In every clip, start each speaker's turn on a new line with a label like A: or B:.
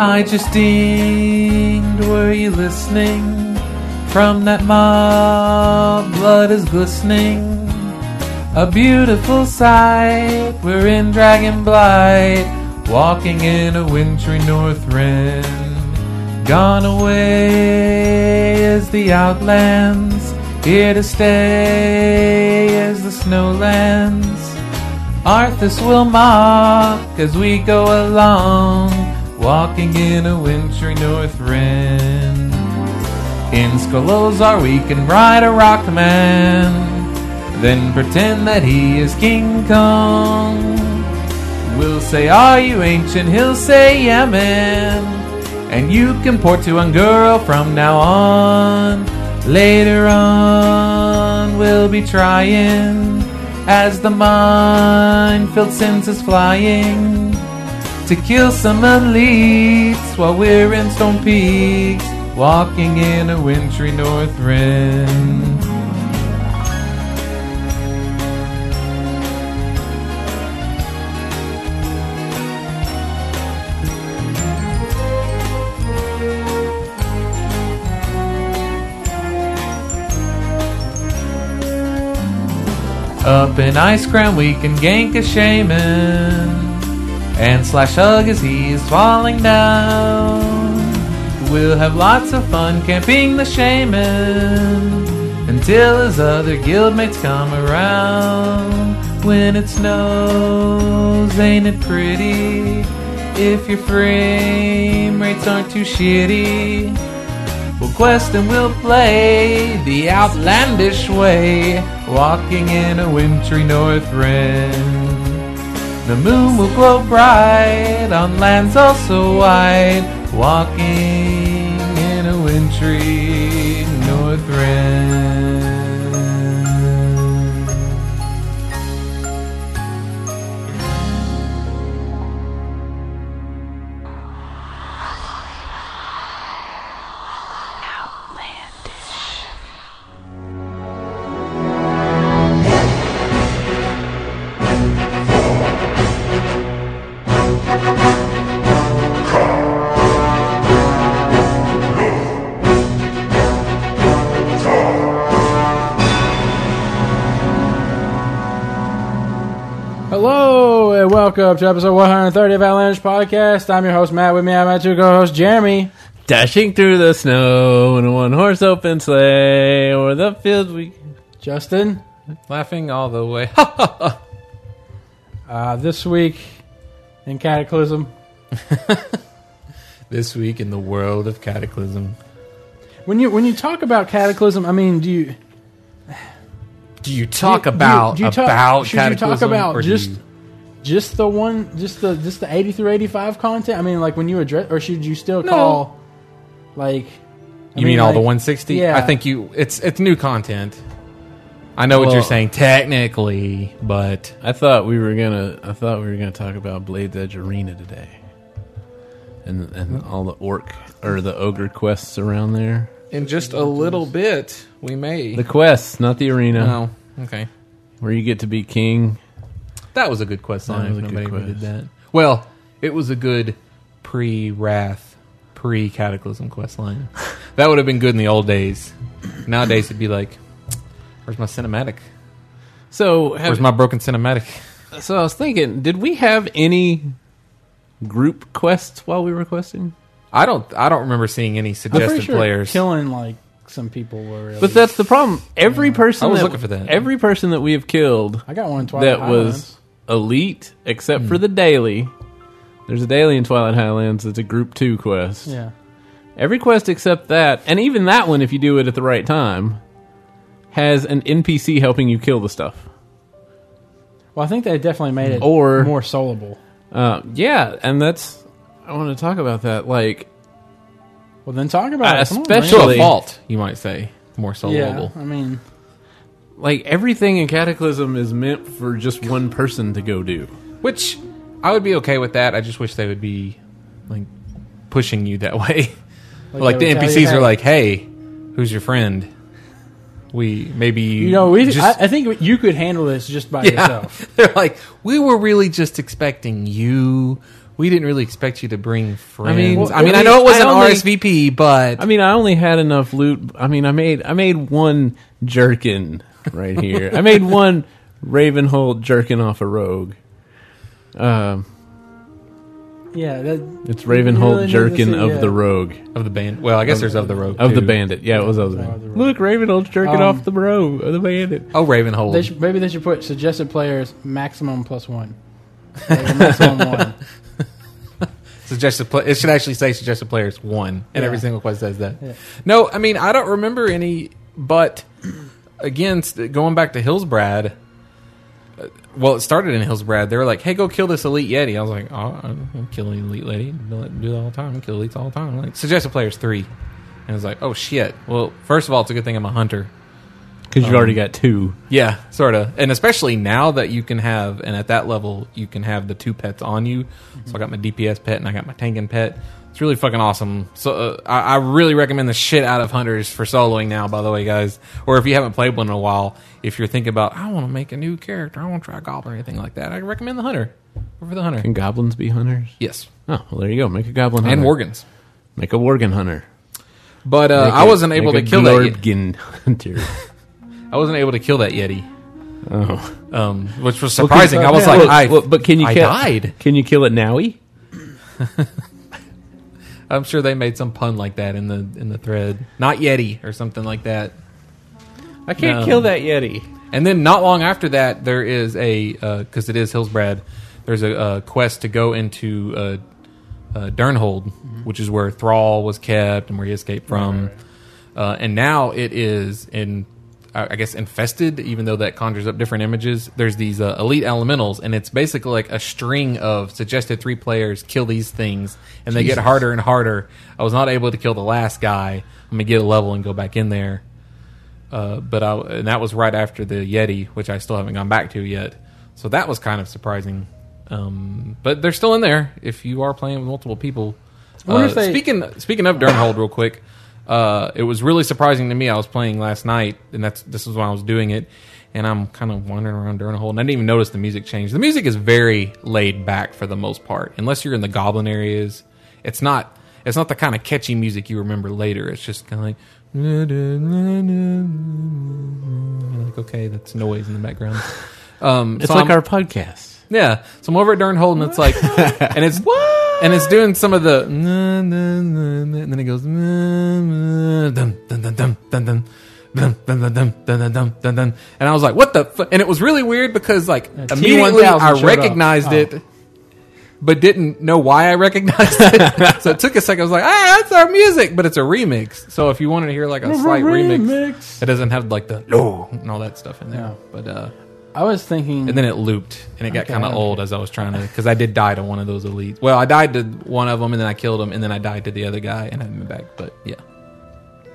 A: I just dinged. Were you listening? From that mob, blood is glistening. A beautiful sight. We're in Dragon Blight, walking in a wintry north wind. Gone away is the outlands. Here to stay is the snowlands. Arthas will mock as we go along, walking in a wintry north wind. In Skolozar we can ride a rock man, then pretend that he is King Kong. We'll say, Are you ancient? He'll say, Yeah, man. And you can port to Anguro from now on. Later on, we'll be trying as the mind-filled sense is flying to kill some elites while we're in Stone Peaks, walking in a wintry north wind. Up in Ice Crown, we can gank a shaman and slash hug as he is falling down. We'll have lots of fun camping the shaman until his other guildmates come around. When it snows, ain't it pretty? If your frame rates aren't too shitty, We'll quest and we'll play the outlandish way, walking in a wintry north wind. The moon will glow bright on lands also wide, walking in a wintry north wind.
B: Hello and welcome to episode 130 of Avalanche Podcast. I'm your host Matt. With me, I'm my two co-host Jeremy.
A: Dashing through the snow in a one horse open sleigh, over the fields we.
B: Justin,
A: Laughing all the way.
B: uh, this week in Cataclysm,
A: this week in the world of Cataclysm.
B: when you when you talk about Cataclysm, I mean, do you
A: Do you talk
B: do you-
A: about
B: do you talk-
A: about
B: should you talk
A: Cataclysm,
B: about
A: or do
B: just-
A: you-
B: just the one, just the just the 80 through 85 content? I mean, like when you address, or should you still
A: No.
B: call like? I
C: You mean, all the
B: like-
C: 160?
B: yeah.
C: I think you. It's it's new content. I know what
A: Well-
C: you're saying technically, but
A: I thought we were gonna. I thought we were gonna talk about Blade's Edge Arena today, and and all the orc or the ogre quests around there.
C: in just a little bit, we may.
A: The quests, not the arena,
C: no, okay,
A: where you get to be king.
C: that was a good quest line.
A: was
C: if
A: a good
C: nobody ever did
A: quest.
C: that. Well, it was a good pre-wrath, pre-cataclysm quest line. that would have been good in the old days. Nowadays, it'd be like, "Where's my cinematic?
A: So,
C: Where's
A: have,
C: my broken cinematic?"
A: so I was thinking, did we have any group quests while we were questing?
C: I don't. I don't remember seeing any
B: I'm pretty
C: suggested
B: sure
C: players.
B: killing like some people were. Really,
A: But that's the problem. Every person
C: I was
A: that-
C: looking for that.
A: Every person that we have killed
B: I got one twice.
A: that was elite, except
C: Hmm.
A: for the daily. There's a daily in Twilight Highlands that's a group two quest.
B: yeah.
A: Every quest except that, and even that one, if you do it at the right time, has an NPC helping you kill the stuff.
B: Well, I think they definitely made it
A: Or-
B: more soluble.
A: Uh, yeah, and that's I want to talk about that. Like,
B: Well, then talk about
A: Uh,
B: it. Come on,
A: especially-
B: man.
C: to
A: Really?
C: a fault, you might say. More so
B: yeah.
C: lovable.
B: I mean,
A: like everything in Cataclysm is meant for just one person to go do.
C: Which I would be okay with that. I just wish they would be like pushing you that way. like
B: they would
C: the
B: tell
C: NPCs
B: you, "Hey,
C: are like, "Hey, who's your friend?" We maybe
B: you know, we.
C: just
B: I, I think you could handle this just by
C: Yeah.
B: yourself.
C: they're like, "We were really just expecting you
A: we didn't really expect you to bring friends. I mean,
C: Well,
A: I mean,
C: I
A: I know it
C: mean,
A: wasn't
C: I only-
A: RSVP, but
C: I mean, I only had enough loot. I mean, I made I made one jerkin right here. I made one Ravenhold jerkin off a rogue. Um,
B: Yeah, that,
C: it's
B: You really
C: Ravenhold
B: need to
C: jerkin
B: see
C: of
B: that.
C: the rogue
A: of the band. Well, I guess there's of the rogue
C: of the
A: too.
C: bandit. Yeah, it was of the
B: Of the
C: bandit.
B: rogue.
C: Look, Ravenhold's jerking
B: Um,
C: off the rogue of the bandit.
A: Oh, Ravenhold.
B: they should, maybe they should put suggested players maximum plus one. Like, maximum one.
A: suggested play. It should actually say suggested players one, and
B: Yeah.
A: every single quest says that.
B: Yeah.
A: No, I mean I don't remember any, but again, st- going back to Hillsbrad. uh, Well, it started in Hillsbrad. They were like, "Hey, go kill this elite yeti." I was like, "Oh, I'm, I'm killing elite lady. Do that do that all the time. I kill elites all the time." Like suggested players three, and I was like, "Oh shit." Well, first of all, it's a good thing I'm a hunter.
C: Because you've already got two.
A: Yeah, sort of. And especially now that you can have, and at that level, you can have the two pets on you. So I got my DPS pet and I got my Tankin pet. It's really fucking awesome. So uh, I, I really recommend the shit out of Hunters for soloing now, by the way, guys. Or if you haven't played one in a while, if you're thinking about, I want to make a new character, I want to try Goblin or anything like that, I recommend the Hunter. Go for the Hunter.
C: Can goblins be hunters?
A: Yes.
C: Oh, well, there you go. Make a goblin hunter.
A: And Worgans.
C: Make a worgen hunter.
A: But uh,
C: Make
A: I
C: a-
A: wasn't able to
C: make a
A: kill that. Ye-
C: Glorgin hunter.
A: I wasn't able to kill that Yeti,
C: Oh.
A: um, which was surprising. I was
C: Yeah,
A: like,
C: look,
A: I,
C: look, but can you
A: I
C: kill,
A: died.
C: Can you kill it nowy?
A: I'm sure they made some pun like that in the in the thread. Not Yeti or something like that.
C: I can't
A: No.
C: kill that yeti.
A: And then not long after that, there is a because it is Hillsbrad. There's a, uh quest to go into uh, uh, Dernhold, which is where Thrall was kept and where he escaped from. Uh, and now it is in, I I guess, infested. Even though that conjures up different images, there's these uh, elite elementals, and it's basically like a string of suggested three players kill these things, and they get harder and harder. I was not able to kill the last guy. I'm gonna get a level and go back in there. Uh, but I and that was right after the Yeti, which I still haven't gone back to yet. So that was kind of surprising. Um, but they're still in there if you are playing with multiple people.
B: I wonder
A: Uh,
B: if they-
A: speaking speaking of Dernhold, real quick, uh, it was really surprising to me. I was playing last night, and that's this is when I was doing it, and I'm kind of wandering around Dernhold, and I didn't even notice the music change. The music is very laid back for the most part, unless you're in the Goblin areas. It's not it's not the kind of catchy music you remember later. It's just kind of like. You're like, okay, that's noise in the background. Um,
C: It's
A: so
C: like
A: I'm-
C: our podcast.
A: yeah. So I'm over at Dernhold and it's like, and it's and it's doing some of the, na, na, na, na, and then it goes, na, na, dum, dum, dum, dum, dum, dum. Dum, dum, dum, dum, dum, dum, dum, dum, dum. And I was like, "What the?" Fu-? And it was really weird because, like,
B: Yeah,
A: immediately
B: T1000
A: I
B: showed up.
A: recognized
B: Oh.
A: it, but didn't know why I recognized it. so it took a second. I was like, "Ah, that's our music," but it's a remix. So if you wanted to hear like a slight remix, it doesn't have like the no and all that stuff in there.
B: No.
A: But uh,
B: I was thinking.
A: and then it looped and it got
B: Okay,
A: kind of
B: okay.
A: old as I was trying to because I did die to one of those elites. Well, I died to one of them and then I killed him and then I died to the other guy and I went back. But yeah,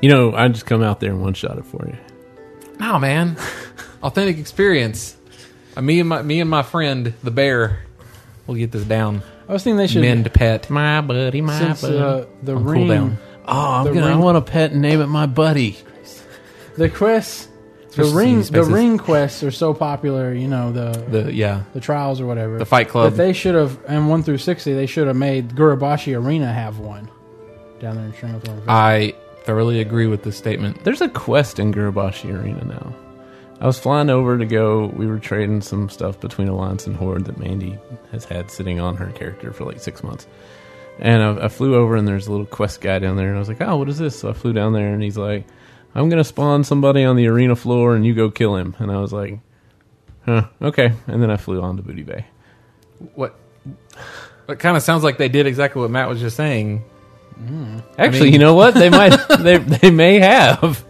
C: You know, I just come out there and one shot it for you.
A: no man, authentic experience. Uh, me and my me and my friend the bear, we'll get this down.
B: I was thinking they should
A: Mend pet.
C: My buddy, my
B: since uh, the
A: On
B: ring,
A: cooldown.
C: oh, I'm
B: the
C: gonna. I
B: ring-
C: want a pet and name it my buddy.
B: the quest, the
A: Especially
B: ring,
A: these
B: the
A: spaces.
B: ring quests are so popular. You know the the,
A: The yeah,
B: trials or whatever.
A: the Fight
B: But
A: Club.
B: they should have, and one through sixty, they should have made Gurubashi Arena have one down there in Shinglethorpe.
A: I thoroughly agree with this statement.
C: There's a quest in Gurubashi Arena now. I was flying over to go. We were trading some stuff between Alliance and Horde that Mandy has had sitting on her character for like six months. And I, I flew over, and there's a little quest guy down there, and I was like, "Oh, what is this?" So I flew down there, and he's like, "I'm gonna spawn somebody on the arena floor, and you go kill him." And I was like, "Huh, okay." And then I flew on to Booty Bay.
A: What? It kind of sounds like they did exactly what Matt was just saying.
C: Actually,
A: mean-
C: you know what? They might. they they may have.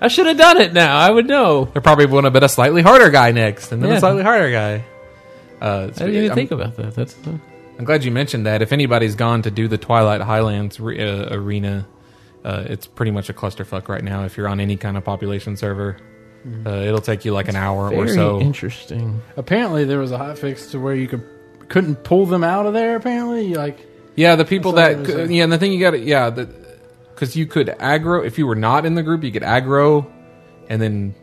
C: I should have done it now. I would know.
A: They're probably going to bet a slightly harder guy next, and then
C: Yeah.
A: a slightly harder guy. Uh,
C: I didn't even
A: I'm-
C: think about that. That's uh,
A: I'm glad you mentioned that. If anybody's gone to do the Twilight Highlands re- uh, arena, uh, it's pretty much a clusterfuck right now. If you're on any kind of population server,
B: Mm-hmm.
A: uh, it'll take you like an hour or
C: very
A: so.
C: interesting.
B: apparently, there was a hot fix to where you could couldn't pull them out of there. Apparently, You, like
A: Yeah, the people
B: That's
A: that
B: what I was saying.
A: yeah, and the thing you got to yeah, because you could aggro if you were not in the group, you could aggro and then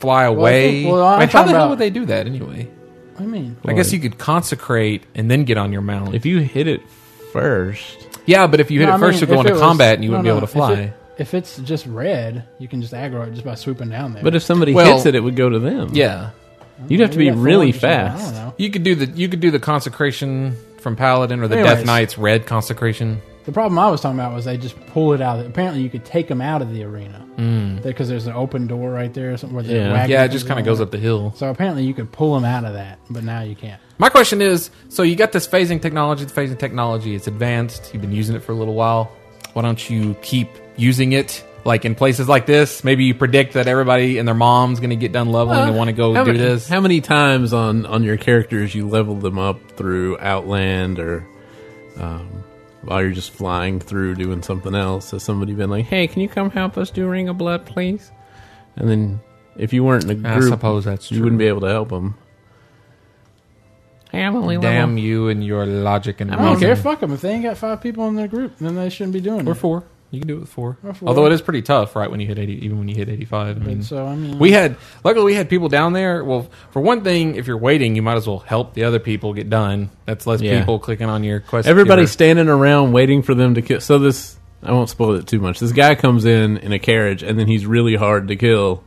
A: fly
B: I
A: away.
B: think- well, I'm
A: Wait, how
B: talking
A: the hell
B: about-
A: would they do that anyway?
B: I mean,
A: I guess you could consecrate and then get on your mound.
C: If you hit it first,
A: yeah, but if you hit
B: No,
A: it
B: I
A: first,
B: mean,
A: you'd go
B: if
A: into
B: it was-
A: combat and you
B: no,
A: wouldn't
B: no,
A: be able to
B: if
A: fly.
B: it- If, it's just red, you can just aggro it just by swooping down there.
C: but if somebody
A: Well-
C: hits it, it would go to them.
A: yeah,
C: you'd have to be
B: Maybe that
C: really
B: forge or something, I
C: fast.
B: don't know.
A: you could do the you could do the consecration from paladin or the
B: Anyways.
A: death knight's red consecration.
B: The problem I was talking about was they just pull it out. Of the, apparently, you could take them out of the arena because there's an open door right there, or something where the
C: Yeah.
B: wagon
A: Hmm. Yeah, it
B: comes
A: just kind of
B: in.
A: goes up the hill.
B: So apparently, you could pull them out of that, but now you can't.
A: My question is: so you got this phasing technology? The phasing technology it's advanced. You've been using it for a little while. Why don't you keep using it? Like in places like this, maybe you predict that everybody and their mom's going to get done leveling and want to go
C: how
A: do
C: many,
A: this.
C: How many times on on your characters you leveled them up through Outland or um, while you're just flying through doing something else? Has somebody been like, "Hey, can you come help us do Ring of Blood, please?" And then if you weren't in a
A: I
C: group,
A: suppose that's
C: you
A: true.
C: wouldn't be able to help them. Hey, I'm only
A: Damn you and your logic and
B: I don't
A: reason.
B: care. Fuck them. If they ain't got five people in their group, then they shouldn't be doing
A: Or
B: it.
A: four. You can do it with four.
B: Or four.
A: Although it is pretty tough, right? When you hit eighty, even when you hit eighty-five. I mean,
B: But so I mean,
A: we had luckily we had people down there. Well, for one thing, if you're waiting, you might as well help the other people get done. That's less
C: Yeah.
A: people clicking on your quest.
C: Everybody's
A: giver.
C: standing around waiting for them to kill. So this, I won't spoil it too much. This guy comes in in a carriage, and then he's really hard to kill,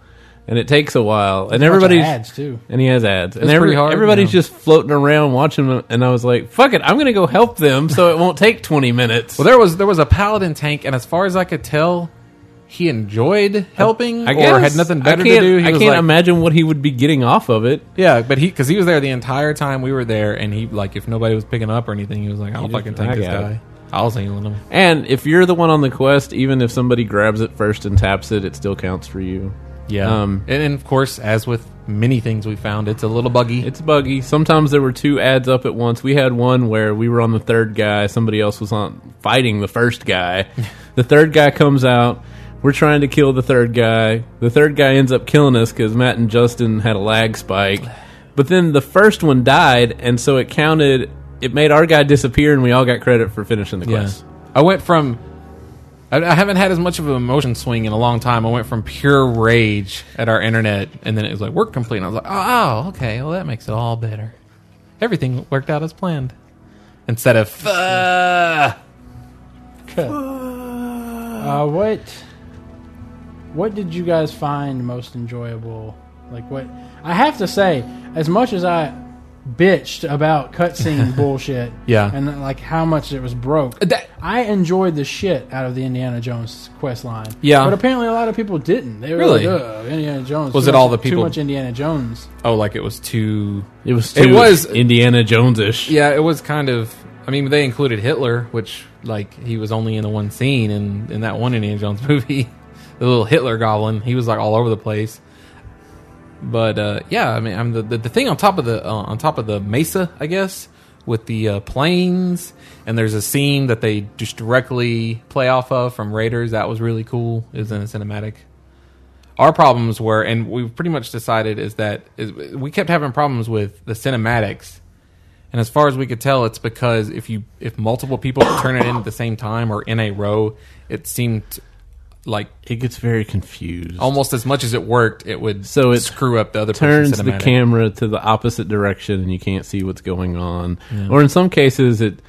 C: and it takes a while. And
B: a bunch of
C: everybody's
B: ads too.
C: and he has ads, and
A: That's
C: every,
A: pretty hard,
C: everybody's
A: yeah.
C: just floating around watching them. And I was like, "Fuck it, I'm gonna go help them, so it won't take 20 minutes."
A: Well, there was there was a paladin tank, and as far as I could tell, he enjoyed helping
C: I
A: or
C: guess.
A: had nothing
C: I
A: better to
C: can't-
A: do. He
C: I
A: was
C: can't
A: like-
C: imagine what he would be getting off of it.
A: Yeah, but he because he was there the entire time we were there, and he like if nobody was picking up or anything, he was like, "I'll
C: just-
A: fucking take
C: I
A: this
C: got
A: guy.
C: it.
A: I was handling him."
C: And if you're the one on the quest, even if somebody grabs it first and taps it, it still counts for you.
A: Yeah,
C: Um,
A: and, and of course, as with many things we found, it's a little buggy.
C: It's buggy. Sometimes there were two ads up at once. We had one where we were on the third guy. Somebody else was on fighting the first guy. the third guy comes out. We're trying to kill the third guy. The third guy ends up killing us because Matt and Justin had a lag spike. But then the first one died, and so it counted. It made our guy disappear, and we all got credit for finishing the
A: Yeah.
C: quest.
A: I went from I, I haven't had as much of an emotion swing in a long time. I went from pure rage at our internet, and then it was like work complete. And I was like, oh, oh, okay, well that makes it all better. Everything worked out as planned. Instead of "Fuh."
B: Uh, what what did you guys find most enjoyable? Like what I have to say, as much as I bitched about cutscene bullshit,
A: Yeah. Uh,
B: and like how much it was broke,
A: That-
B: I enjoyed the shit out of the Indiana Jones quest line.
A: Yeah.
B: but apparently a lot of people didn't. They were
A: Really?
B: like, "Ugh, Indiana Jones."
A: Was
B: too
A: it all
B: much-
A: the people-
B: Too much Indiana Jones.
A: oh, like it was too.
C: It was
A: It
C: too
A: was-
C: Indiana Jones ish.
A: Yeah, it was kind of. I mean, they included Hitler, which like he was only in the one scene in in that one Indiana Jones movie, the little Hitler goblin. He was like all over the place. But uh, yeah, I mean, I'm the, the the thing on top of the uh, on top of the mesa, I guess, with the uh, planes, and there's a scene that they just directly play off of from Raiders. That was really cool. It was in a cinematic. Our problems were, and we've pretty much decided, is that is, we kept having problems with the cinematics. And as far as we could tell, it's because if you if multiple people turn it in at the same time or in a row, it seemed like
C: It gets very confused.
A: almost as much as it worked, it would
C: So it
A: screw up the other
C: turns
A: person's
C: the
A: cinematic.
C: camera to the opposite direction and you can't see what's going on or in some cases it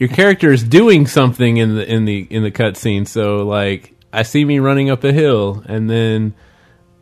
C: your character is doing something in the in the in the cutscene so like i see me running up a hill and then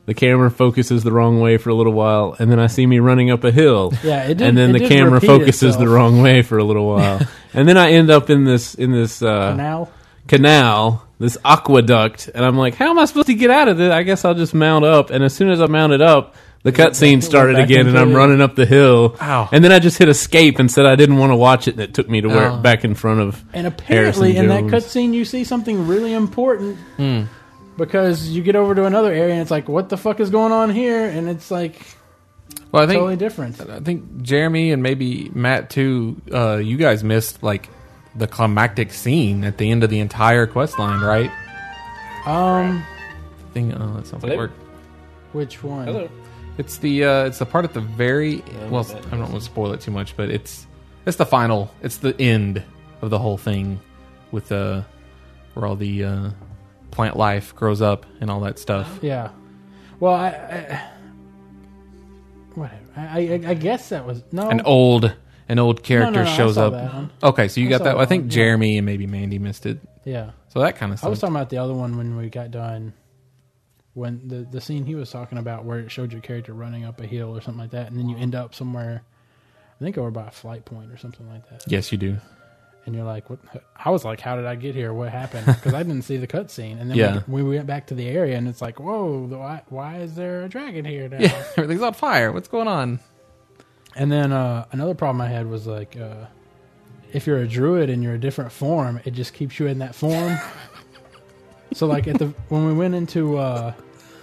C: the camera focuses the wrong way for a little while and then i see me running up a hill
B: Yeah, it did-
C: and then
B: it
C: the
B: did
C: camera
B: repeat
C: focuses the
B: itself.
C: wrong way for a little while and then i end up in this in this uh
B: Now
C: canal, this aqueduct, and I'm like, how am I supposed to get out of this? I guess I'll just mount up. And as soon as I mounted up, the cutscene started
B: back
C: again, and
B: into
C: I'm
B: it.
C: running up the hill.
A: Ow.
C: And then I just hit escape and said I didn't want to watch it, and it took me to where
A: Oh.
C: back in front of.
B: and apparently
C: Harrison
B: in that
C: Jones.
B: cutscene, you see something really important. Because you get over to another area and it's like, what the fuck is going on here? And it's like,
A: Well, I think
B: totally different.
A: I think Jeremy and maybe Matt too. Uh, you guys missed like the climactic scene at the end of the entire quest line, right?
B: Um,
A: I think uh, that sounds like
C: Hello?
A: work.
B: which one?
A: It's the uh, it's the part at the very well. I don't want to spoil it too much, but it's it's the final. It's the end of the whole thing with uh, where all the uh, plant life grows up and all that stuff.
B: Yeah. Well, I, I, whatever. I, I, I guess that was no.
A: An old an old
B: no,
A: character
B: no, I
A: shows
B: saw
A: up.
B: that one.
A: Okay, so you
B: I
A: got
B: saw
A: that.
B: that
A: I think
B: one, yeah.
A: Jeremy and maybe Mandy missed it.
B: yeah,
A: So that kind of
B: I was
A: sucks.
B: talking about the other one when we got done. When the the scene he was talking about where it showed your character running up a hill or something like that, and then you end up somewhere, I think over by a flight point or something like that,
A: yes, you do.
B: and you're like, "What?" I was like, "How did I get here? What happened?" Because I didn't see the cutscene, and then
A: Yeah.
B: we, we went back to the area, and it's like, "Whoa, the- why why is there a dragon here now?"
A: Yeah, everything's on fire. What's going on?
B: And then uh, another problem I had was like, uh, if you're a druid and you're a different form, it just keeps you in that form. so like at the when we went into uh,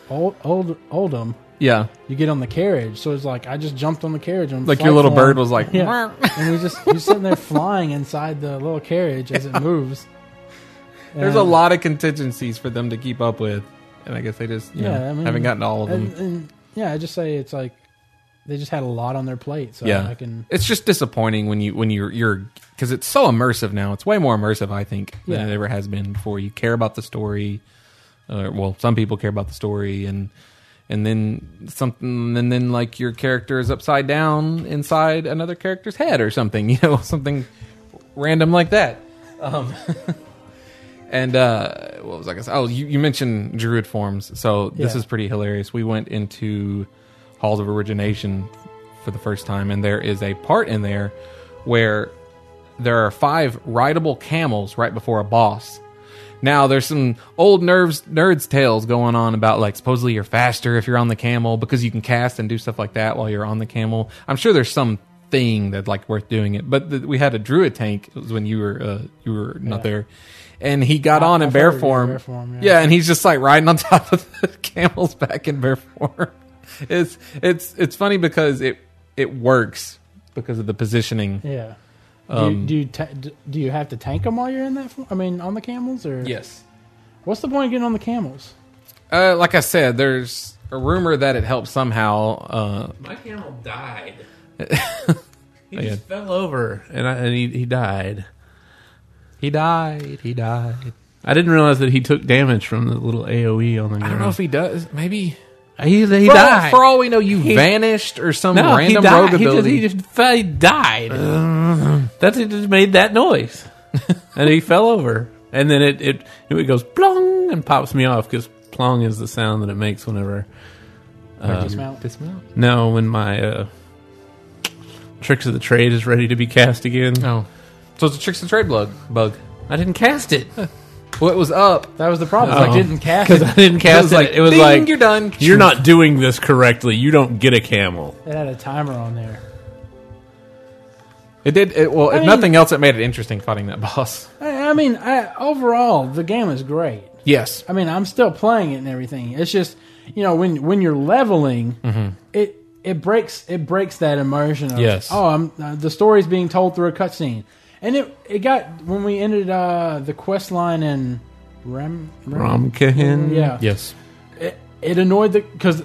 B: old old Oldham,
A: Yeah,
B: you get on the carriage. So it's like I just jumped on the carriage and
A: like
B: flight
A: your little
B: form,
A: bird was like,
B: Yeah.
A: "Meow."
B: and we just you're sitting there flying inside the little carriage as it moves.
A: there's
B: And-
A: a lot of contingencies for them to keep up with, and I guess they just you know
B: Yeah, I mean-
A: haven't gotten to all of them.
B: and, and yeah, I just say it's like they just had a lot on their plate. So
A: Yeah.
B: I can
A: it's just disappointing when you when you're you're because it's so immersive now. It's way more immersive, I think, than
B: Yeah.
A: it ever has been before. You care about the story, uh, well, some people care about the story, and and then something, and then like your character is upside down inside another character's head or something, you know, something random like that. Um, and uh, what was I going Oh, you, you mentioned druid forms, so this
B: Yeah.
A: is pretty hilarious. We went into Halls of Origination for the first time, and there is a part in there where there are five rideable camels right before a boss. Now there's some old nerves nerds tales going on about like supposedly you're faster if you're on the camel because you can cast and do stuff like that while you're on the camel. I'm sure there's some thing that like worth doing it. But the, we had a druid tank it was when you were uh, you were not there, and he got
B: I-
A: on
B: I
A: in
B: thought
A: bear
B: we were in
A: form.
B: bear form,
A: yeah.
B: yeah.
A: and he's just like riding on top of the camel's back in bear form. It's it's it's funny because it it works because of the positioning.
B: yeah.
A: Um,
B: do, you- do you ta- do you have to tank them while you're in that? Form? I mean, on the camels or
A: Yes.
B: What's the point of getting on the camels?
A: Uh, like I said, there's a rumor that it helps somehow. Uh,
C: My camel died. Oh, he
A: just
C: fell over and, I, and he, he died.
A: he died. He died.
C: I didn't realize that he took damage from the little AOE on the ground.
A: I don't know if he does. Maybe
C: he, he
A: for,
C: died.
A: all, for all we know, you vanished or some
C: no, he
A: random
C: died.
A: rogue
C: He just,
A: ability.
C: he just fell, he died. That's he just made that noise, and he fell over, and then it it it goes plong and pops me off because plong is the sound that it makes whenever
A: Uh,
B: Or dismount?
A: Dismount.
C: no when my uh, tricks of the trade is ready to be cast again.
A: Oh, so it's a tricks and trade bug. Bug.
C: I didn't cast it.
A: Well, it was up.
B: That was the problem. is I
C: Oh.
B: didn't cast
C: because
B: it.
C: I didn't cast it. It was
A: "Ding,
C: like
A: you're done.
C: You're not doing this correctly. You don't get a camel.
B: It had a timer on there.
A: It did. It, well, if
B: mean-
A: nothing else, it made it interesting fighting that boss.
B: I, I mean, I, overall, the game is great.
A: Yes.
B: I mean, I'm still playing it and everything. It's just, you know, when when you're leveling,
C: Mm-hmm.
B: it it breaks it breaks that immersion of
A: Yes.
B: oh, I'm, uh, the story's being told through a cutscene. And it it got when we ended uh, the quest line in Ram,
C: Romkin.
B: yeah
A: Yes.
B: it, it annoyed the because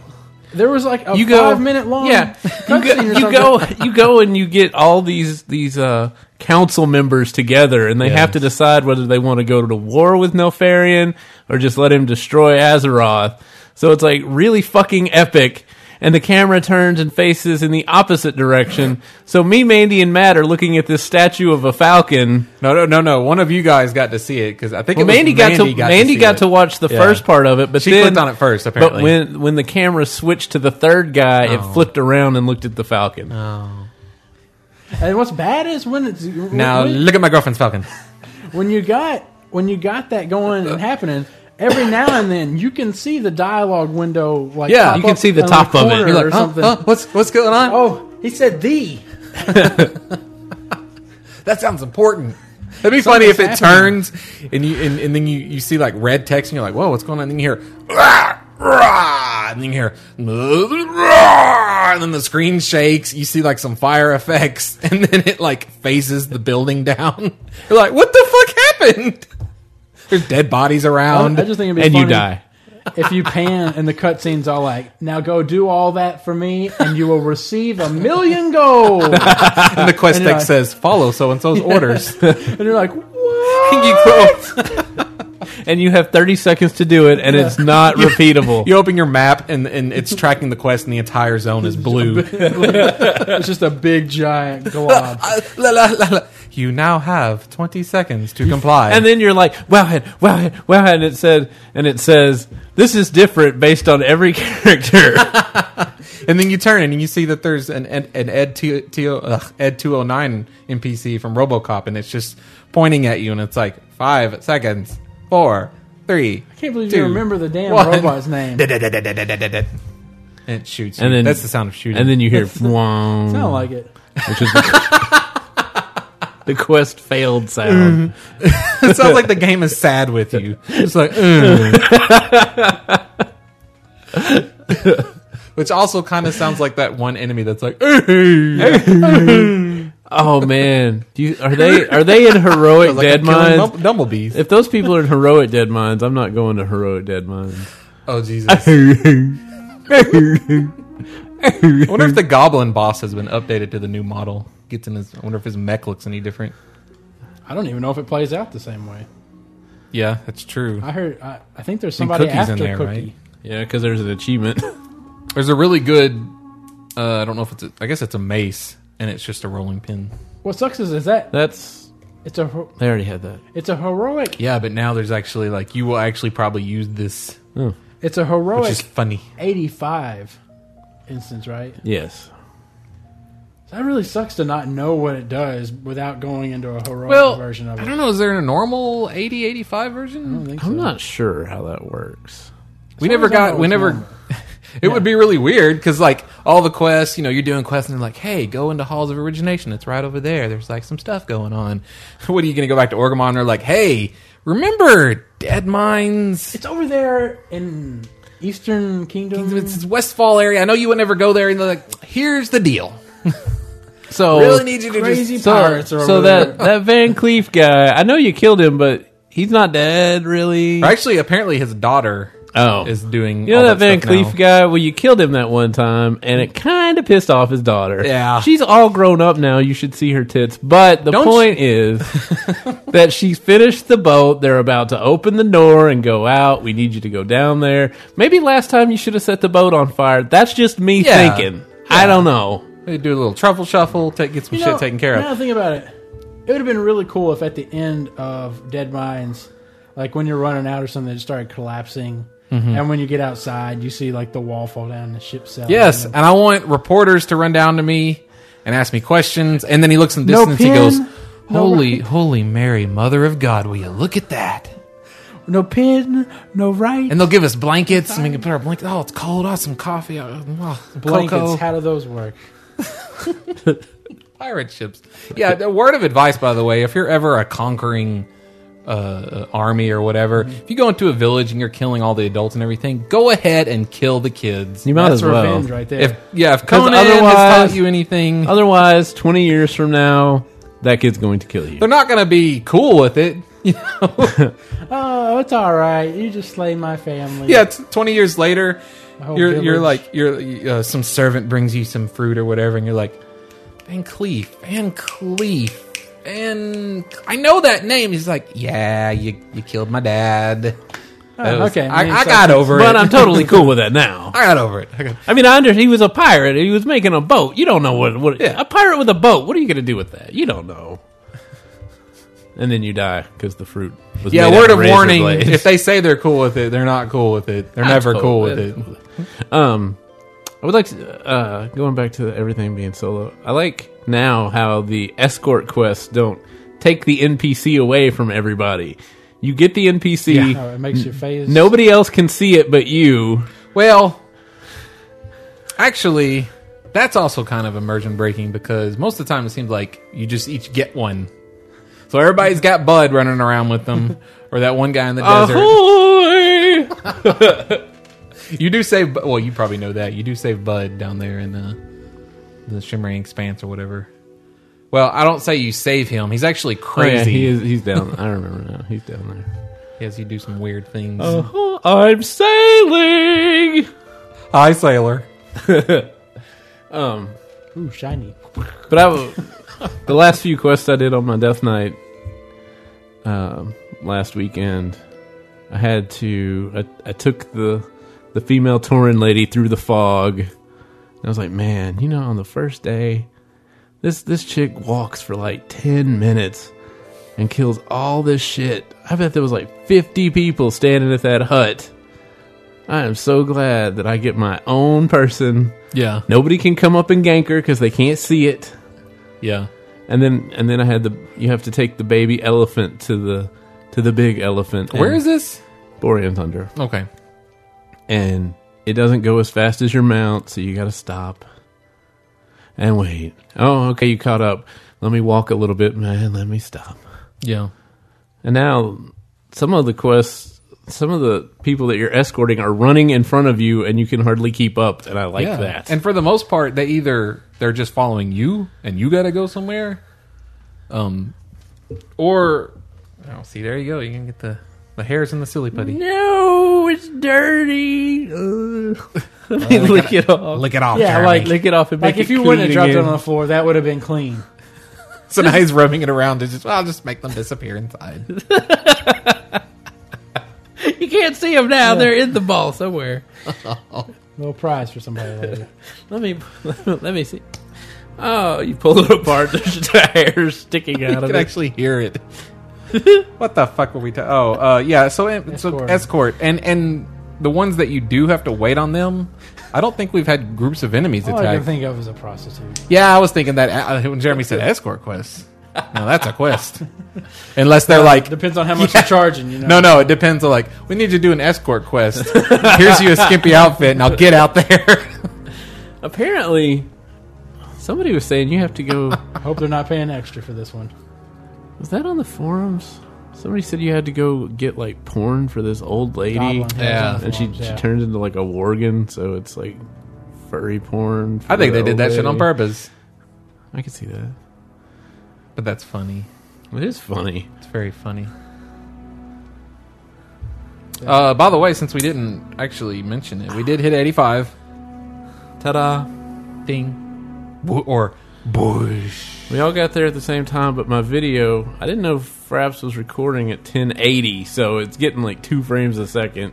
B: there was like a
C: You go-
B: five minute long
C: Yeah, you
B: cutscene
C: go,
B: or
C: you
B: something.
C: go, you go, and you get all these these uh, council members together, and they have
A: Yes.
C: to decide whether they want to go to war with Nelfarian or just let him destroy Azeroth. So it's like really fucking epic, and the camera turns and faces in the opposite direction. So me, Mandy, and Matt are looking at this statue of a falcon.
A: No, no, no, no. One of you guys got to see it because I think
C: Well,
A: it was
C: Mandy got to Mandy
A: see
C: got
A: it.
C: to watch the
A: Yeah.
C: first part of it, but
A: She
C: then,
A: clicked on it first, apparently.
C: But when when the camera switched to the third guy,
A: Oh.
C: it flipped around and looked at the falcon.
B: And what's bad is when it's when-
A: Now
B: when,
A: look at my girlfriend's falcon.
B: when you got when you got that going and happening. Every now and then, you can see the dialogue window. Like
A: Yeah,
B: pop
C: you can
B: up
C: see the
B: on
C: top of it.
B: corner
C: You're
A: You're
B: or
A: like, huh,
B: something.
A: huh, what's what's going on?
B: Oh, he said the.
A: That sounds important. That'd be funny if it turns and you and, and then you, you see like red text and you're like, whoa, what's going on? And then you hear "Rah, rah," and then you hear "Rah," and then the screen shakes, you see like some fire effects, and then it like faces the building down. You're like, what the fuck happened? There's dead bodies
B: I
A: around.
B: just think it'd be
C: Oh, and you
B: funny
C: die.
B: if you pan and the cutscenes all like, "Now go do all that for me, and you will receive a million gold." and
A: and the quest
B: and you're
A: text
B: like-
A: says, follow so and so's orders.
B: you're like, "What?"
A: You go-
C: and you have 30 seconds to do it, and it's not repeatable.
A: You open your map and, and it's tracking the quest, and the entire zone is blue.
B: It's just a big giant glob.
A: Uh, la, la, la, la. You now have 20 seconds to comply.
C: and then you're like, wowhead, wowhead, wowhead, and it said, and it says, this is different based on every character.
A: And then you turn and you see that there's an an, an Ed T, T, ugh, Ed 209 NPC from RoboCop, and it's just pointing at you, and it's like five seconds, four, three. I
B: can't believe you remember the damn robot's name.
A: And it shoots.
C: And
A: And
C: then-
A: then that's the sound of shooting.
C: and then you hear,
B: Sound
C: "Fwong,"
B: like it.
C: which is the, the quest failed sound.
A: it sounds like the game is sad with you. It's like, mm. "Ugh." which also kind of sounds like that one enemy that's like, "Ugh."
C: Oh man, do you, are they are they in heroic
A: like
C: dead
A: I'm killing
C: minds?
A: Bum- bumblebees.
C: If those people are in heroic dead minds, I'm not going to heroic dead minds.
A: Oh Jesus! I wonder if the Goblin boss has been updated to the new model. Gets in his. I wonder if his mech looks any different.
B: I don't even know if it plays out the same way.
A: Yeah, that's true.
B: I heard. I, I think there's somebody
A: Cookie's
B: after
A: in there,
B: Cookie.
A: right?
C: Yeah, because there's an achievement.
A: There's a really good. Uh, I don't know if it's. A, I guess it's a mace, and it's just a rolling pin.
B: What sucks is is that
C: That's
B: it's a her-
C: they already had that.
B: it's a heroic
A: Yeah, but now there's actually like you will actually probably use this,
B: it's a heroic
A: which is funny.
B: 85 instance, right?
C: Yes.
B: So that really sucks to not know what it does without going into a heroic
A: Well,
B: version of
A: I
B: it.
A: don't know. Is there a normal 80, 85 version?
B: think
C: I'm not sure how that works.
A: We never
B: Sometimes I
A: got.
B: don't
A: We
B: know
A: never.
B: what's
A: It would be really weird because, like, all the quests, you know, you're doing quests and they're like, hey, go into Halls of Origination. It's right over there. There's, like, some stuff going on. What are you going to go back to Orgamon? And they're like, hey, remember Dead Mines?
B: It's over there in Eastern Kingdom.
A: It's this Westfall area. I know you would never go there. And they're like, here's the deal.
C: So
A: really need you to
B: Crazy
A: just.
C: so,
B: pirates are
C: so
B: over
C: that
B: there.
C: that Van Cleef guy. I know you killed him, but he's not dead, really.
A: Actually, apparently his daughter
C: Oh,
A: is doing.
C: you know
A: all
C: that, Van
A: stuff now.
C: Cleef guy? Well, you killed him that one time, and it kind of pissed off his daughter.
A: Yeah.
C: she's all grown up now. You should see her tits. But the
A: Don't
C: point is that she's finished the boat. They're about to open the door and go out. We need you to go down there. Maybe last time you should have set the boat on fire. That's just me
A: Yeah.
C: thinking. I don't know.
A: They do a little truffle shuffle, take, get some
B: You
A: shit
B: know,
A: taken care
B: Now
A: of.
B: that I think about it, it would have been really cool if at the end of Dead Mines, like when you're running out or something, it started collapsing.
A: Mm-hmm.
B: And when you get outside, you see like the wall fall down and the ship sails.
A: Yes, and I want reporters to run down to me and ask me questions. And then he looks in the
B: No
A: distance. he
B: pen,
A: goes,
B: no
A: "Holy, holy Mary, Mother of God, will you look at that?"
B: No pin, no right.
A: And they'll give us blankets, and we can put our blanket. Oh, it's cold. Oh, some coffee. Oh, oh,
B: blankets.
A: cocoa.
B: How do those work?
A: pirate ships. Yeah, a word of advice, by the way, if you're ever a conquering uh, army or whatever,
B: Mm-hmm.
A: if you go into a village and you're killing all the adults and everything, go ahead and kill the kids.
C: You might
B: That's
C: as well.
B: revenge right there.
A: If yeah, if
C: 'Cause
A: Conan has taught
C: otherwise-
A: you anything,
C: Otherwise, 20 years from now, that kid's going to kill you.
A: they're not going to be cool with it.
B: oh, it's all right. You just slay my family.
A: yeah, t- twenty years later,
B: whole
A: you're you're
B: village.
A: like you're uh, some servant brings you some fruit or whatever, and you're like Van Cleef, Van Cleef, and I know that name. He's like, yeah, you you killed my dad. That was-
B: Ah, okay,
A: I,
B: man,
A: I
B: so-
A: got over it.
C: But I'm totally cool with that now.
A: I got over it. I got-
C: I mean, I under he was a pirate. He was making a boat. You don't know what, what
A: Yeah.
C: a pirate with a boat. What are you going to do with that? You don't know. And then you die because the fruit was
A: yeah,
C: made out
A: word of
C: razor
A: warning:
C: blades.
A: if they say they're cool with it, they're not cool with it. They're
C: I'm
A: never
C: totally-
A: cool with it.
C: Um, I would like to uh, going back to everything being solo. I like now how the escort quests don't take the NPC away from everybody. You get the NPC.
B: Oh, it makes your face.
C: Nobody else can see it but you.
A: Well, actually, that's also kind of immersion breaking because most of the time it seems like you just each get one. So everybody's got Bud running around with them, or that one guy in the
C: Uh-huh.
A: desert.
C: Ahoy!
A: You do save, Bu- well, you probably know that. You do save Bud down there in the, the Shimmering Expanse or whatever. Well, I don't say you save him. He's actually
C: Oh, yeah,
A: crazy.
C: he is. He's down. I remember now. He's down there.
A: Yes, you do some weird things.
C: Oh, I'm sailing.
A: Hi, sailor.
B: Ooh, shiny.
C: But I, w- the last few quests I did on my death night, um, last weekend, I had to. I, I took the the female Torin lady through the fog. And I was like, man, you know, on the first day, this this chick walks for like ten minutes and kills all this shit. I bet there was like fifty people standing at that hut. I am so glad that I get my own person.
A: Yeah.
C: Nobody can come up and gank her because they can't see it.
A: Yeah.
C: And then and then I had the you have to take the baby elephant to the to the big elephant.
A: Where is this?
C: it? Borean Thunder?
A: Okay.
C: and it doesn't go as fast as your mount, so you got to stop and wait. Oh, okay, you caught up. Let me walk a little bit, man. Let me stop.
A: Yeah.
C: And now, some of the quests, some of the people that you're escorting are running in front of you, and you can hardly keep up. And I like
A: yeah.
C: that.
A: And for the most part, they either they're just following you, and you got to go somewhere, um, or oh, see, there you go. You can get the the hairs and the silly putty.
C: no, it's dirty. Ugh. Let me lick it off.
A: Lick it off.
B: Yeah,
A: Jeremy.
B: like-
C: Lick it off and
B: Like
C: make
B: if
C: it
B: you wouldn't have
C: clean
B: dropped
C: again.
B: it on the floor, that would have been clean.
A: so now he's rubbing it around to just I'll just make them disappear inside.
C: you can't see them now. They're in the ball somewhere.
B: Little prize for somebody later.
C: Let me let me see. Oh, you pull it apart. There's just hair sticking
A: you
C: out of
A: can
C: it.
A: actually hear it. what the fuck were we talking? Oh, uh, yeah. So escort. so
B: Escort.
A: escort and and the ones that you do have to wait on them. I don't think we've had groups of enemies
B: All I
A: attack.
B: can think of is a prostitute.
A: Yeah, I was thinking that uh, when Jeremy said escort quest. No, that's a quest. Unless they're like,
B: Depends on how much
A: Yeah.
B: you're charging, you know.
A: no, no, it depends. On like, we need you to do an escort quest. Here's you a skimpy outfit, and I'll get out there.
C: Apparently, somebody was saying you have to go.
B: Hope they're not paying extra for this one.
C: was that on the forums? Somebody said you had to go get like porn for this old lady,
B: Goblin hands
A: Yeah.
B: on
C: and she
B: forms,
C: she
B: yeah.
C: turns into like a worgen, so it's like furry porn. for
A: I think
C: the
A: they did
C: old
A: that shit on
C: lady.
A: purpose.
C: I can see that.
A: But that's funny.
C: It is funny.
A: It's very funny. Uh, by the way, since we didn't actually mention it, we did hit 85.
C: Ta-da!
A: Ding. Bo- or bush.
C: We all got there at the same time, but my video, I didn't know Fraps was recording at 1080, so it's getting like two frames a second.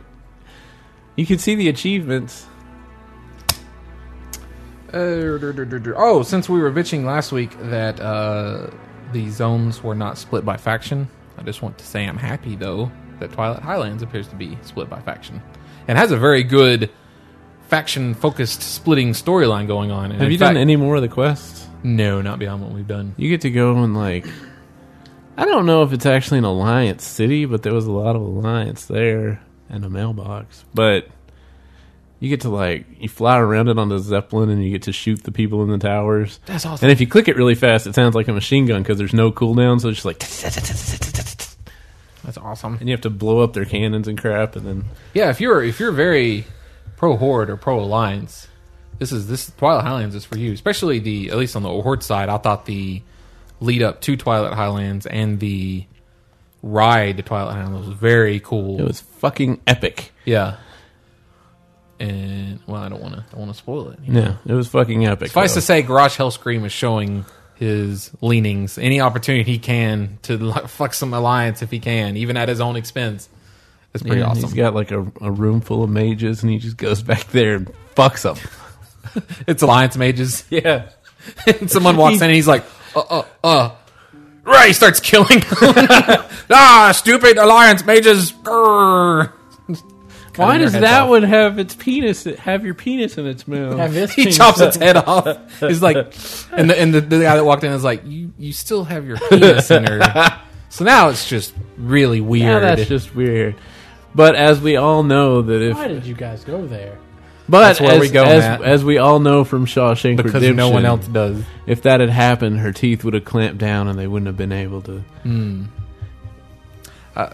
C: You can see the achievements.
A: Uh, dur- dur- dur- dur. oh, since we were bitching last week that uh, the zones were not split by faction, I just want to say I'm happy though that Twilight Highlands appears to be split by faction and has a very good faction-focused splitting storyline going on. And
C: Have
A: in
C: you
A: fact-
C: done any more of the quests?
A: No, not beyond what we've done.
C: You get to go and like, I don't know if it's actually an Alliance city, but there was a lot of Alliance there and a mailbox. But you get to like, you fly around it on the Zeppelin and you get to shoot the people in the towers.
A: That's awesome.
C: And if you click it really fast, it sounds like a machine gun because there's no cooldown, so it's just like.
A: That's awesome.
C: and you have to blow up their cannons and crap and then
A: Yeah, if you're if you're very pro horde or pro alliance, this is this Twilight Highlands is for you. Especially the at least on the horde side, I thought the lead up to Twilight Highlands and the ride to Twilight Highlands was very cool.
C: it was fucking epic
A: yeah. And well, I don't want to. I want to spoil it.
C: yeah it was fucking epic
A: Suffice to
C: though.
A: say, Garage Hell Scream is showing his leanings, any opportunity he can to like, fuck some alliance if he can, even at his own expense. That's pretty
C: Yeah,
A: awesome.
C: he's got like a, a room full of mages and he just goes back there and fucks them
A: It's alliance mages.
C: yeah
A: And someone walks in and he's like, uh, uh, uh. Right, he starts killing. ah, stupid alliance mages. Grrr.
C: why
A: Cutting
C: does
A: their heads
C: that
A: off.
C: one have its penis have your penis in its mouth
B: Have this
A: He
B: penis-
A: chops its head off. He's like, and the and the, the guy that walked in is like, you you still have your penis in her. So now it's just really
C: yeah
A: weird.
C: that's just weird but as we all know that if
B: Why did you guys go there?
C: but
A: That's where
C: as,
A: we go,
C: as,
A: Matt.
C: as we all know from Shawshank
A: because
C: Redemption
A: no one else does.
C: if that had happened her teeth would have clamped down and they wouldn't have been able to
A: I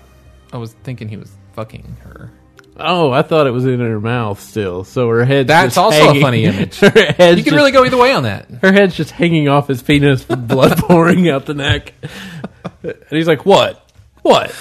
A: was thinking he was fucking her.
C: Oh, I thought it was in her mouth still. So her head.
A: That's also a funny image.
C: her head's
A: You
C: just,
A: can really go either way on that.
C: Her head's just hanging off his penis with blood pouring out the neck. And he's like, "What? What?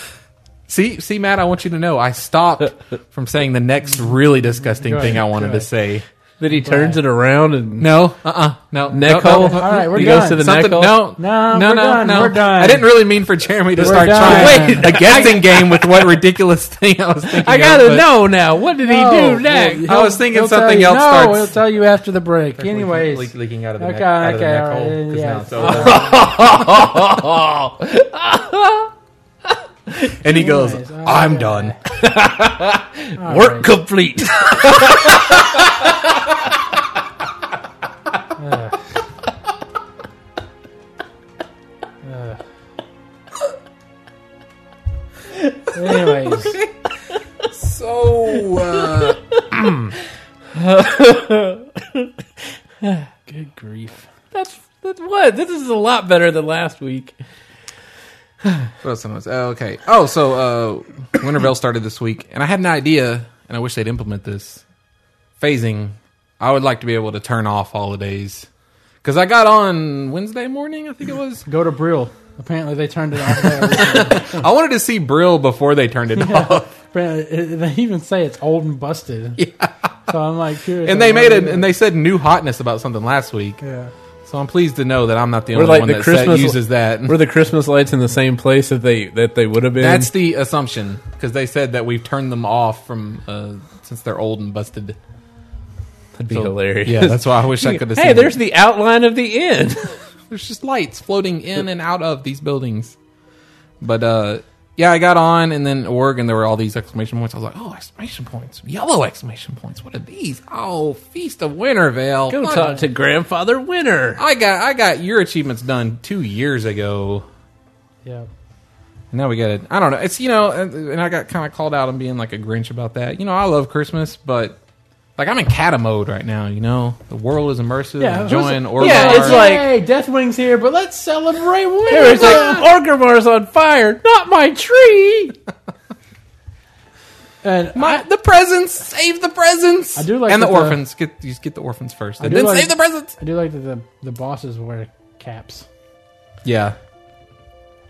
A: See, see, Matt, I want you to know I stopped from saying the next really disgusting
B: Go
A: thing I
B: ahead,
A: wanted
B: go
A: to
B: ahead.
A: say.
C: Then he turns it around and
A: No, uh, uh no,
C: neck
A: no,
C: hole.
A: No,
B: All right, we're
C: he goes
B: done.
C: to the
A: Something,
C: neck hole.
A: no,
B: No,
A: no,
B: we're
A: no,
B: done,
A: no.
B: we're done.
A: I didn't really mean for Jeremy to
B: We're
A: start
B: done.
A: trying a guessing game with what ridiculous thing I was thinking.
C: I
A: of,
C: gotta
A: but-
C: know now. What did
B: Oh,
C: he do next?
A: I was thinking something
B: you,
A: else
B: No,
A: starts-
B: he'll tell you after the break. Anyways,
A: leak, leaking out of the
B: okay,
A: neck, out of the
B: okay,
A: neck
B: all right,
A: hole. 'cause
B: yeah.
A: now it's over. and he goes,
B: Anyways, all
A: "I'm
B: right.
A: done."
B: all
C: Work
B: right.
C: complete.
B: Anyways,
A: So, uh,
B: good grief.
C: That's that's what. This is a lot better than last week.
A: what else? was- oh, okay. Oh, so uh, Wintervale started this week, and I had an idea, and I wish they'd implement this phasing. I would like to be able to turn off holidays because I got on Wednesday morning, I think it was.
B: Go to Brill. Apparently, they turned it off. there.
A: I wanted to see Brill before they turned it off.
B: Apparently, it- they even say it's old and busted. Yeah. So I'm like curious.
A: and they
B: I'm
A: made
B: like,
A: it and they said new hotness about something last week
B: Yeah.
A: so i'm pleased to know that i'm not the
C: We're
A: only
C: like
A: one
C: the
A: that, sa-
C: Christmas-
A: uses that
C: Were the Christmas lights in the same place that they that they would have been?
A: that's the assumption because they said that we've turned them off from uh, since they're old and busted
C: That'd be
A: So,
C: hilarious.
A: yeah that's why i wish i could have
C: hey,
A: seen
C: there's
A: it.
C: the outline of the end.
A: there's just lights floating in and out of these buildings but uh yeah, I got on, and then org, and there were all these exclamation points. I was like, "Oh, exclamation points! Yellow exclamation points! What are these? Oh, Feast of Wintervale!
C: Go
A: Fun
C: talk to Grandfather Winter.
A: I got I got your achievements done two years ago.
B: Yeah.
A: And now we got it. I don't know. It's you know, and, and I got kind of called out on being like a Grinch about that. You know, I love Christmas, but like I'm in cata mode right now. You know, the world is immersive.
B: Yeah,
A: Yeah, enjoying or
C: yeah, it's like-
B: hey, Deathwing's here, but let's celebrate
C: There was
B: Winterville.
C: like Orgrimmar's on fire, not my tree.
B: and
A: My, the presents, save the presents.
B: I do like
A: and the
B: that the-
A: orphans. Get you just get the orphans first, and
B: do
A: then
B: like-
A: save the presents.
B: I do like that the the bosses wear caps.
A: Yeah,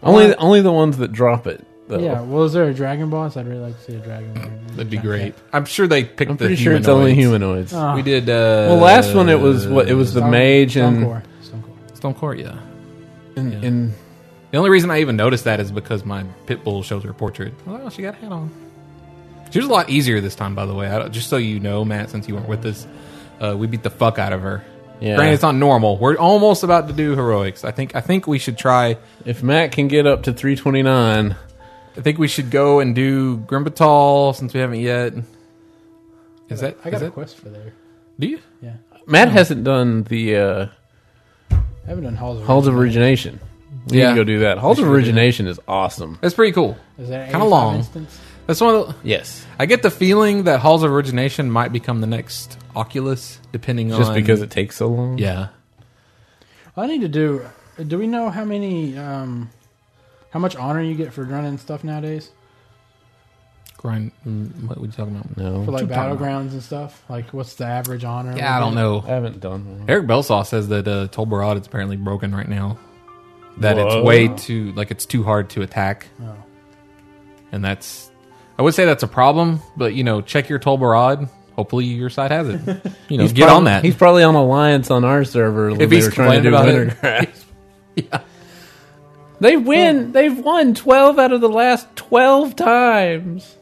C: Only only the ones that drop it.
A: Oh.
C: Though.
B: Yeah. Well, is there a dragon boss? I'd really like to see a dragon.
A: that'd be great. I'm sure they picked.
C: I'm
A: the
C: pretty sure it's only
A: humanoids.
C: humanoids.
B: Uh,
A: We did. uh
C: well, last one it was what it was the
B: Storm-
C: mage and
B: Stormcore. Stormcore.
A: Stonecore. Yeah.
C: and,
A: Yeah.
C: and
A: The only reason I even noticed that is because my pit bull shows her portrait. I was like, oh, she got a hat on. She was a lot easier this time, by the way. I don't, just so you know, Matt, since you weren't with us, uh, we beat the fuck out of her.
C: Yeah.
A: Granted, it's not normal. We're almost about to do heroics. I think. I think we should try.
C: if Matt can get up to 329,
A: I think we should go and do Grimbatal since we haven't yet. Is that?
B: I got
A: is
B: a
A: that-
B: quest for there.
A: Do you?
B: Yeah.
C: Matt hasn't done the uh,
B: I haven't done Halls of
C: Halls of
B: Original.
C: Origination. We
A: Yeah.
C: need to go do that. Halls of
A: should go do
C: Origination is awesome.
A: That's pretty cool.
B: Is that
A: Kinda long.
B: Instance?
A: That's one. Of the,
C: Yes,
A: I get the feeling that Halls of Origination might become the next Oculus, depending on
C: just because it takes so long.
A: yeah.
B: I need to do. Do we know how many, um, how much honor you get for running stuff nowadays
A: Grind. mm, What were you talking about?
C: No,
B: for like
A: you talking
B: battlegrounds and stuff? Like, what's the average honor?
A: Yeah, I don't
C: I
A: know.
C: haven't done one.
A: Eric Belsaw says that uh, Tolbarad is apparently broken right now. That
C: Whoa.
A: it's way too like it's too hard to attack,
B: Oh.
A: and that's I would say that's a problem. But you know, check your Tolbarad. Hopefully, your side has it. You know, get
C: probably,
A: on that.
C: He's probably on Alliance on our server. If
A: he's
C: trying to do
A: complaining
C: winter
A: about
C: grasp. They win. They've won twelve out of the last twelve times.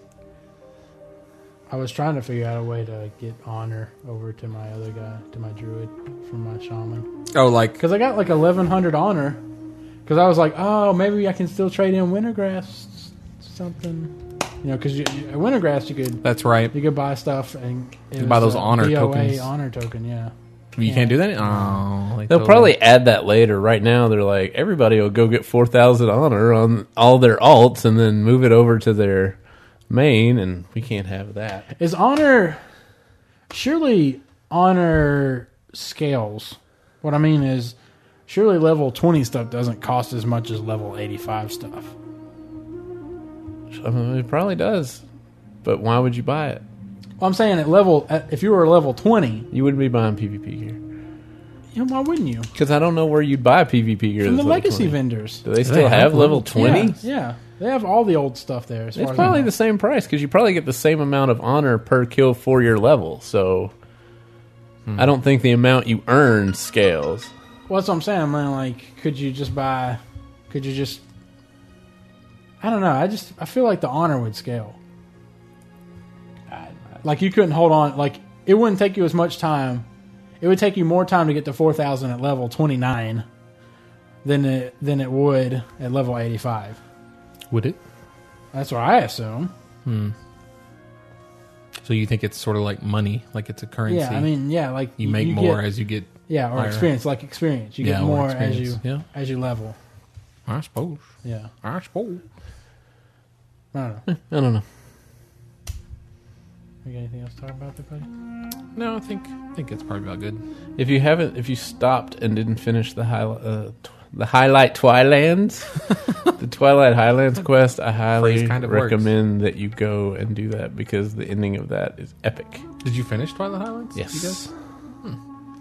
B: I was trying to figure out a way to get honor over to my other guy, to my druid from my shaman,
A: oh, like
B: because I got like eleven hundred honor. Because I was like, oh, maybe I can still trade in wintergrass something, you know? Because you, you, at wintergrass you could
A: that's right.
B: you could buy stuff and it
A: You buy
B: was
A: those
B: a
A: honor
B: BOA
A: tokens.
B: Honor token, yeah.
A: You
B: Yeah.
A: can't do that. Oh, they
C: They'll
A: totally-
C: probably add that later. Right now, they're like everybody will go get four thousand honor on all their alts, and then move it over to their main, and we can't have that.
B: Is honor surely honor scales? What I mean is, surely level twenty stuff doesn't cost as much as level eighty-five stuff.
C: I mean, it probably does, but why would you buy it?
B: Well, I'm saying at level, at, if you were level twenty,
C: You wouldn't be buying PvP gear
B: you know, why wouldn't you?
C: because I don't know where you'd buy PvP gear.
B: From the
C: that's level
B: legacy
C: 20.
B: vendors,
C: Do they still have, level twenty?
B: yeah, yeah, they have all the old stuff there. As
C: It's
B: far
C: probably
B: as I know.
C: the same price because you probably get the same amount of honor per kill for your level. So
B: Hmm.
C: I don't think the amount you earn scales.
B: Well, that's what I'm saying. I'm like, could you just buy? Could you just? I don't know. I just I feel like the honor would scale. Like you couldn't hold on. Like it wouldn't take you as much time. It would take you more time to get to four thousand at level twenty nine than it than it would at level eighty five.
A: Would it?
B: That's what I assume.
A: So you think it's sort of like money, like it's a currency.
B: Yeah, I mean, yeah, like
A: you make more
B: get-
A: as you get.
B: yeah, or
A: higher.
B: experience, like experience. You
A: Yeah,
B: get
A: or
B: more as you
A: experience. Yeah.
B: as you level.
A: I suppose.
B: Yeah,
A: I suppose.
B: Eh, I don't know.
C: I don't know.
B: We got anything else to talk about there, buddy?
A: No, I think I think it's probably about good.
C: If you haven't, if you stopped and didn't finish the high, uh, tw- the highlight Twilands, the Twilight Highlands quest, I highly
A: Phrase kind of works.
C: recommend that you go and do that because the ending of that is epic.
A: Did you finish Twilight Highlands? You guys?
C: Yes,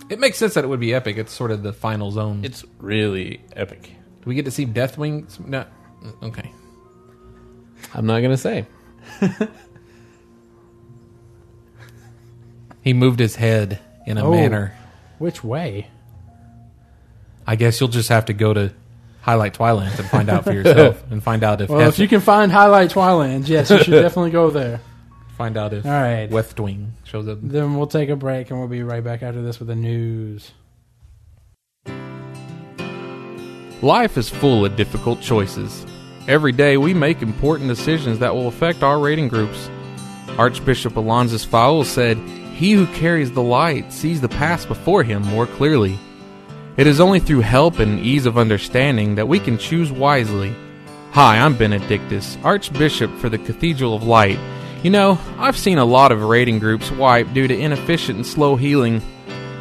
A: It makes sense that it would be epic. It's sort of the final zone.
C: it's really epic.
A: Do we get to see Deathwing? No. Okay.
C: I'm not gonna say.
A: He moved his head in a
B: Oh.
A: manner.
B: Which way?
A: I guess you'll just have to go to Highlight Twilight and find out for yourself, and find out if,
B: Well, if
A: Heth-
B: you can find Highlight Twilands, yes, you should definitely go there.
A: find out if
B: All right.
A: Westwing shows up.
B: Then we'll take a break and we'll be right back after this with the news.
A: Life is full of difficult choices. Every day we make important decisions that will affect our rating groups. Archbishop Alonzus Fowl said, He who carries the light sees the past before him more clearly. It is only through help and ease of understanding that we can choose wisely. Hi, I'm Benedictus, Archbishop for the Cathedral of Light. You know, I've seen a lot of raiding groups wipe due to inefficient and slow healing.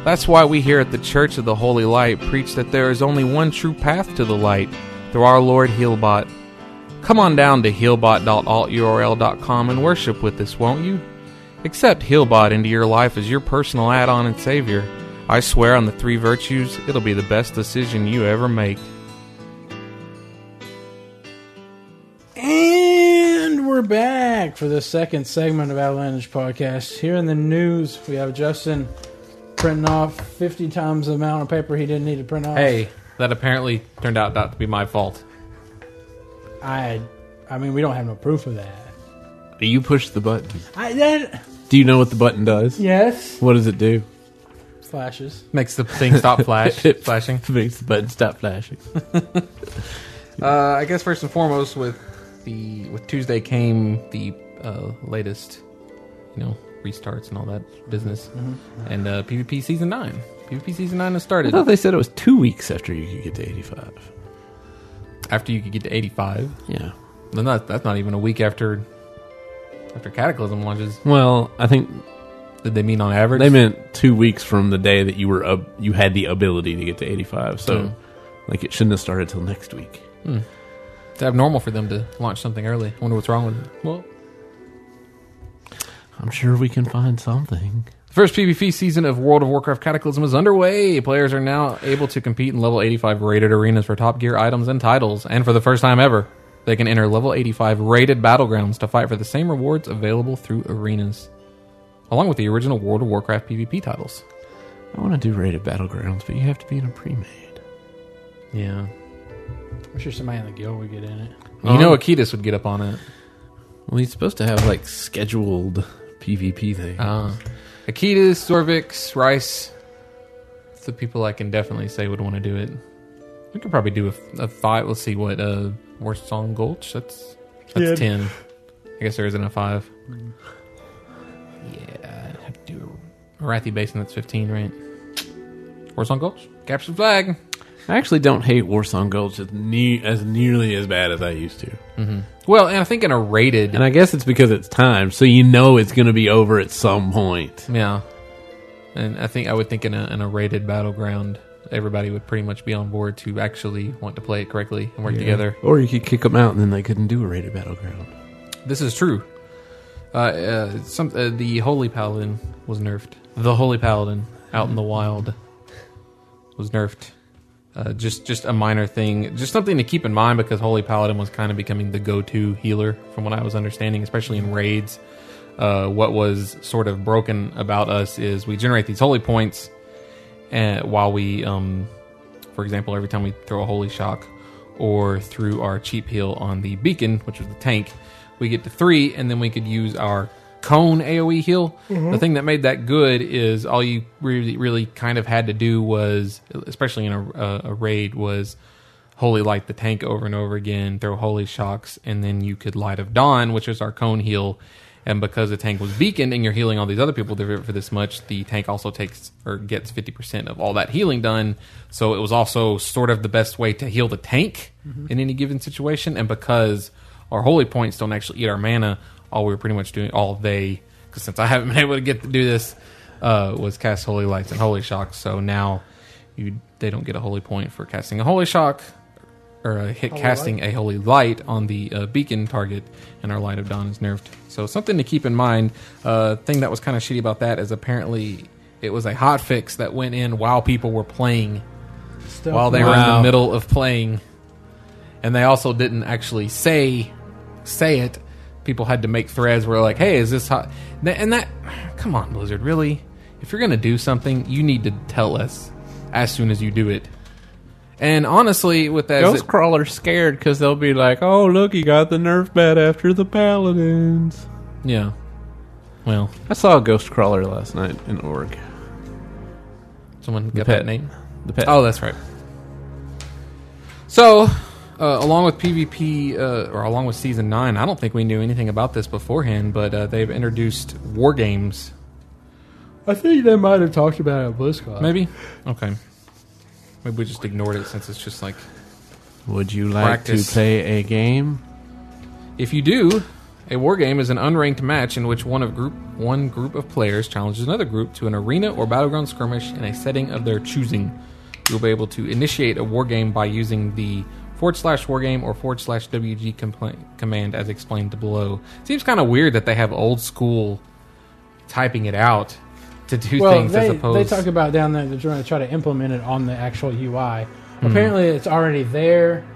A: That's why we here at the Church of the Holy Light preach that there is only one true path to the light through our Lord Healbot. Come on down to healbot.alturl.com and worship with us, won't you? Accept Healbot into your life as your personal add on and savior. I swear on the three virtues, it'll be the best decision you ever make.
B: And we're back for the second segment of Outlandish Podcast. Here in the news, we have Justin printing off 50 times the amount of paper he didn't need to print off.
A: that apparently turned out not to be my fault.
B: I, I mean, we don't have no proof of that.
C: You push the button.
B: I that
C: Do you know what the button does?
B: yes
C: What does it do?
B: flashes.
A: Makes the thing stop flash, flashing.
C: Makes the button stop flashing.
A: Uh, I guess first and foremost, with the with Tuesday came the uh, latest, you know, restarts and all that business, and uh, PvP season nine. PvP season nine has
C: I
A: started
C: thought they said it was two weeks after you could get to 85.
A: after you could get to eighty five.
C: Yeah.
A: Then that, that's not even a week after after Cataclysm launches.
C: Well, I think
A: Did they mean on average?
C: They meant two weeks from the day that you were up, you had the ability to get to 85. So,
A: Mm.
C: like, it shouldn't have started till next week.
A: it's abnormal for them to launch something early. I wonder what's wrong with it. Well,
C: I'm sure we can find something.
A: The first PvP season of World of Warcraft Cataclysm is underway. Players are now able to compete in level 85 rated arenas for top gear items and titles, and for the first time ever, they can enter level 85 rated battlegrounds to fight for the same rewards available through arenas, along with the original World of Warcraft PvP titles.
C: I want to do rated battlegrounds, but you have to be in a pre-made.
A: Yeah.
B: I'm sure somebody in the guild would get in it.
A: You know Akitas would get up on it.
C: Well, he's supposed to have like scheduled PvP thing.
A: Uh, Akitas, Zorvix, Rice. It's the people I can definitely say would want to do it. We could probably do a, a five. Let's see what uh, worst song Gulch. That's that's
B: Yeah.
A: ten. I guess there isn't a five. Yeah, I'd have to do a Wrathy Basin. That's fifteen, right? Worst on Gulch. Capture the flag.
C: I actually don't hate Warsong Gulch as, ne- as nearly as bad as I used to.
A: Well, and I think in a rated.
C: And I guess it's because it's time, so you know it's going to be over at some point.
A: Yeah, and I think I would think in a in a rated battleground, everybody would pretty much be on board to actually want to play it correctly and work together.
C: Or you could kick them out, and then they couldn't do a rated battleground.
A: This is true. Uh, uh, some uh, the holy paladin was nerfed. The holy paladin out in the wild was nerfed. Uh, just just a minor thing, just something to keep in mind because holy paladin was kind of becoming the go-to healer, from what I was understanding, especially in raids. uh, what was sort of broken about us is we generate these holy points, and while we, um, for example, every time we throw a holy shock or through our cheap heal on the beacon, which was the tank, we get to three, and then we could use our cone AoE heal. The thing that made that good is all you really, really kind of had to do was, especially in a, a, a raid, was holy light the tank over and over again, throw holy shocks, and then you could light of dawn, which is our cone heal. And because the tank was beaconed and you're healing all these other people there for this much, the tank also takes or gets 50% of all that healing done. So it was also sort of the best way to heal the tank in any given situation. And because our holy points don't actually eat our mana, all we were pretty much doing all day, because since I haven't been able to get to do this, uh, was cast holy lights and holy shocks. So now you they don't get a holy point for casting a holy shock or a hit casting a holy light on the uh, beacon target, and our light of dawn is nerfed. So something to keep in mind. Uh, thing that was kind of shitty about that is apparently it was a hot fix that went in while people were playing,
B: Stuff
A: while they
B: like-
A: were in the
C: Wow.
A: middle of playing, and they also didn't actually say say it. People had to make threads where like, "Hey, is this hot?" Th- And that, come on, Blizzard, really? If you're gonna do something, you need to tell us as soon as you do it. And honestly, with that,
C: Ghost Crawler's scared because they'll be like, "Oh, look, he got the Nerf bat after the Paladins."
A: Yeah. Well,
C: I saw a Ghost Crawler last night in Org.
A: someone got
C: pet.
A: that name.
C: The pet.
A: Oh, that's right. So, uh, along with PvP, uh, or along with Season 9, I don't think we knew anything about this beforehand, but uh, they've introduced war games.
B: I think they might have talked about it at BlizzCon.
A: Maybe? Okay. Maybe we just ignored it since it's just like.
C: Would you like
A: Practice.
C: to play a game?
A: If you do, a war game is an unranked match in which one of group one group of players challenges another group to an arena or battleground skirmish in a setting of their choosing. You'll be able to initiate a war game by using the forward slash war game or forward slash WG compla command as explained below. Seems kind of weird that they have old school typing it out to do
B: well,
A: things
B: they,
A: as opposed.
B: they talk about down there they're trying to try to implement it on the actual UI.
A: Hmm.
B: Apparently, it's already there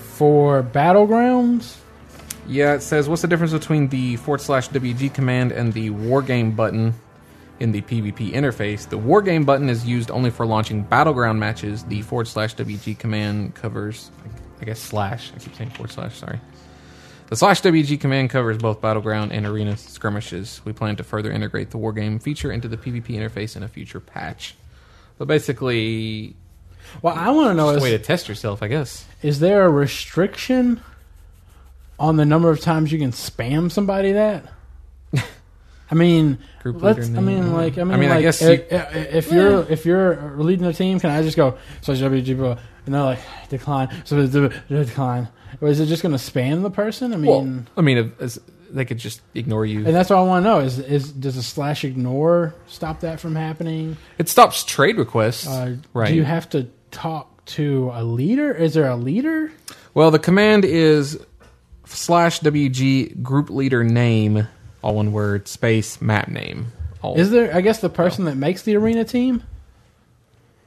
B: for battlegrounds.
A: Yeah, it says what's the difference between the forward slash WG command and the wargame button in the PvP interface? The wargame button is used only for launching battleground matches. The forward slash WG command covers, I guess, slash. I keep saying forward slash, sorry. The slash WG command covers both battleground and arena skirmishes. We plan to further integrate the wargame feature into the PvP interface in a future patch. But basically,
B: Well, I want to know
A: just a way to
B: is,
A: test yourself, I guess.
B: is there a restriction on the number of times you can spam somebody that? I mean,
A: Group
B: let's,
A: leader
B: I mean,
A: name.
B: like, I mean,
A: I mean, I
B: like,
A: guess
B: i-
A: you-
B: i- if you're if you're leading the team, can I just go slash WG bro? And they're like decline, so decline. Or is it just going to spam the person? I mean,
A: well, I mean, if, as- they could just ignore you.
B: And that's what I want to know is is does a slash ignore stop that from happening?
A: It stops trade requests.
B: Uh,
A: right.
B: Do you have to talk to a leader? Is there a leader?
A: well, the command is slash WG group leader name, all one word, space map name. All,
B: Is there? I guess the person that makes the arena team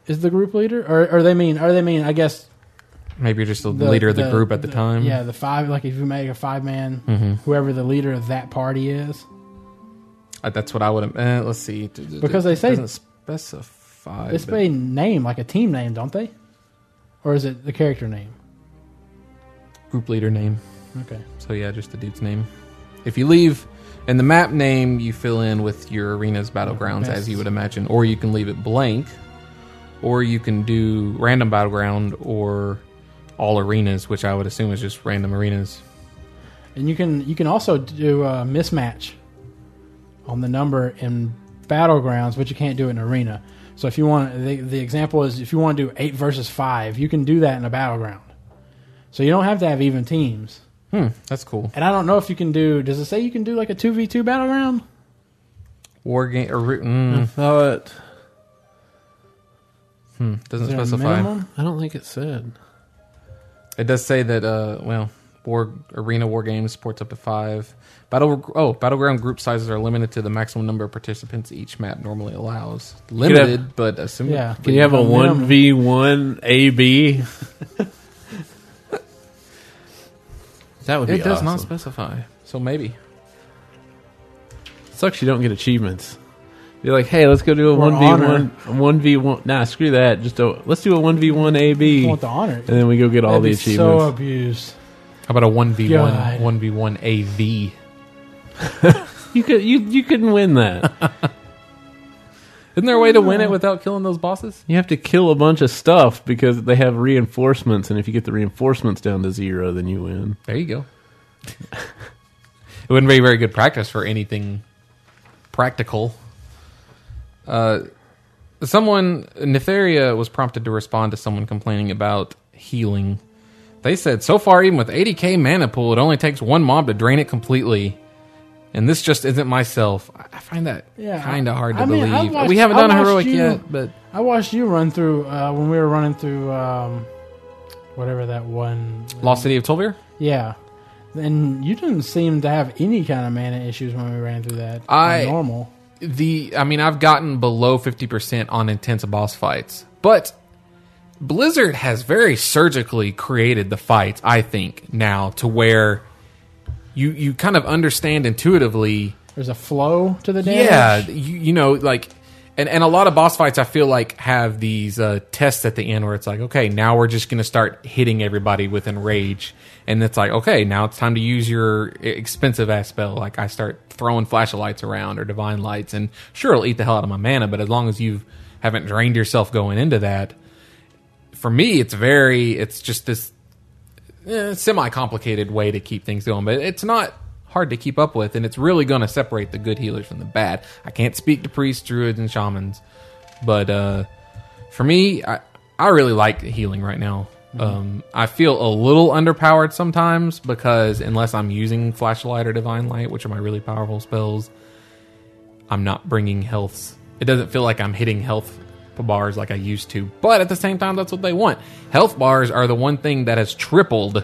B: is the group leader, or or they mean or they mean I guess
A: maybe you're just the, leader of the, group at the, time.
B: Yeah, the five. Like if you make a five man,
A: Mhm.
B: whoever the leader of that party is.
A: Uh, that's what I would. Uh, let's see.
B: Because they say-
A: doesn't specify.
B: It's
A: but-
B: a name like a team name, don't they? Or is it the character name?
A: group leader name.
B: Okay.
A: So yeah, just the dude's name. If you leave and the map name, you fill in with your arena's battlegrounds
B: Best.
A: as you would imagine, or you can leave it blank, or you can do random battleground or all arenas, which I would assume is just random arenas.
B: And you can you can also do a mismatch on the number in battlegrounds, but you can't do it in arena. So if you want the, the example is if you want to do eight versus five, you can do that in a battleground. So you don't have to have even teams.
A: Hmm, that's cool.
B: And I don't know if you can do. Does it say you can do like a two v two battleground?
A: War game or re- mm,
C: Thought.
A: hmm, doesn't
B: Is there a
A: specify.
B: minimum?
C: I don't think it said.
A: It does say that. Uh, well, war arena war games supports up to five. Battle oh battleground group sizes are limited to the maximum number of participants each map normally allows.
C: have-
A: Limited, but assuming
B: Yeah.
C: Can you have a one v one AB? That would be.
A: It does not
C: awesome.
A: specify. So maybe.
C: Sucks you don't get achievements. You're like, hey, let's go do a
B: Or
C: one v one, one v one. Nah, screw that. Just do let's do a one v one
B: I
C: AB,
B: want
C: and
B: the honor.
C: then we go get all
B: That'd
C: the
B: be so
C: achievements.
B: abused.
A: How about a one v
B: God.
A: one, one v one AV?
C: you could you you couldn't win that.
A: Isn't there a way to win it without killing those bosses?
C: you have to kill a bunch of stuff because they have reinforcements, and if you get the reinforcements down to zero, then you win.
A: There you go. it wouldn't be very good practice for anything practical. Uh, someone, Nefaria was prompted to respond to someone complaining about healing. They said, so far, even with 80k mana pool, it only takes one mob to drain it completely. And this just isn't myself. I I find that
B: Yeah,
A: kind of hard to
B: I mean, I
A: believe.
B: watched-
A: we haven't
B: I
A: done a
B: watched
A: heroic
B: you-
A: yet, but
B: I watched you run through uh, when we were running through um, whatever that one.
A: Lost City of Tolvir?
B: Yeah, and you didn't seem to have any kind of mana issues when we ran through that.
A: I-
B: normal.
A: the I mean I've gotten below 50% on intense boss fights. But Blizzard has very surgically created the fights, I think, now to where you you kind of understand intuitively
B: There's a flow to the damage.
A: yeah, you, you know, like, and, and a lot of boss fights I feel like have these uh, tests at the end where it's like, okay, now we're just going to start hitting everybody with enrage. And it's like, okay, now it's time to use your e- expensive ass spell. Like, I start throwing flash of lights around or divine lights, and sure, it'll eat the hell out of my mana, but as long as you haven't drained yourself going into that, for me, it's very, it's just this eh, semi-complicated way to keep things going, but it's not hard to keep up with, and it's really going to separate the good healers from the bad. I can't speak to priests, druids, and shamans, but uh, for me, I I really like healing right now. Um, I feel a little underpowered sometimes because unless I'm using flashlight or divine light, which are my really powerful spells, I'm not bringing healths. It doesn't feel like I'm hitting health bars like I used to. But at the same time, that's what they want. Health bars are the one thing that has tripled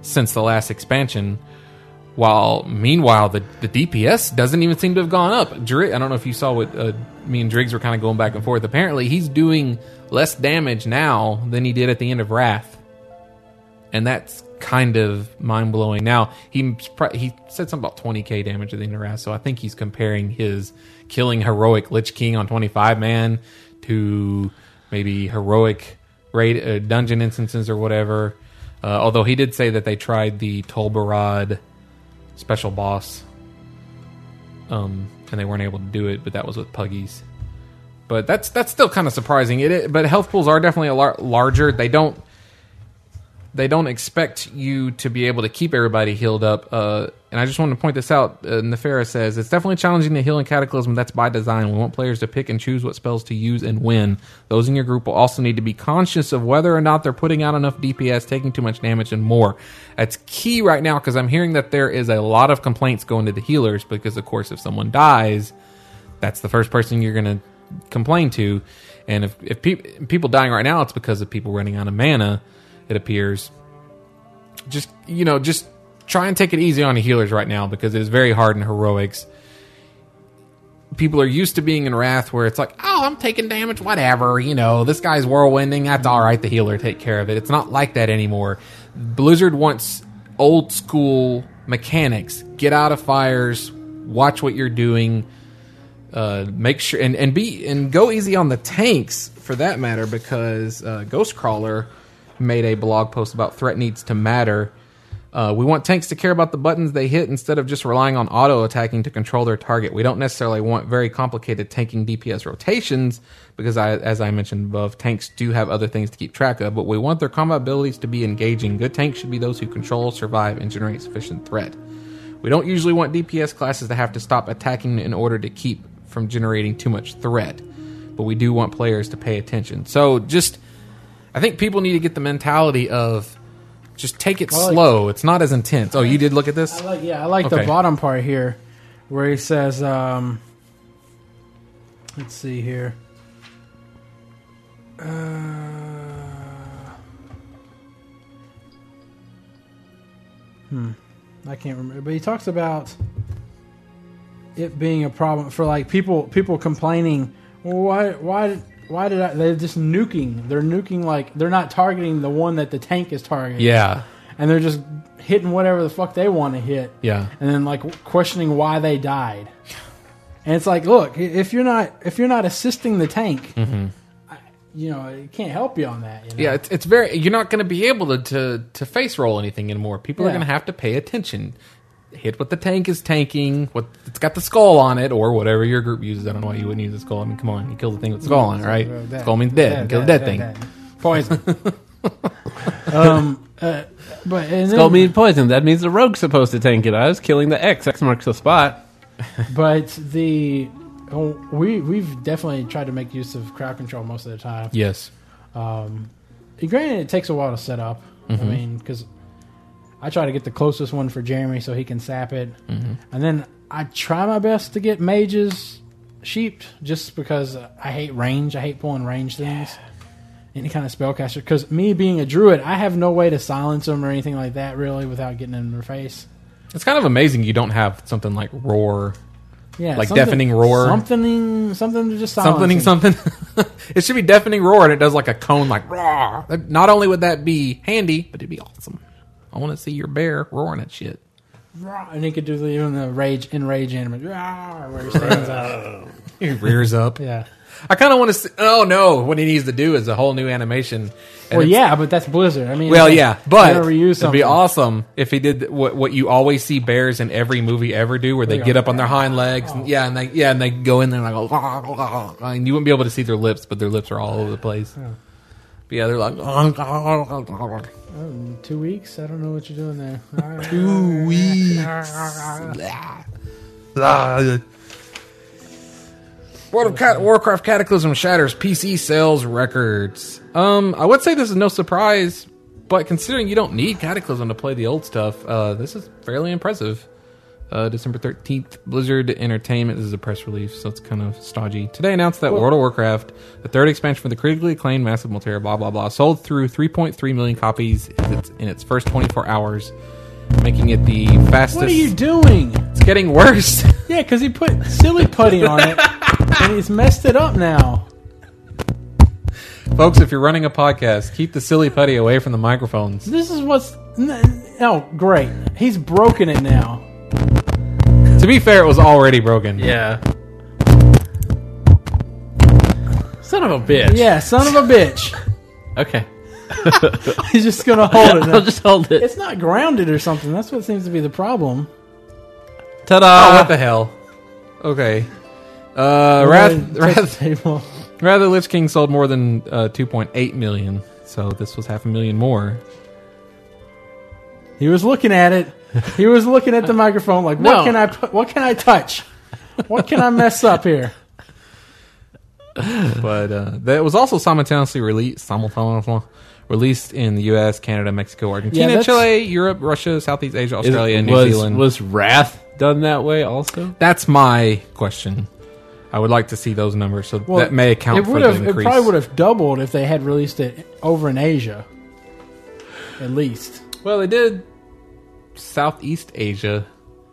A: since the last expansion. While meanwhile, the, the DPS doesn't even seem to have gone up. Drig, I don't know if you saw what uh, me and Driggs were kind of going back and forth. Apparently, he's doing less damage now than he did at the end of Wrath and that's kind of mind blowing. Now he he said something about 20k damage at the end of Wrath, so I think he's comparing his killing heroic Lich King on 25 man to maybe heroic raid uh, dungeon instances or whatever. Uh, although he did say that they tried the Tolbarad special boss, um, and they weren't able to do it, but that was with Puggies. But that's that's still kind of surprising. It, it but health pools are definitely a lot larger. They don't they don't expect you to be able to keep everybody healed up. Uh, and I just want to point this out. Uh, Nefera says it's definitely challenging to heal in Cataclysm. That's by design. We want players to pick and choose what spells to use and when. Those in your group will also need to be conscious of whether or not they're putting out enough DPS, taking too much damage, and more. That's key right now because I'm hearing that there is a lot of complaints going to the healers because, of course, if someone dies, that's the first person you're going to complain to. And if, if peop people dying right now, it's because of people running out of mana, it appears. Just, you know, just try and take it easy on the healers right now because it is very hard in heroics. People are used to being in Wrath where it's like, oh, I'm taking damage, whatever. You know, this guy's whirlwinding. That's all right. The healer take care of it. It's not like that anymore. Blizzard wants old school mechanics. Get out of fires. Watch what you're doing uh, make sure and, and be and go easy on the tanks for that matter because uh, Ghostcrawler made a blog post about threat needs to matter. Uh, we want tanks to care about the buttons they hit instead of just relying on auto attacking to control their target. We don't necessarily want very complicated tanking DPS rotations because, I, as I mentioned above, tanks do have other things to keep track of, but we want their combat abilities to be engaging. Good tanks should be those who control, survive, and generate sufficient threat. We don't usually want DPS classes to have to stop attacking in order to keep from generating too much threat, but we do want players to pay attention. So just, I think people need to get the mentality of just take it
B: like-
A: slow. It's not as intense. Oh, you did look at this?
B: I like, yeah, I like the
A: Okay.
B: bottom part here, where he says, um, "Let's see here." Uh, hmm, I can't remember, but he talks about it being a problem for like people people complaining. Well, why why why did I? They're just nuking. They're nuking like they're not targeting the one that the tank is targeting
A: Yeah.
B: and they're just hitting whatever the fuck they want to hit,
A: Yeah.
B: and then like questioning why they died. And it's like, look, i- if you're not if you're not assisting the tank, I, you know, it can't help you on that. You know?
A: Mm-hmm. Yeah, it's, it's very. You're not going to be able to, to to face roll anything anymore. People are
B: Yeah.
A: going to have to pay attention. Hit what the tank is tanking. What it's got the skull on it, or whatever your group uses. I don't know why you wouldn't use the skull. I mean, come on, you kill the thing with the skull on it, right?
B: Uh, that-
A: skull means dead.
B: that-
A: kill
B: that-
A: the dead
B: that-
A: thing.
B: that. Poison. um, uh, but and
C: Skull
B: then,
C: means poison. That means the rogue's supposed to tank it. I was killing the X. X marks the spot.
B: but the oh, we we've definitely tried to make use of crowd control most of the time.
A: Yes.
B: Um, granted, it takes a while to set up.
A: Mm-hmm.
B: I mean, because I try to get the closest one for Jeremy so he can sap it,
A: Mm-hmm.
B: and then I try my best to get mages sheeped just because I hate range. I hate pulling range things. Any kind of spellcaster, because me being a druid, I have no way to silence them or anything like that, really, without getting in their face.
A: It's kind of amazing you don't have something like roar,
B: Yeah,
A: Like
B: something-
A: deafening roar?
B: something, something to just silence
A: something,
B: them.
A: something. it should be deafening roar, and it does like a cone, like roar. That- Not only would that be handy, but it'd be awesome. I want to see your bear roaring at shit.
B: Rah, and he could do the, even the rage enrage anime, rah, where he stands up.
A: He rears up.
B: Yeah.
A: I kind of want to. See, oh no! What he needs to do is a whole new animation. And
B: Well,
A: it's-
B: yeah, but that's Blizzard. I mean,
A: Well,
B: they-
A: yeah,
B: they
A: but
B: gotta reuse
A: it'd be
B: something.
A: awesome if he did what what you always see bears in every movie ever do, where they
B: They
A: get
B: go,
A: up on their hind legs, and, yeah, and they yeah, and they go in there and like, "Ah, ah, ah," and you wouldn't be able to see their lips, but their lips are all over the place. But yeah, they're like "Ah, ah, ah, ah,
B: Um, two weeks. I don't know what you're doing there.
A: ah, weeks. Ah, ah. World of Cat- Warcraft Cataclysm shatters PC sales records. Um, I would say this is no surprise, but considering you don't need Cataclysm to play the old stuff, uh, this is fairly impressive. Uh, December 13th, Blizzard Entertainment. This is a press release, so it's kind of stodgy. Today announced that World of Warcraft, the third expansion for the critically acclaimed massive multiplayer, blah, blah, blah, sold through 3.3 million copies in its, in its first 24 hours, making it the fastest.
B: what are you doing?
A: it's getting worse.
B: Yeah, because he put silly putty on it, and he's messed it up now.
A: Folks, if you're running a podcast, keep the silly putty away from the microphones.
B: This is what's n- oh great. He's broken it now.
A: To be fair, it was already broken.
C: Yeah. Son of a bitch.
B: Yeah, son of a bitch.
C: Okay.
B: He's just gonna hold it. Now.
C: I'll just hold it.
B: It's not grounded or something. That's what seems to be the problem.
A: Oh, what
C: Ta-da!
A: the hell? Okay. Uh, Wrath, Wrath,
B: table.
A: Wrath of the Lich King sold more than uh, 2.8 million, so this was half a million more.
B: He was looking at it. He was looking at the microphone like, what
C: No.
B: can I put, what can I touch? What can I mess up here?
A: But uh, that was also simultaneously released, simultaneously released in the U.S., Canada, Mexico,
B: Yeah,
A: Argentina,
B: that's-
A: Chile, Europe, Russia, Southeast Asia,
C: Is-
A: Australia, and New
C: was,
A: Zealand.
C: Was Wrath done that way also?
A: That's my question. I would like to see those numbers, so
B: Well,
A: that may account
B: it
A: for
B: would
A: the
B: have. It
A: increase.
B: probably would have doubled if they had released it over in Asia, at least.
A: Well, they did Southeast Asia.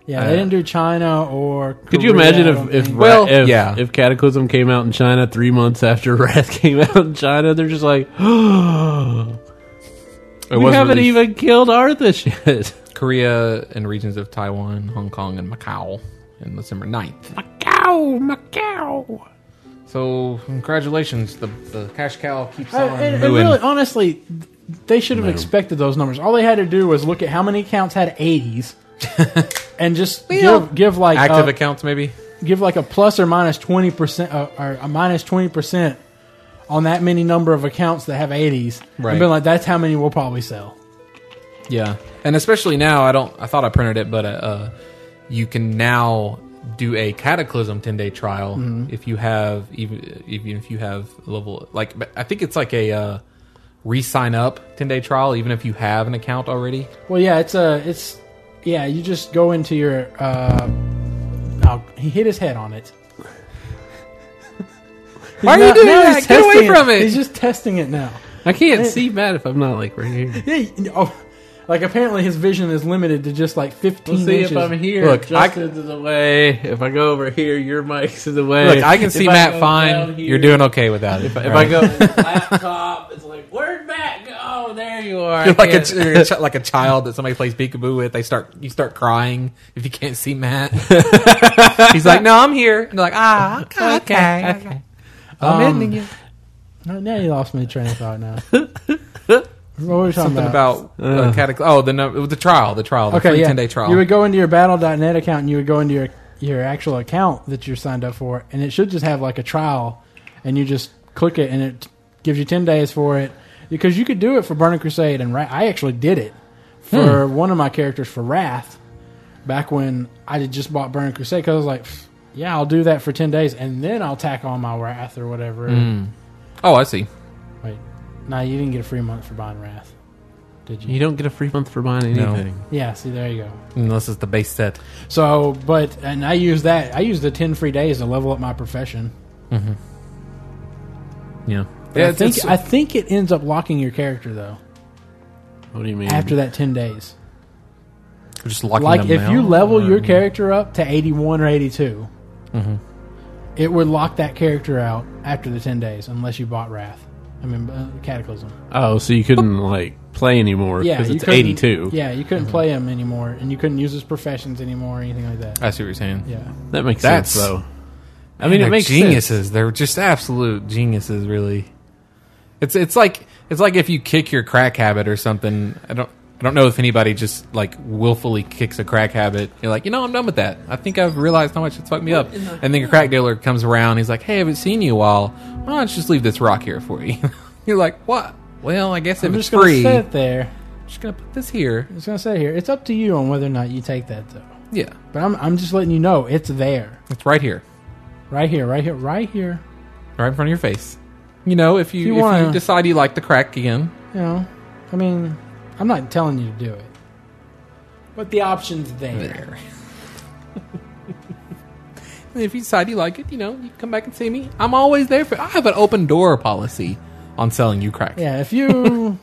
B: Yeah,
A: Uh,
B: they didn't do China or.
C: Could you
B: Korea,
C: imagine
B: I
C: if
B: don't
C: if,
B: think.
C: Wrath-
A: Well,
C: if
A: yeah.
C: if Cataclysm came out in China three months after Wrath came out in China? They're just like,
A: It
C: we
A: was
C: haven't
A: released
C: even killed Arthas yet.
A: Korea and regions of Taiwan, Hong Kong, and Macau on December 9th.
C: Macau, Macau.
A: So, congratulations. The, the cash cow keeps
B: I-
A: on
B: and- and
A: moving.
B: Uh, really, honestly, they should have expected those numbers. All they had to do was look at how many accounts had 80s, and just give, give like
A: Active
B: a-
A: accounts, maybe?
B: give like a plus or minus 20% uh, or a minus 20% on that many number of accounts that have 80s
A: Right.
B: and been like that's how many we'll probably sell
A: Yeah. And especially now, I don't. I thought I printed it, but uh, uh, you can now do a Cataclysm 10 day trial if you have, even, even if you have level. Like, but I think it's like a uh, re sign up 10 day trial, even if you have an account already.
B: well yeah it's a it's yeah you just go into your uh oh, he hit his head on it
A: Why are you doing that?
B: he's
A: Get away
B: testing
A: from it.
B: he's just testing it now
C: I can't see Matt if I'm not like right here.
B: yeah you- oh, like apparently his vision is limited to just like 15
C: We'll see
B: inches.
C: if I'm here.
A: Look,
C: Look,
A: I-
C: Justin's in the way. If I go over here, your mic's in the way.
A: Look, I can
C: If
A: see
C: I
A: Matt
C: go down
A: fine.
C: here-
A: You're doing okay without it.
C: If I go laptop, it's like where'd Matt go? There
D: you are.
A: You're
D: I
A: like a,
D: can't-
A: you're a chi- like a child that somebody plays peekaboo with. They start you start crying if you can't see Matt. He's like, "No, I'm here." And they're like, "Ah, okay, okay, okay. I'm
B: Um,
A: ending you."
B: No, now you lost me train of thought. Now, what were we talking
A: Something about uh,
C: Ugh.
A: catacly- Oh, the num- the trial, the trial, the
B: okay,
A: free
B: yeah.
A: ten day trial.
B: You would go into your Battle.net account and you would go into your your actual account that you're signed up for, and it should just have like a trial, and you just click it, and it gives you ten days for it because you could do it for Burning Crusade, and Ra- I actually did it for
A: Hmm.
B: one of my characters for Wrath back when I had just bought Burning Crusade because I was like, "Pfft, yeah, I'll do that for ten days, and then I'll tack on my Wrath or whatever.
A: oh, I see.
B: Wait, no, you didn't get a free month for buying Wrath, did you?
C: You don't get a free month for buying
A: No.
C: anything.
B: yeah, see, there you go.
A: Unless it's the base set.
B: So, but and I use that. I use the ten free days to level up my profession.
A: Mm-hmm. Yeah,
B: But I think I think it ends up locking your character though
C: What do you mean?
B: after that ten days.
A: just locking
B: Like
A: them
B: if
A: down.
B: you level
A: mm-hmm.
B: your character up to eighty one or eighty it would lock that character out after the ten days unless you bought Wrath. I mean uh, Cataclysm.
C: oh, so you couldn't like play anymore
B: Yeah,
C: because
B: you
C: it's
B: couldn't-
C: eighty two.
B: Yeah, you
A: Mm-hmm.
B: couldn't play him anymore, and you couldn't use his professions anymore or anything like that.
A: I see what you're saying.
B: Yeah.
C: That makes
A: That's-
C: sense though. I mean,
A: They're
C: it makes
A: geniuses.
C: sense.
A: They're just absolute geniuses. Really, it's it's like it's like if you kick your crack habit or something. I don't I don't know if anybody just like willfully kicks a crack habit. You're like, you know, I'm done with that. I think I've realized how much it's fucked me up. And then your crack dealer comes around. He's like, hey, I haven't seen you in a while. Why don't you just leave this rock here for you? you're like, what? Well, I guess if
B: I'm
A: it's
B: just gonna
A: free,
B: set it there.
A: I'm just gonna put this here.
B: I'm just gonna say here. It's up to you on whether or not you take that though.
A: Yeah,
B: But I'm, I'm just letting you know it's there.
A: it's right here,
B: Right here, right here, right here.
A: right in front of your face. You know, if you,
B: If you
A: if you,
B: wanna-
A: decide you like the crack again,
B: You know, I mean, I'm not telling you to do it. But the option's there.
A: there. and if you decide you like it, you know, you can come back and see me. I'm always there for. I have an open door policy on selling you crack.
B: Yeah, if you, you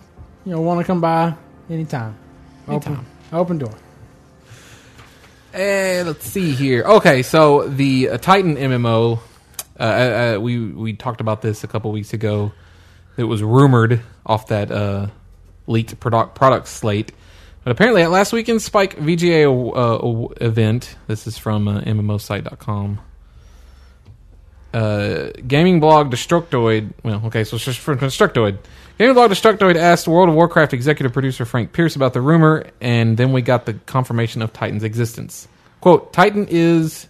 B: know, want to come by anytime.
A: Anytime.
B: Open, open door.
A: Eh, let's see here. Okay, so the uh, Titan MMO, uh, uh, uh, we we talked about this a couple weeks ago. It was rumored off that uh, leaked product product slate, but apparently at last weekend's Spike VGA uh, event. This is from uh, MMOsite.com. Uh, gaming blog Destructoid. Well, okay, so it's just from Destructoid. Gaming blog Destructoid asked World of Warcraft executive producer Frank Pierce about the rumor, and then we got the confirmation of Titan's existence. Quote: Titan is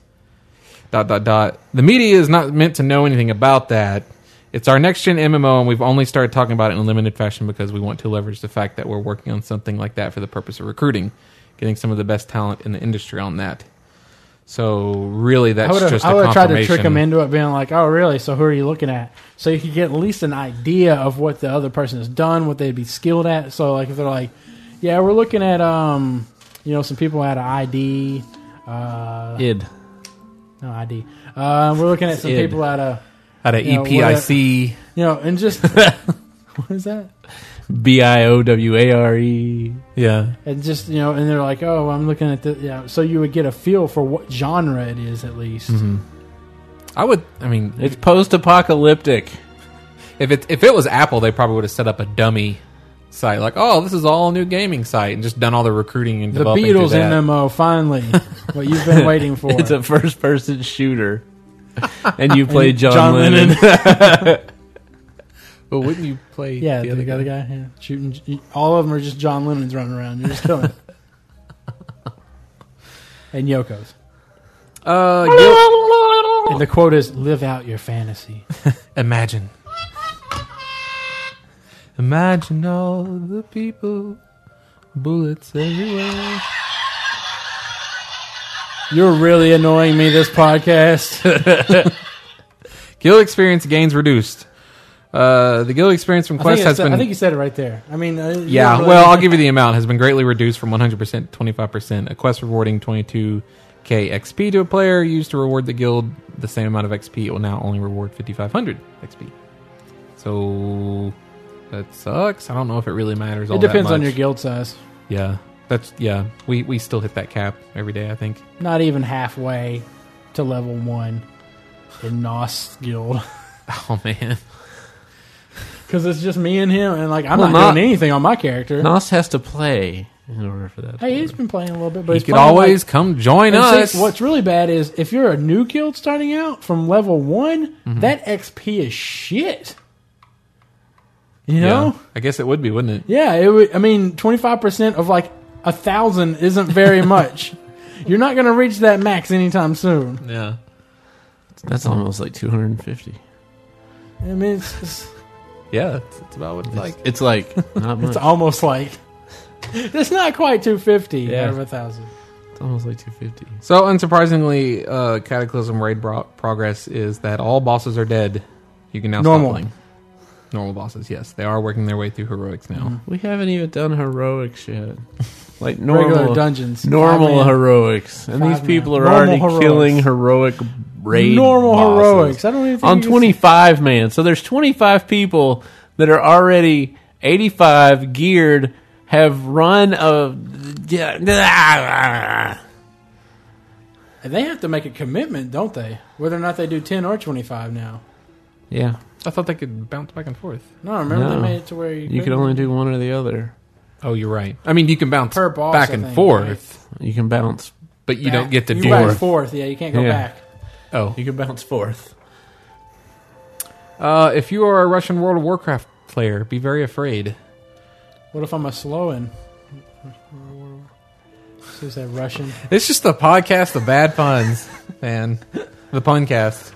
A: dot dot dot. The media is not meant to know anything about that. It's our next gen MMO, and we've only started talking about it in a limited fashion because we want to leverage the fact that we're working on something like that for the purpose of recruiting, getting some of the best talent in the industry on that. So really, that's
B: I would have
A: just
B: I
A: a
B: would have tried
A: confirmation.
B: to trick him into it, being like, "Oh, really? So who are you looking at?" So you could get at least an idea of what the other person has done, what they'd be skilled at. So like, if they're like, "Yeah, we're looking at um, you know, some people out of ID, uh,
C: Id.
B: no ID, uh, we're looking at some
C: Id.
B: people out of
A: Out of E
B: You know,
A: EPIC.
B: You know, and just what is that?
C: B i o w a r e.
A: Yeah.
B: And just you know, and they're like, "Oh, I'm looking at the yeah." So you would get a feel for what genre it is, at least.
A: Mm-hmm. I would. I mean,
C: It's post apocalyptic.
A: if it if it was Apple, they probably would have set up a dummy site like, oh, this is all new gaming site, and just done all the recruiting and
B: The
A: developing through
B: Beatles
A: that.
B: MMO, finally, what you've been waiting for.
C: It's a first person shooter, and you play John,
B: John
C: Lennon.
A: But wouldn't you play?
B: yeah, the, other guy, yeah, shooting. All of them are just John Lennon's running around. You're just killing. and Yoko's.
A: Uh, Gil-
B: And the quote is, "Live out your fantasy."
A: imagine. Imagine all the people, bullets everywhere.
B: You're really annoying me this podcast.
A: Guild experience gains reduced. Uh, the guild experience from
B: I think,
A: Quest
B: it
A: has
B: said-
A: been.
B: I think you said it right there. I mean, uh, you're
A: Yeah,
B: really-
A: well, I'll give you the amount. Has been greatly reduced from 100% to 25%. A quest rewarding 22k XP to a player used to reward the guild the same amount of XP. It will now only reward 5,500 XP. So that sucks. I don't know if it really matters. All
B: it
A: that
B: depends on
A: much.
B: your guild size.
A: Yeah, that's yeah. We we still hit that cap every day. I think.
B: not even halfway to level one in Nos Guild.
A: Oh man,
B: because it's just me and him, and like I'm
C: Well,
B: not,
C: not-
B: doing anything on my character.
C: Nos has to play in order for that. to
B: hey, he's
C: work.
B: been playing a little bit, but
A: you
B: he's
A: could
B: playing,
A: always
B: like-
A: come join
B: and see,
A: us.
B: what's really bad is if you're a new guild starting out from level one,
C: Mm-hmm.
B: that XP is shit. You
A: Yeah.
B: know,
A: I guess it would be, wouldn't it?
B: yeah. it would, I mean, twenty five percent of like a thousand isn't very much. You're not going to reach that max anytime soon.
A: Yeah.
C: That's almost like 250.
B: I mean, it's, it's,
A: Yeah, it's, it's about what it's like.
C: It's like not much.
B: it's almost like it's not quite two fifty out of a thousand.
C: It's almost like 250.
A: So, unsurprisingly, uh, Cataclysm raid bro- progress is that all bosses are dead. You can now
B: Normal.
A: stop playing. Normal bosses, yes. They are working their way through heroics now.
B: Mm-hmm.
C: We haven't even done heroics yet. Like
B: Regular
C: normal
B: dungeons,
C: normal
B: Five-man.
C: heroics. And
B: Five
C: these people
B: man.
C: are
B: Normal
C: already
B: heroics.
C: killing heroic raid
B: normal
C: bosses.
B: heroics. I don't even think
C: on
B: you can
C: 25 man. So there's 25 people that are already 85 geared have run of yeah.
B: And They have to make a commitment, don't they? Whether or not they do 10 or 25 now.
C: Yeah.
A: I thought they could bounce back and forth.
B: No, I remember
C: No.
B: they made it to where you,
C: You can
B: couldn't.
C: only do one or the other.
A: Oh, you're right. I mean, you can bounce
B: Per boss,
A: back
B: I
A: and
B: think,
A: forth,
C: You can bounce.
A: but you
B: Back-
A: don't get to
B: you
A: do
B: back
A: it.
B: forth. Yeah, you can't go
C: Yeah.
B: back.
A: Oh,
C: You can bounce fourth.
A: uh, if you are a Russian World of Warcraft player, be very afraid.
B: What if I'm a Sloan? Who's that Russian?
A: It's just a podcast of bad puns, man. The puncast.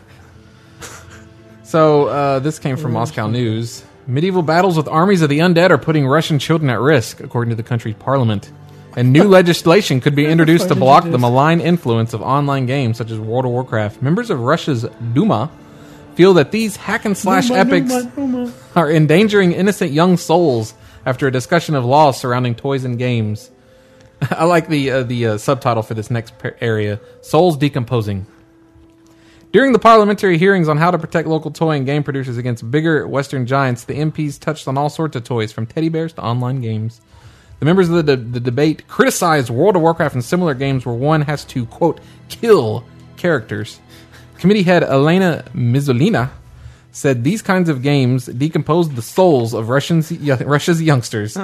A: So uh, this came from Moscow News. Medieval battles with armies of the undead are putting Russian children at risk, according to the country's parliament. And new legislation could be introduced to
B: fuck did
A: block
B: you do?
A: the malign influence of online games such as World of Warcraft. Members of Russia's Duma feel that these hack and slash
B: Numa,
A: epics
B: Numa, Numa.
A: are endangering innocent young souls after a discussion of laws surrounding toys and games. I like the uh, the uh, subtitle for this next par- area: Souls decomposing. During the parliamentary hearings on how to protect local toy and game producers against bigger Western giants, the MPs touched on all sorts of toys, from teddy bears to online games. The members of the, de- the debate criticized World of Warcraft and similar games where one has to, quote, kill characters. Committee head Elena Mizolina said these kinds of games decomposed the souls of Russians, yo- Russia's youngsters.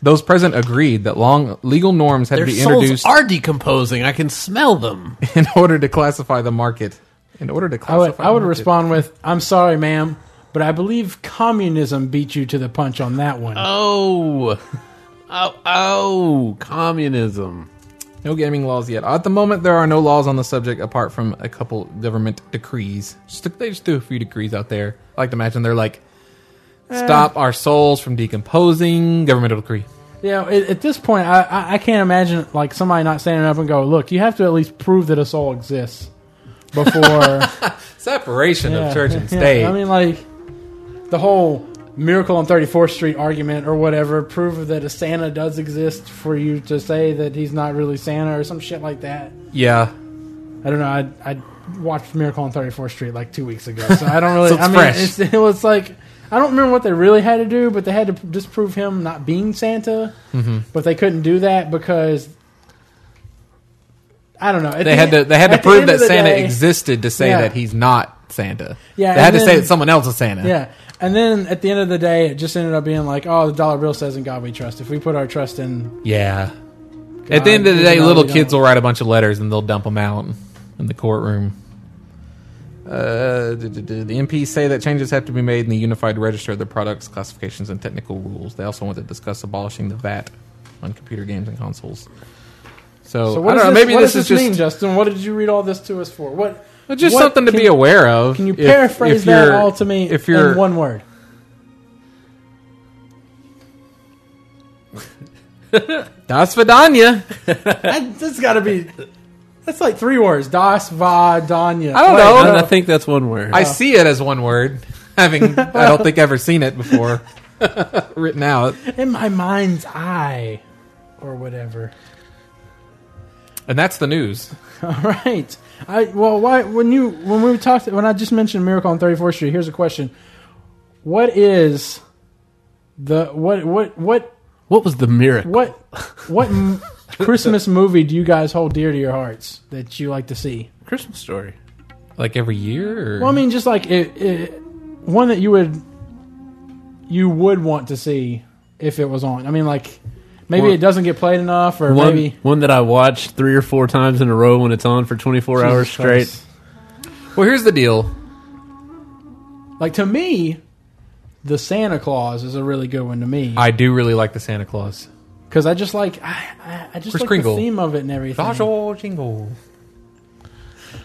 A: Those present agreed that long legal norms had
C: Their
A: to be
C: souls
A: introduced
C: are decomposing. I can smell them.
A: in order to classify the market. In order to
B: I
A: classify,
B: would, I would
A: the market.
B: respond with, I'm sorry, ma'am, but I believe communism beat you to the punch on that one.
C: Oh, oh, oh! Communism.
A: No gaming laws yet. At the moment, there are no laws on the subject apart from a couple government decrees. Just, they just threw a few decrees out there. I like to imagine they're like,
B: Eh.
A: stop our souls from decomposing. Governmental decree.
B: Yeah, at, at this point, I, I, I can't imagine like somebody not standing up and go, "Look, you have to at least prove that a soul exists before
A: Separation
B: Yeah,
A: of church and
B: yeah.
A: state.
B: I mean, like the whole miracle on 34th Street argument or whatever, prove that a Santa does exist for you to say that he's not really Santa or some shit like that.
A: yeah.
B: I don't know. I I watched Miracle on 34th Street like two weeks ago, so I don't really.
A: So it's
B: I mean,
A: fresh.
B: It's, it was like I don't remember what they really had to do, but they had to disprove him not being Santa.
A: Mm-hmm.
B: But they couldn't do that because I don't know. At
A: They
B: the
A: had to
B: end-
A: they had to
B: at the
A: prove
B: end
A: that
B: of the
A: Santa
B: day-
A: existed to say
B: Yeah.
A: that he's not Santa.
B: Yeah,
A: they had
B: and
A: to say
B: then-
A: that someone else is Santa.
B: Yeah, and then at the end of the day, it just ended up being like, oh, the dollar bill says in God we trust. If we put our trust in,
A: Yeah. At the end of the
B: God,
A: day,
B: no,
A: little
B: we
A: kids
B: don't.
A: will write a bunch of letters and they'll dump them out in the courtroom. Uh, d- d- d- the MPs say that changes have to be made in the unified register of the products, classifications, and technical rules. They also want to discuss abolishing the VAT on computer games and consoles. So,
B: so
A: Oh, I
B: what,
A: don't
B: does
A: know.
B: this,
A: Maybe
B: what
A: this,
B: does
A: is
B: this
A: just
B: mean, Justin? What did you read all this to us for? What?
A: Well, just
B: what
A: something to
B: can-
A: be aware of.
B: Can you
A: if- if
B: paraphrase that
A: you're-
B: all to me
A: If you're
B: in one word?
A: Das Vidania.
B: That, that's got to be. That's like three words. Das va danya.
A: I don't
B: Wait,
A: know.
B: Oh, no.
C: I, I think that's one word.
A: I see it as one word, having I don't think ever seen it before written out.
B: In my mind's eye, or whatever.
A: And that's the news.
B: All right. I well, why when you when we talked when I just mentioned Miracle on 34th Street, here's a question: What is the what what what
C: what was the miracle?
B: what what m- Christmas movie do you guys hold dear to your hearts that you like to see?
C: Christmas story.
A: Like every year? Or?
B: Well, I mean, just like it, it, one that you would you would want to see if it was on. I mean, like maybe
C: One-
B: it doesn't get played enough, or
C: One,
B: maybe
C: one that I watched three or four times in a row when it's on for 24 hours
B: Jesus
C: straight.
B: Christ.
A: Well, here's the deal.
B: Like to me, the Santa Claus is a really good one to me
A: I do really like the Santa Claus.
B: because I just like I, I, I just
A: Kris
B: like
A: Kringle.
B: the theme of it and everything.
A: Dodgeball jingle.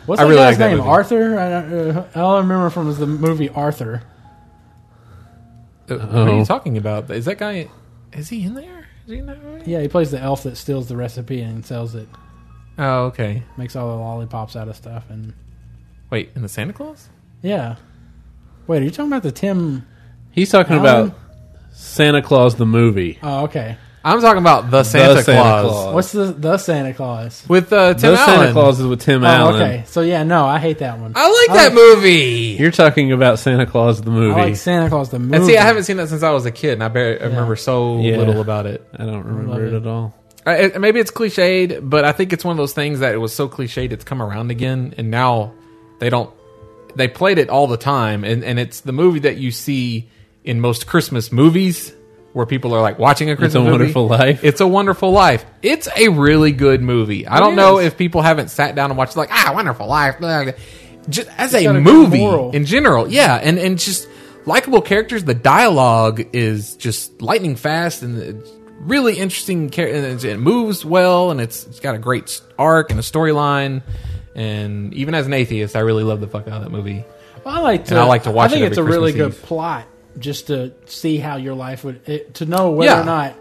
B: What's
A: I
B: that
A: really
B: guy's
A: like that
B: name?
A: movie.
B: Arthur. I don't, uh, all I remember from was the movie Arthur.
A: Uh, Who are
C: Oh.
A: you talking about? Is that guy? Is he in there? Is he in that movie?
B: Yeah, he plays the elf that steals the recipe and sells it,
A: Oh, okay.
B: makes all the lollipops out of stuff, and
A: Wait, in the Santa Claus?
B: yeah. Wait, are you talking about the Tim?
C: He's talking
B: Alan?
C: about Santa Claus the movie.
B: Oh, okay.
A: I'm talking about the Santa,
C: Santa
A: Claus.
C: Claus.
B: What's the the Santa Claus?
A: with uh, Tim
C: Those
A: Allen.
C: Santa Claus is with Tim
B: Oh,
C: Allen.
B: okay. So yeah, no, I hate that one.
A: I like that
B: I like-
A: movie.
C: You're talking about Santa Claus the movie.
B: I like Santa Claus the movie.
A: And see, I haven't seen that since I was a kid, and I, bar- I remember so
C: Yeah.
A: little about it.
C: I don't
B: love
C: remember it
B: it.
C: at all.
A: I, Uh, it- Maybe it's cliched, but I think it's one of those things that it was so cliched it's come around again, and now they don't. They played it all the time, and, and it's the movie that you see in most Christmas movies where people are like watching a Christmas
C: It's a
A: movie.
C: Wonderful Life.
A: It's a Wonderful Life. It's a really good movie. I don't know if people haven't sat down and watched like Ah Wonderful Life. blah, blah, blah. Just as a
B: got a good
A: movie
B: moral.
A: in general, yeah, and and just likable characters. The dialogue is just lightning fast and it's really interesting. char- and it's- It moves well, and it's it's got a great s- arc and a storyline. And even as an atheist, I really love the fuck out of that movie.
B: Well, I like to.
A: And I like to watch
B: I think
A: it
B: it's a
A: every
B: really
A: Christmas
B: good
A: Eve.
B: plot just to see how your life would it, to know whether
A: Yeah.
B: or not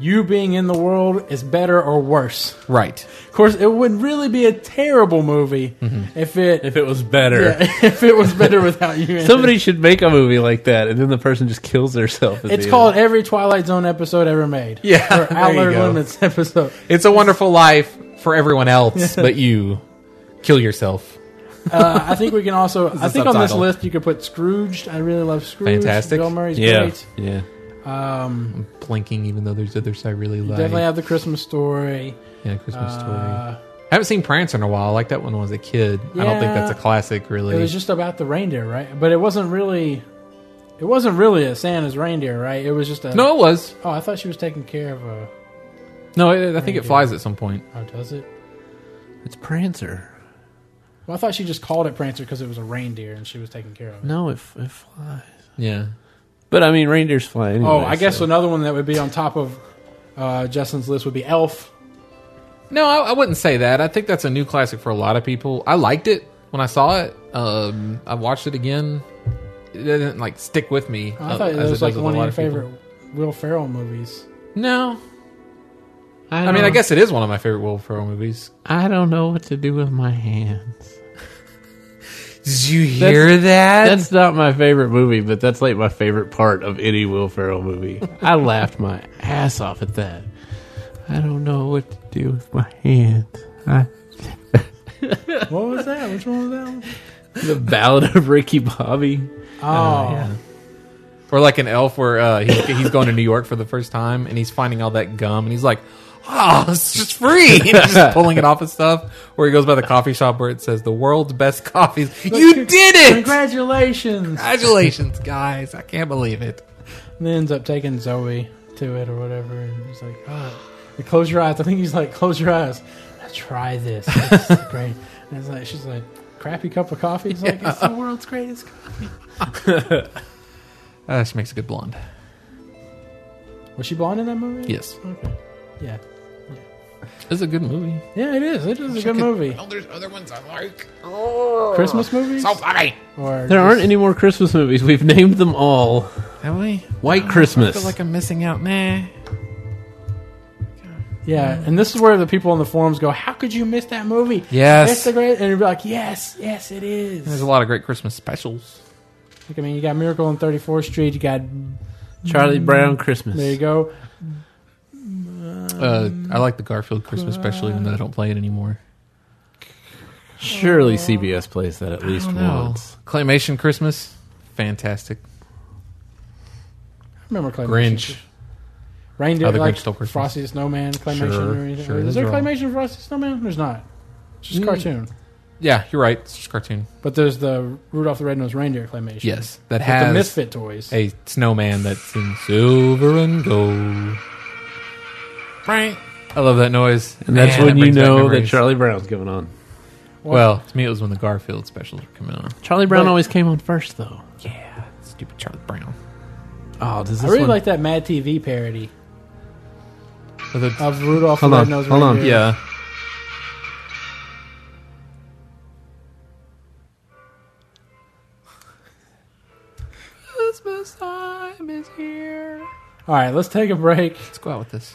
B: you being in the world is better or worse.
A: Right.
B: Of course, it would really be a terrible movie
A: Mm-hmm.
B: if it
C: If it was better.
B: yeah, if it was better without you. in it.
C: Somebody should make a movie like that, and then the person just kills themselves. at
B: It's
C: the
B: called
C: end.
B: every Twilight Zone episode ever made.
A: Yeah,
B: or
A: there
B: Outer
A: you go.
B: Limits episode.
A: It's a Wonderful Life for everyone else, but you kill yourself.
B: Uh, I think we can also. I think on this
A: subtitle.
B: list you could put Scrooged. I really love Scrooge.
A: Fantastic.
B: Bill Murray's
C: Yeah,
B: great.
C: yeah.
B: Um,
A: Blinking, even though there's others I really like.
B: definitely have the Christmas story.
A: yeah, Christmas story.
B: Uh,
A: Haven't seen Prancer in a while. I like that one when I was a kid. I don't think
B: Yeah.
A: that's a classic, really.
B: It was just about the reindeer, right? But it wasn't really. It wasn't really a Santa's reindeer, right? It was just a.
A: no, it was.
B: Oh, I thought she was taking care of a.
A: No, it, I think
B: Reindeer.
A: it flies at some point.
B: Oh, does it?
C: It's Prancer.
B: Well, I thought she just called it Prancer because it was a reindeer and she was taking care of it.
C: No, it, f- it flies.
A: Yeah.
C: But I mean, reindeers fly anyway.
B: oh, I guess
C: so.
B: another one that would be on top of uh, Justin's list would be Elf.
A: No, I, I wouldn't say that. I think that's a new classic for a lot of people. I liked it when I saw it. Um, I watched it again. It didn't like stick with me.
B: I
A: uh,
B: thought
A: as
B: it was
A: does
B: like
A: with a
B: one of
A: lot
B: your
A: people.
B: favorite Will Ferrell movies.
A: No,
C: I,
A: I mean, I
C: don't-
A: guess it is one of my favorite Will Ferrell movies.
C: I don't know what to do with my hands.
A: Did you
C: hear
A: that?
C: That's not my favorite movie, but that's like my favorite part of any Will Ferrell movie. I laughed my ass off at that. I don't know what to do with my hands. I,
B: What was that? Which one was that? One?
C: the Ballad of Ricky Bobby.
A: Uh,
B: Oh,
A: Or like an elf where uh, he's, he's going to New York for the first time and he's finding all that gum and he's like, oh, it's just free. And he's just pulling it off of stuff. Or he goes by the coffee shop where it says the world's best coffees. You did it!
B: congratulations!
A: Congratulations, guys. I can't believe it.
B: And then ends up taking Zoe to it or whatever, and he's like, "Oh, you close your eyes." I think he's like, "Close your eyes." Now try this. It's great. And it's like she's like, "Crappy cup of coffee." He's like, "It's the world's greatest." coffee."
A: Uh, she makes a good blonde.
B: Was she blonde in that movie?
A: Yes.
B: Okay. Yeah.
A: It's a good movie.
B: Yeah, it is. It is a good movie.
A: Oh, there's other ones I like.
B: Christmas movies.
A: So funny.
B: Or
C: There aren't
B: just-
C: any more Christmas movies. We've named them all.
A: Have we?
C: White
A: I feel
C: Christmas.
A: like I'm missing out. Nah.
B: Yeah, and this is where the people on the forums go, "How could you miss that movie?"
A: Yes.
B: it's the great. And you'd be like, "Yes, yes, it is."
A: There's a lot of great Christmas specials.
B: Like, I mean, you got Miracle on 34th Street. You got
C: Charlie Brown Christmas.
B: there you go.
A: Uh, I like the Garfield Christmas special, even though I don't play it anymore.
C: Surely CBS plays that at least
A: I don't know.
C: once.
A: Claymation Christmas, fantastic.
B: I remember claymation.
A: Grinch.
B: Reindeer,
A: Oh, the
B: like
A: Grinch Stole Christmas.
B: Frosty the Snowman, claymation.
A: Sure,
B: or anything.
A: sure,
B: is
A: those
B: there
A: are all-
B: claymation Frosty the Snowman? There's not. It's just
A: Mm.
B: cartoon.
A: yeah, you're right. It's just a cartoon.
B: But there's the Rudolph the Red-Nosed Reindeer claymation.
A: Yes, that
B: With the
A: has
B: Misfit toys.
A: a snowman that's in silver and gold. Frank, I love that noise,
C: And that's
A: Man,
C: when
A: that
C: you
A: brings back
C: know that
A: memories.
C: Charlie Brown's going on.
A: Well, to me, it was when the Garfield specials were coming on.
C: Charlie Brown
B: But-
C: always came on first, though.
A: Yeah, stupid Charlie Brown.
C: Oh, does this
B: I really
C: one-
B: like that Mad TV parody
A: With a-
B: of Rudolph
C: Hold
B: the
C: on,
B: Red-Nosed
C: hold on.
B: Reindeer.
A: yeah,
D: Christmas time is here.
B: All right, let's take a break,
A: let's go out with this.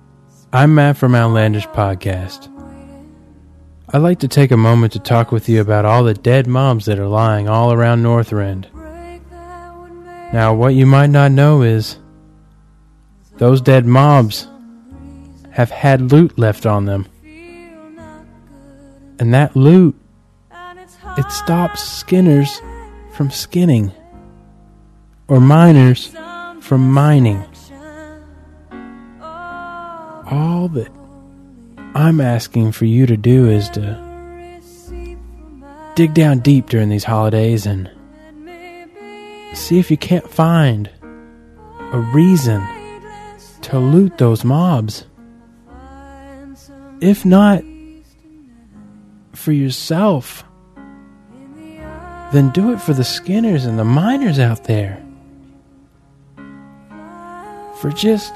B: I'm Matt from Outlandish Podcast. I'd like to take a moment to talk with you about all the dead moms that are lying all around Northrend. Now, what you might not know is those dead mobs have had loot left on them, and that loot it stops skinners from skinning or miners from mining. All that I'm asking for you to do is to dig down deep during these holidays and see if you can't find a reason to loot those mobs. If not for yourself, then do it for the skinners and the miners out there. For just,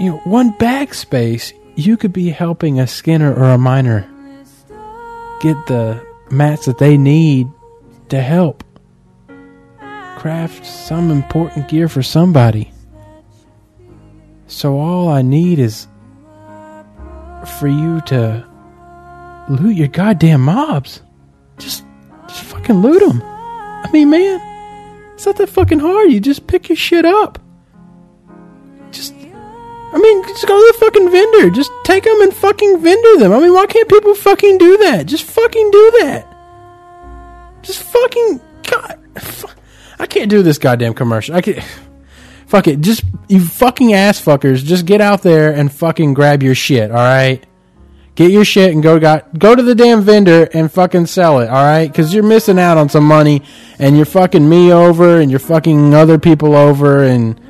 B: you know, one bag space, you could be helping a skinner or a miner get the mats that they need to help craft some important gear for somebody. So all I need is for you to loot your goddamn mobs. Just, just fucking loot them. I mean, man, it's not that fucking hard. You just pick your shit up. Just, I mean, just go to the fucking vendor. Just take them and fucking vendor them. I mean, why can't people fucking do that? Just fucking do that. Just fucking god. fu- I can't do this goddamn commercial. I can't. Fuck it. Just you fucking ass fuckers. Just get out there and fucking grab your shit. All right get your shit and go got go to the damn vendor and fucking sell it all right because you're missing out on some money and you're fucking me over and you're fucking other people over and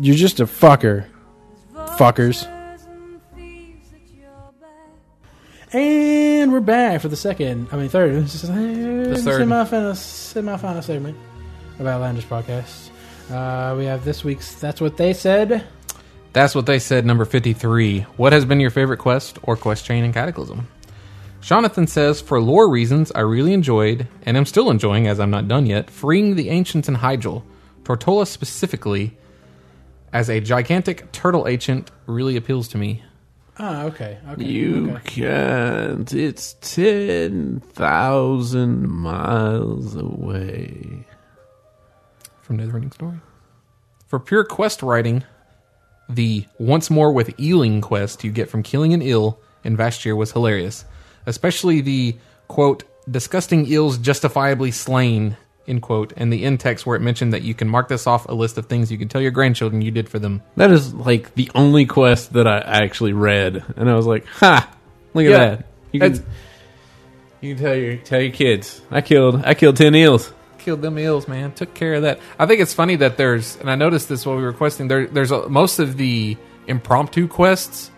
B: you're just a fucker fuckers and we're back for the second i mean third the
A: third.
B: semi-final, semi-final segment of outlandish podcast uh, we have this week's that's what they said
A: That's what they said, number 53. What has been your favorite quest or quest chain in Cataclysm? Jonathan says, for lore reasons, I really enjoyed, and am still enjoying as I'm not done yet, freeing the ancients in Hyjal. Tortola specifically, as a gigantic turtle ancient, really appeals to me.
B: oh okay okay
C: You
B: okay.
C: can't. It's 10,000 miles away.
A: From Neverending Story. For pure quest writing, the once more with Ealing quest you get from killing an eel in Vastir was hilarious, especially the quote disgusting eels justifiably slain end quote and the end text where it mentioned that you can mark this off a list of things you can tell your grandchildren you did for them.
C: That is like the only quest that I actually read. And I was like, ha! Look at
A: Yeah.
C: that. You can,
A: That's-
C: you can tell your tell your kids. I killed I killed ten eels.
A: Killed them eels, man. Took care of that. I think it's funny that there's, and I noticed this while we were questing. There, there's a, most of the impromptu quests.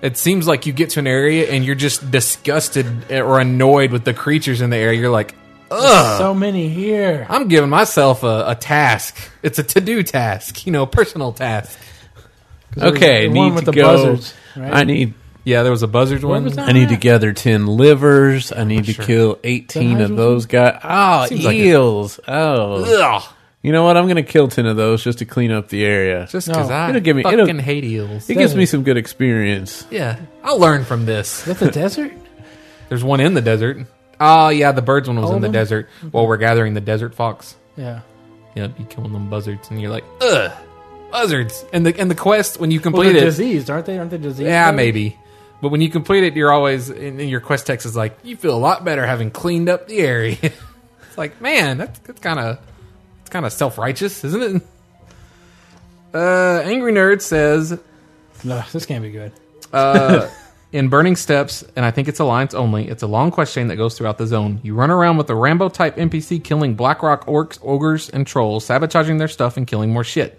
A: It seems like you get to an area and you're just disgusted or annoyed with the creatures in the area. You're like,
B: so many here
A: I'm giving myself a, a task. It's a to do task, you know, personal task.
C: Okay,
B: the
C: need
B: one
C: to
B: with the
C: go.
B: buzzards, right?
C: I need
A: Yeah, there was a buzzard one.
B: was that?
C: I need to gather ten livers. I need to
A: sure.
C: kill eighteen
B: That
C: of those guys. Oh,
A: Seems like it.
C: eels! oh,
A: Ugh.
C: you know what? I'm gonna kill ten of those just to clean up the area.
A: Just
B: No.
A: because I
C: It'll give me-
A: fucking
C: it'll-
A: hate eels.
C: it gives me some good experience.
A: Yeah, I'll learn from this.
B: Is that the desert?
A: There's one in the desert. Oh yeah, the birds one was in the
B: Oldham?
A: desert while we're gathering the desert fox.
B: Yeah.
A: Yep, you kill them buzzards, and you're like, ugh, buzzards. And the and the quest when you
B: Well,
A: complete
B: they're
A: it,
B: diseased, aren't they? Aren't they diseased?
A: yeah,
B: though?
A: maybe. But when you complete it, you're always in, in your quest text is like, you feel a lot better having cleaned up the area. it's like, man, that's that's kind of it's kind of self righteous, isn't it? Uh, Angry Nerd says
B: Ugh, this can't be good.
A: uh, in Burning Steps, and I think it's Alliance only, it's a long quest chain that goes throughout the zone. You run around with a Rambo type NPC killing Blackrock orcs, ogres, and trolls, sabotaging their stuff and killing more shit.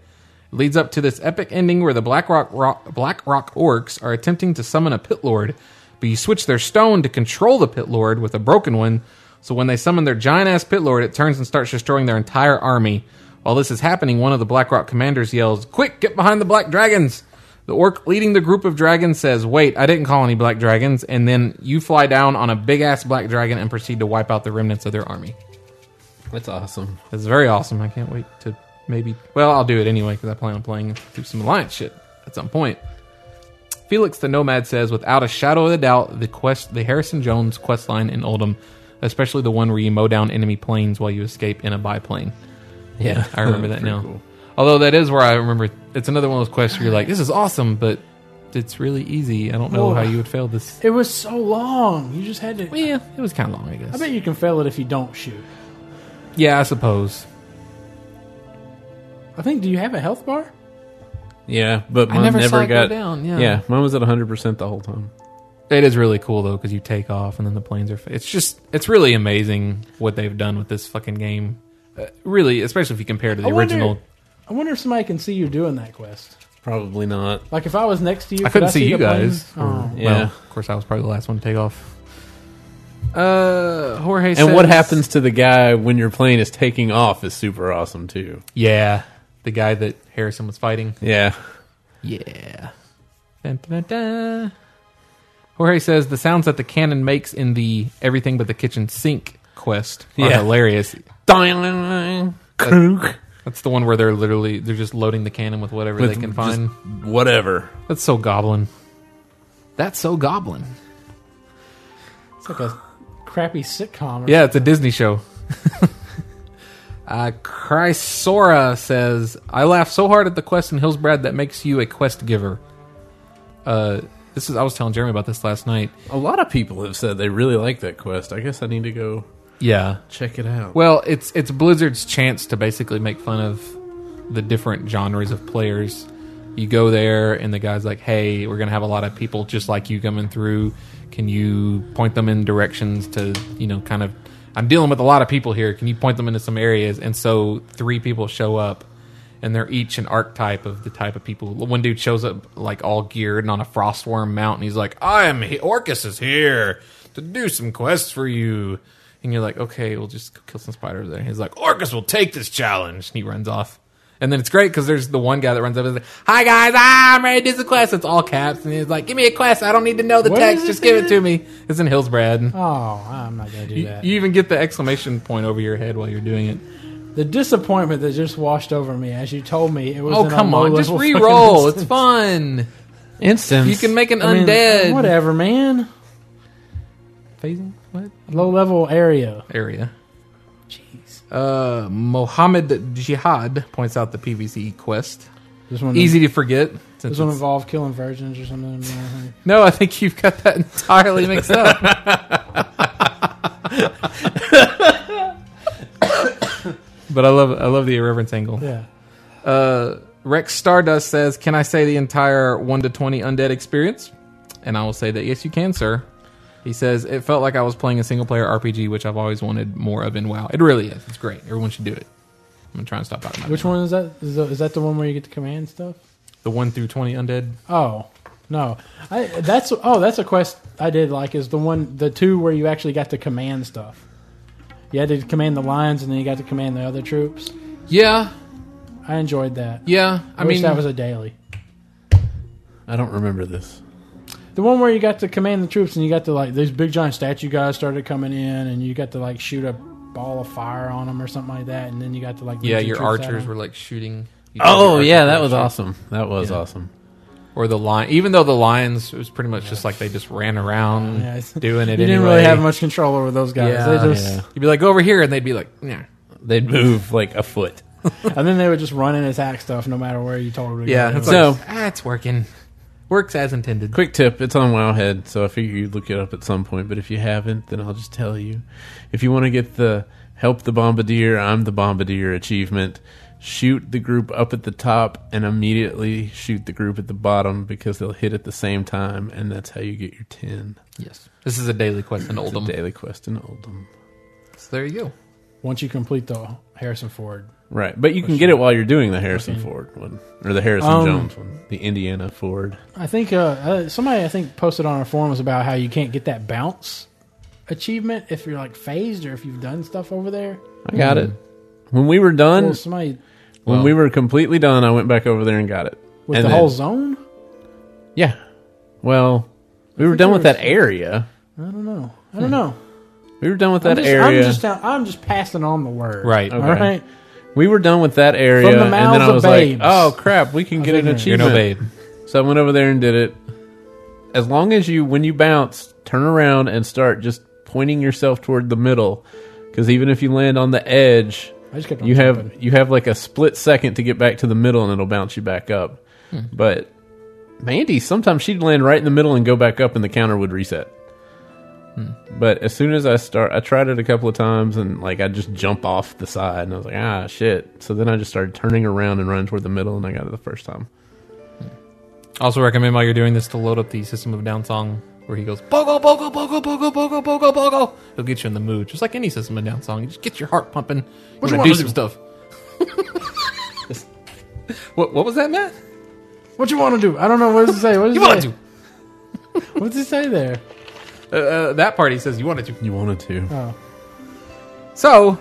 A: It leads up to this epic ending where the Blackrock, rock, Blackrock orcs are attempting to summon a pit lord, but you switch their stone to control the pit lord with a broken one. So when they summon their giant ass pit lord, it turns and starts destroying their entire army. While this is happening, one of the Blackrock commanders yells, "Quick, get behind the black dragons!" The orc leading the group of dragons says, Wait, I didn't call any black dragons. And then you fly down on a big ass black dragon and proceed to wipe out the remnants of their army.
C: That's awesome.
A: That's very awesome. I can't wait to maybe. Well, I'll do it anyway because I plan on playing through some Alliance shit at some point. Felix the Nomad says, without a shadow of a doubt, the quest, the Harrison Jones quest line in Oldham, especially the one where you mow down enemy planes while you escape in a biplane. Yeah, I remember that
C: Pretty
A: now.
C: cool.
A: Although that is where I remember. It's another one of those quests where you're like, "This is awesome," but it's really easy. I don't know
B: Well,
A: how you would fail this.
B: It was so long. You just had to.
A: Well, it was kind of long, I guess.
B: I bet you can fail it if you don't shoot.
A: yeah, I suppose.
B: I think. Do you have a health bar?
C: Yeah, but
A: I
C: mine
A: never
C: never,
A: saw it go
C: got
A: down, yeah.
C: mine was at 100 percent the whole time.
A: It is really cool though because you take off and then the planes are. It's just it's really amazing what they've done with this fucking game. Uh, really, especially if you compare to the
B: I wonder-
A: original.
B: I wonder if somebody can see you doing that quest.
C: Probably not.
B: Like if I was next to you,
A: I
B: could
A: couldn't see, you
B: the plane?
A: guys.
B: Oh.
C: Yeah.
A: Well, of course, I was probably the last one to take off. Uh, Jorge.
C: And what happens to the guy when your plane is taking off is super awesome too.
A: Yeah, the guy that Harrison was fighting.
C: Yeah.
A: Yeah. Dun, dun, dun, dun. Jorge says the sounds that the cannon makes in the everything but the kitchen sink quest are
C: Yeah.
A: hilarious.
C: Krook.
A: That's the one where they're literally they're just loading the cannon with whatever
C: With
A: they can
C: just-
A: find.
C: Whatever.
A: That's so goblin. That's so goblin.
B: It's like a crappy sitcom. Or
A: Yeah, it's a Disney show. uh, Chrysora says, "I laugh so hard at the quest in Hillsbrad that makes you a quest giver." Uh, this is I was telling Jeremy about this last night.
C: A lot of people have said they really like that quest. I guess I need to go
A: Yeah,
C: check it out.
A: Well, it's it's Blizzard's chance to basically make fun of the different genres of players. You go there, and the guy's like, "Hey, we're gonna have a lot of people just like you coming through. Can you point them in directions to you know kind of? I'm dealing with a lot of people here. Can you point them into some areas?" And so three people show up. And they're each an archetype of the type of people. One dude shows up like all geared and on a frostworm mount, and he's like, "I am he- Orcus is here to do some quests for you." And you're like, okay, we'll just go kill some spiders there. He's like, Orcus will take this challenge. And he runs off. And then it's great because there's the one guy that runs up and is like, hi guys, I'm ready to do the quest. It's all caps. And he's like, give me a quest. I don't need to know the
B: What
A: text.
B: is
A: Just
B: this
A: give it to
B: again?"
A: me. It's in Hillsbrad.
B: Oh, I'm not gonna do
A: You,
B: that.
A: you even get the exclamation point over your head while you're doing it.
B: the disappointment that just washed over me as you told me it was.
A: Oh,
B: in a
A: come on. Just
B: low-level
A: re
B: fucking
A: roll. It's
B: instance.
A: fun.
C: Instance.
A: You can make an
C: I mean,
A: undead.
B: Whatever, man.
A: Phasing? What?
B: Low level area.
A: Area.
B: Jeez.
A: Uh, Mohammed Jihad points out the PVC quest.
B: This one.
A: Easy to forget.
B: This
A: since
B: one
A: it's-
B: involved killing virgins or something. I mean,
A: No, I think you've got that entirely mixed up. but I love I love the irreverence angle.
B: Yeah.
A: Uh, Rex Stardust says, "Can I say the entire one to twenty undead experience?" And I will say that yes, you can, sir. He says it felt like I was playing a single player RPG, which I've always wanted more of in WoW. It really is. It's great. Everyone should do it. I'm gonna try and stop talking about it.
B: Which one is that? Is that, is that the one where you get the command stuff?
A: The one through twenty undead.
B: Oh no, I that's oh that's a quest I did like is the one the two where you actually got to command stuff. You had to command the lions, and then you got to command the other troops.
A: Yeah,
B: I enjoyed that.
A: yeah. I,
B: I,
A: mean,
B: wish that was a daily.
C: I don't remember this.
B: The one where you got to command the troops, and you got to like these big giant statue guys started coming in, and you got to like shoot a ball of fire on them or something like that, and then you got to like
A: yeah.
B: lead
A: Your
B: troops at
A: archers
B: 'em.
A: were like shooting.
C: Oh yeah, that was awesome. That was
A: Yeah.
C: awesome.
A: or the lion. Even though the lions, it was pretty much just like they just ran around
B: Yeah, it's-
A: doing
B: You
A: it.
B: didn't
A: anyway.
B: really have much control over those guys.
A: Yeah,
B: they just,
C: yeah.
A: You'd be like, "Go over here," and they'd be like, "Yeah."
C: They'd move like a foot.
B: and then they would just run and attack stuff no matter where you told them to go.
A: It's
C: So-
A: like, ah, it's working. Works as intended.
C: Quick tip, it's on Wowhead, so I figure you'd look it up at some point, but if you haven't, then I'll just tell you. If you want to get the Help the Bombardier, I'm the Bombardier achievement, shoot the group up at the top and immediately shoot the group at the bottom because they'll hit at the same time, and that's how you get your 10.
A: Yes. This is a daily quest in Oldham.
C: It's a daily quest in Oldham.
A: So there you go.
B: Once you complete the Harrison Ford,
C: Right, but you can get it while you're doing the Harrison Ford one, or the Harrison
B: Um,
C: Jones one, the Indiana Ford.
B: I think uh, uh, somebody I think posted on our forums about how you can't get that bounce achievement if you're like phased or if you've done stuff over there.
C: I got it. When we were done,
B: Well, somebody
C: when we were completely done, I went back over there and got it.
B: with
C: And
B: the
C: then-
B: whole zone.
C: Yeah. Well, we were
B: think
C: done
B: there
C: with
B: was-
C: that area.
B: I don't know. I don't know.
C: We were done with that
B: I'm just,
C: area.
B: I'm just I'm just passing on the word.
A: Right.
B: All
C: Okay.
B: right.
C: we were done with that area,
B: From the
C: and
B: mouths
C: then I
B: of
C: was
B: babes.
C: like, "Oh crap, we can get an
B: ignorant.
A: You're no
C: achievement."
A: babe.
C: So I went over there and did it. As long as you, when you bounce, turn around and start just pointing yourself toward the middle, because even if you land on the edge,
B: I just kept on
C: you have
B: jumping.
C: you have like a split second to get back to the middle, and it'll bounce you back up.
A: Hmm.
C: But Mandy, sometimes she'd land right in the middle and go back up, and the counter would reset.
A: Hmm.
C: But as soon as I start, I tried it a couple of times, and like I just jump off the side, and I was like, ah, shit. So then I just started turning around and running toward the middle, and I got it the first time.
A: Also recommend while you're doing this to load up the System of a Down song where he goes bogo bogo bogo bogo bogo bogo bogo. It'll get you in the mood, just like any System of a Down song. It just gets your heart pumping.
B: What
A: You wanna
B: you want
A: do
B: to
A: some
B: do?
A: stuff. what what was that, Matt?
B: What you want to do? I don't know what does it say. What does
A: You
B: it
A: wanted
B: say?
A: to.
B: What does it say there?
A: Uh, uh, that part he says you wanted to.
C: You wanted to.
B: Oh,
A: So,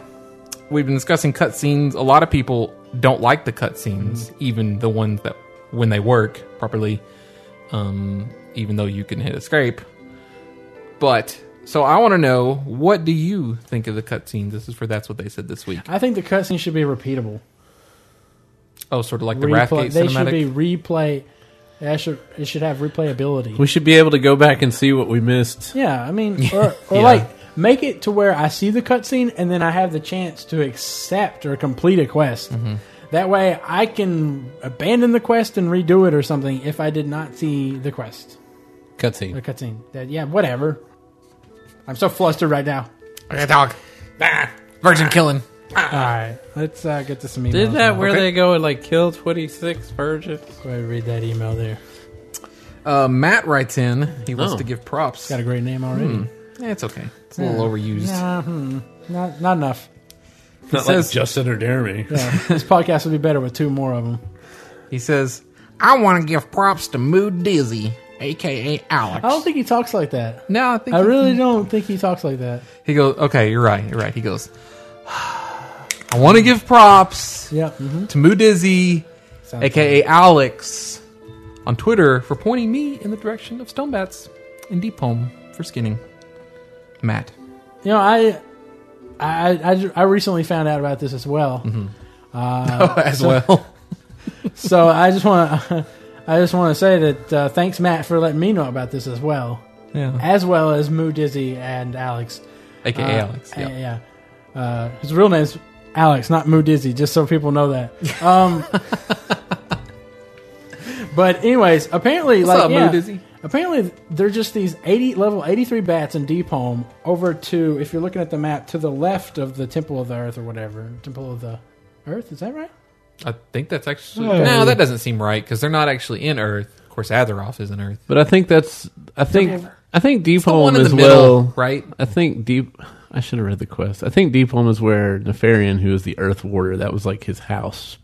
A: we've been discussing cutscenes. A lot of people don't like the cutscenes, even the ones that when they work properly, um, even though you can hit escape. But so I want to know what do you think of the cutscenes? This is for that's what they said this week.
B: I think the cutscene should be repeatable.
A: Oh, sort of like the
B: replay.
A: Rathgate
B: They
A: cinematic.
B: should be replay. That should it should have replayability.
C: We should be able to go back and see what we missed.
B: Yeah, I mean, or, or
A: Yeah.
B: like make it to where I see the cutscene and then I have the chance to accept or complete a quest. That way, I can abandon the quest and redo it or something if I did not see the quest
C: Cutscene.
B: or cutscene. That yeah, whatever. I'm so flustered right now.
A: Okay, dog. Ah, virgin killing.
B: All right, let's uh, get to some emails.
C: Ah. Did that
B: now.
C: where they go and like kill 26 virgins?
B: Go ahead and read that email there.
A: Uh, Matt writes in. He wants
C: Oh.
A: to give props.
B: Got a great name already.
C: Hmm.
A: Eh, it's okay. It's a little overused.
B: Nah, hmm, not not enough.
C: Not
A: says-
C: Justin or Jeremy.
B: Yeah, this podcast would be better with two more of them.
A: He says, "I want to give props to Mood Dizzy, aka Alex."
B: I don't think he talks like that.
A: Oh, No, I think
B: I
A: he-
B: really don't think he talks like that.
A: He goes, okay, you're right, you're right. He goes, I want to give props
B: Yeah. hmm
A: to Moo Dizzy, aka Alex, on Twitter for pointing me in the direction of stone bats and deep home for skinning. Matt,
B: You know, I, I, I, I- I recently found out about this as well.
C: Mm-hmm.
A: as well.
B: So I just want to, I just want to say that uh, thanks, Matt, for letting me know about this as well,
A: yeah,
B: as well as Moo Dizzy and Alex.
A: aka
B: Uh,
A: Alex.
B: uh,
A: Yeah.
B: Yeah. Uh, his real name's Alex, not Moo Dizzy, just so people know that. Um, but anyways, apparently,
A: What's
B: like,
A: up, Moo
B: yeah,
A: Dizzy?
B: apparently they're just these eighty level eighty three bats in Deep Home over to if you're looking at the map to the left of the Temple of the Earth or whatever Temple of the Earth is that right?
A: I think that's actually
B: Hey.
A: no, that doesn't seem right because they're not actually in Earth. Of course, Azeroth is in Earth.
C: But I think that's I think I think Deep
A: The
C: Home
A: one in
C: as
A: the middle,
C: well.
A: right?
C: I think Deep I should have read the quest. I think Deep Home is where Nefarian, who is the Earth Warder, that was like his house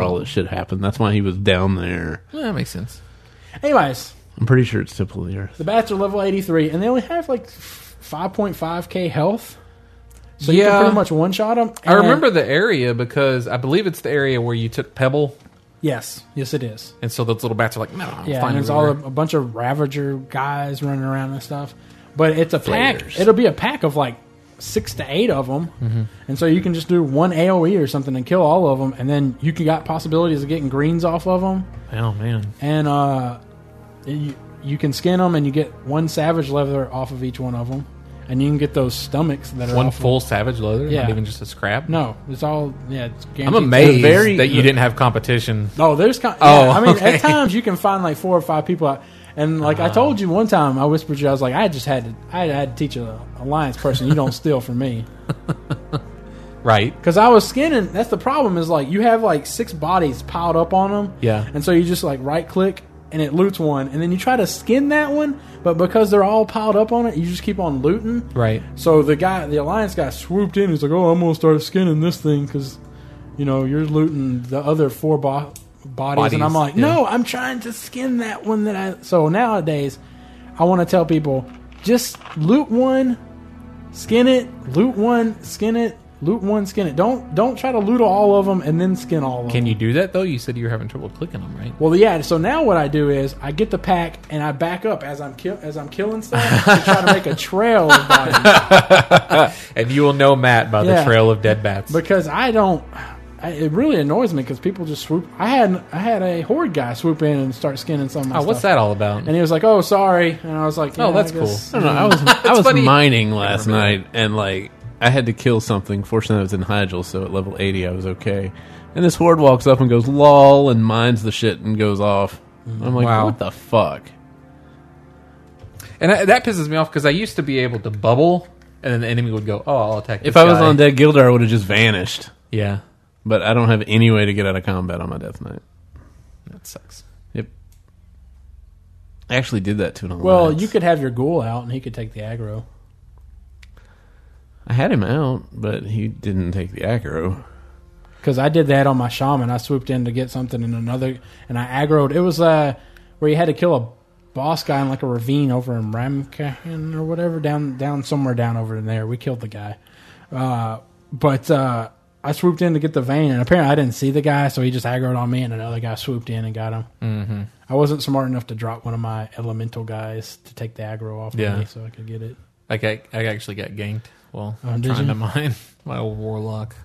A: Oh.
C: all this shit happened. That's why he was down there.
A: Yeah, that makes sense.
B: Anyways,
C: I'm pretty sure it's Temple of the Earth.
B: the bats are level eighty three and they only have like five point five k health, so you
A: Yeah.
B: can pretty much one shot them.
A: I remember the area because I believe it's the area where you took Pebble,
B: Yes, yes, it is.
A: and so those little bats are like, no, I'll
B: Yeah,
A: find
B: and there's
A: it
B: all
A: over
B: a,
A: there."
B: a bunch of Ravager guys running around and stuff. But it's a pack.
C: Flayers.
B: It'll be a pack of like six to eight of them,
A: Mm-hmm.
B: and so you can just do one AOE or something and kill all of them, and then you can got possibilities of getting greens off of them.
A: Oh man,
B: And uh, you, you can skin them and you get one savage leather off of each one of them, and you can get those stomachs that are
A: One
B: off of-
A: full savage leather,
B: Yeah.
A: not even just a scrap.
B: no, it's all yeah. It's
A: I'm
B: guaranteed.
A: amazed
C: The very-
A: that you didn't have competition.
B: Oh, there's kind.
A: Oh,
B: yeah, I mean,
A: okay. Uh-huh.
B: at times you can find like four or five people, out, and like I told you one time, I whispered to you, I was like, I just had to, I had to teach a alliance person, you don't steal from me,
A: Right.
B: because I was skinning. That's the problem is like you have like six bodies piled up on them,
A: Yeah.
B: and so you just like right click and it loots one, and then you try to skin that one, but because they're all piled up on it, you just keep on looting.
A: Right.
B: So the guy, the alliance guy, swooped in. He's like, "Oh, I'm gonna start skinning this thing because, you know, you're looting the other four bo- bodies. and I'm
A: Bodies,
B: like, "No, I'm trying to skin that one that I." So nowadays, I want to tell people just loot one, skin it, loot one, skin it, loot one, skin it. Don't don't try to loot all of them and then skin all of them.
A: Can you do that though? You said you were having trouble clicking them, right?
B: Well, yeah. So now what I do is I get the pack and I back up as I'm kill- as I'm killing stuff to try to make a trail of bodies.
A: And you will know Matt by the
B: Yeah.
A: trail of dead bats.
B: because I don't. I, it really annoys me because people just swoop. I had I had a horde guy swoop in and start skinning some of my
A: oh, what's
B: stuff.
A: that all about?
B: And he was like, "Oh, sorry," and I was like,
A: Oh,
B: yeah,
A: that's
B: I guess-
C: I don't know. I was I was
A: funny.
C: mining last night, and like I had to kill something. Fortunately, I was in Hyjal, so at level eighty, I was okay. And this horde walks up and goes lol and mines the shit and goes off. I'm like,
A: Wow.
C: what the fuck?
A: And that, that pisses me off because I used to be able to bubble, and then the enemy would go, "Oh, I'll attack."
C: If
A: this
C: I was
A: guy."
C: on Dead Gildar, I would have just vanished.
A: yeah,
C: But I don't have any way to get out of combat on my death knight.
A: that sucks.
C: Yep. I actually did that to an alliance.
B: Well, you could have your ghoul out and he could take the aggro.
C: I had him out, but he didn't take the aggro.
B: Because I did that on my shaman. I swooped in to get something and another, and I aggroed. It was uh, where you had to kill a boss guy in like a ravine over in Ramkahan or whatever, down down somewhere down over in there. We killed the guy, uh, but uh, I swooped in to get the vein, and apparently I didn't see the guy, so he just aggroed on me, and another guy swooped in and got him. Mm-hmm. I wasn't smart enough to drop one of my elemental guys to take the aggro off
A: Yeah.
B: of me, so I could get it.
A: Like I, I actually got ganked. Well,
B: Oh,
A: I'm
B: did
A: trying
B: you?
A: to mine my old warlock.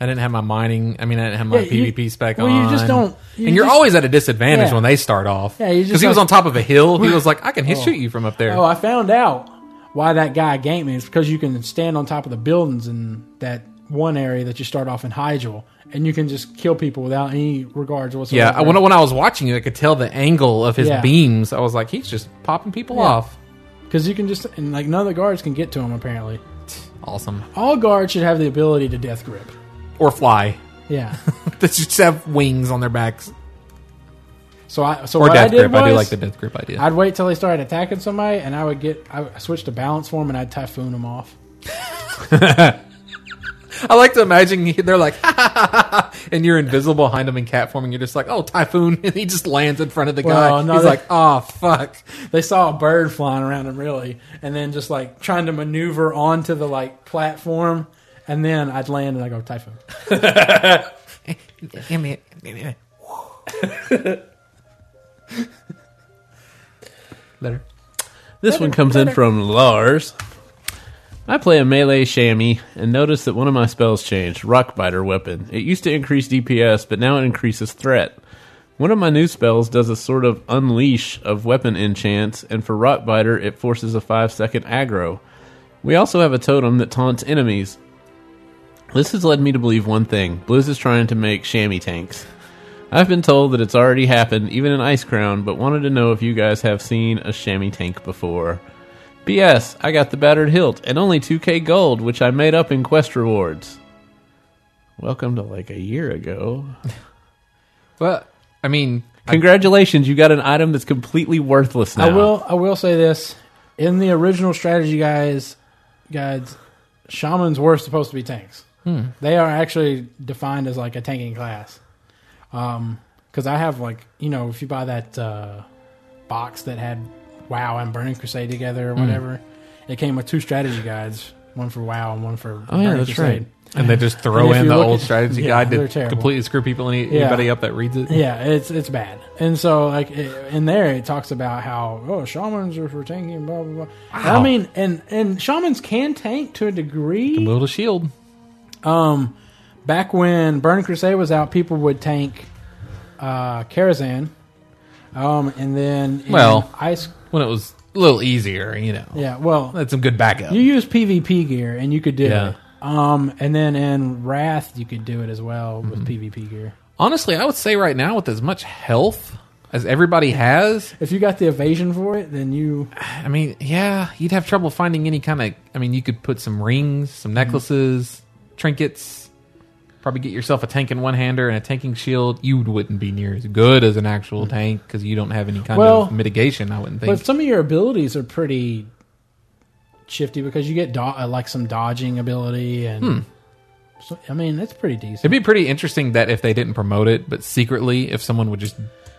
A: I didn't have my mining. I mean, I didn't have my
B: Yeah, you-
A: PvP spec
B: well,
A: on.
B: you just don't. You
A: and you're
B: just-
A: always at a disadvantage
B: Yeah.
A: when they start off.
B: Yeah, you just
A: because he was
B: like-
A: on top of a hill. He was like, "I can hit shoot you from up there."
B: Oh, I found out why that guy ganked me. It's because you can stand on top of the buildings in that one area that you start off in Hyjal, and you can just kill people without any regards whatsoever.
A: yeah, I, when, I- when I was watching it, I could tell the angle of his
B: Yeah.
A: beams. I was like, "He's just popping people
B: Yeah.
A: off."
B: because you can just and like none of the guards can get to him. Apparently,
A: Awesome.
B: all guards should have the ability to death grip.
A: Or fly.
B: Yeah.
A: they just have wings on their backs.
B: So I so
A: Or
B: what I
A: death
B: did
A: grip.
B: was
A: I do like the death grip idea.
B: I'd wait till they started attacking somebody, and I would get I switched to balance form, and I'd typhoon them off.
A: I like to imagine he- they're like, and you're invisible behind him in cat form, and you're just like, oh, typhoon, and he just lands in front of the guy.
B: Well, no,
A: He's
B: they-
A: like, oh, fuck.
B: they saw a bird flying around him really and then just like trying to maneuver onto the like platform and then i'd land and i go typhoon
A: Letter.
C: This one comes in from Lars. I play a melee chamois and notice that one of my spells changed, Rock Biter Weapon. It used to increase DPS, but now it increases threat. One of my new spells does a sort of unleash of weapon enchants, and for Rock Biter, it forces a 5 second aggro. We also have a totem that taunts enemies. This has led me to believe one thing Blizz is trying to make chamois tanks. I've been told that it's already happened, even in Ice Crown, but wanted to know if you guys have seen a chamois tank before. BS, I got the battered hilt and only 2k gold, which I made up in quest rewards. Welcome to like a year ago.
A: Well, I mean, I,
C: Congratulations, you got an item that's completely worthless now.
B: i will i will say this in the original strategy guys guides shamans were supposed to be tanks
C: Hmm.
B: they are actually defined as like a tanking class um because i have like you know if you buy that uh box that had wow and burning crusade together or
C: Hmm.
B: whatever it came with two strategy guides one for wow and one for
C: Oh, yeah,
B: Burning
C: that's
B: Crusade.
C: right.
A: and they just throw
B: if
A: in
B: you
A: the
B: look
A: old
B: at-
A: strategy
B: yeah,
A: guide
B: they're
A: to
B: terrible.
A: completely screw people, any,
B: Yeah.
A: anybody up that reads it.
B: Yeah, it's it's bad. And so like i in there, it talks about how oh shamans are for tanking, blah blah blah. And I
A: Wow.
B: mean, and and shamans can tank to a degree.
A: Little shield.
B: Um, back when Burning Crusade was out, people would tank uh, Karazhan. Um, and then in
A: Well.
B: ice.
A: when it was a little easier, you know.
B: Yeah, well,
A: That's some good backup.
B: you use PvP gear and you could do
A: Yeah.
B: it. Um, and then in Wrath you could do it as well
A: Mm-hmm.
B: with PvP gear.
A: Honestly, I would say right now with as much health as everybody has,
B: If you got the evasion for it, then you
A: I mean, yeah, you'd have trouble finding any kind of. I mean, you could put some rings,
C: Mm-hmm.
A: some necklaces, trinkets. Probably get yourself a tank in one hander and a tanking shield. You wouldn't be near as good as an actual
C: Mm-hmm.
A: tank because you don't have any kind
B: Well,
A: of mitigation. I wouldn't think.
B: But some of your abilities are pretty shifty because you get do- uh, like some dodging ability and.
A: Hmm.
B: So, I mean, that's pretty
A: It'd
B: decent.
A: be pretty interesting that if they didn't promote it, but secretly, if someone would just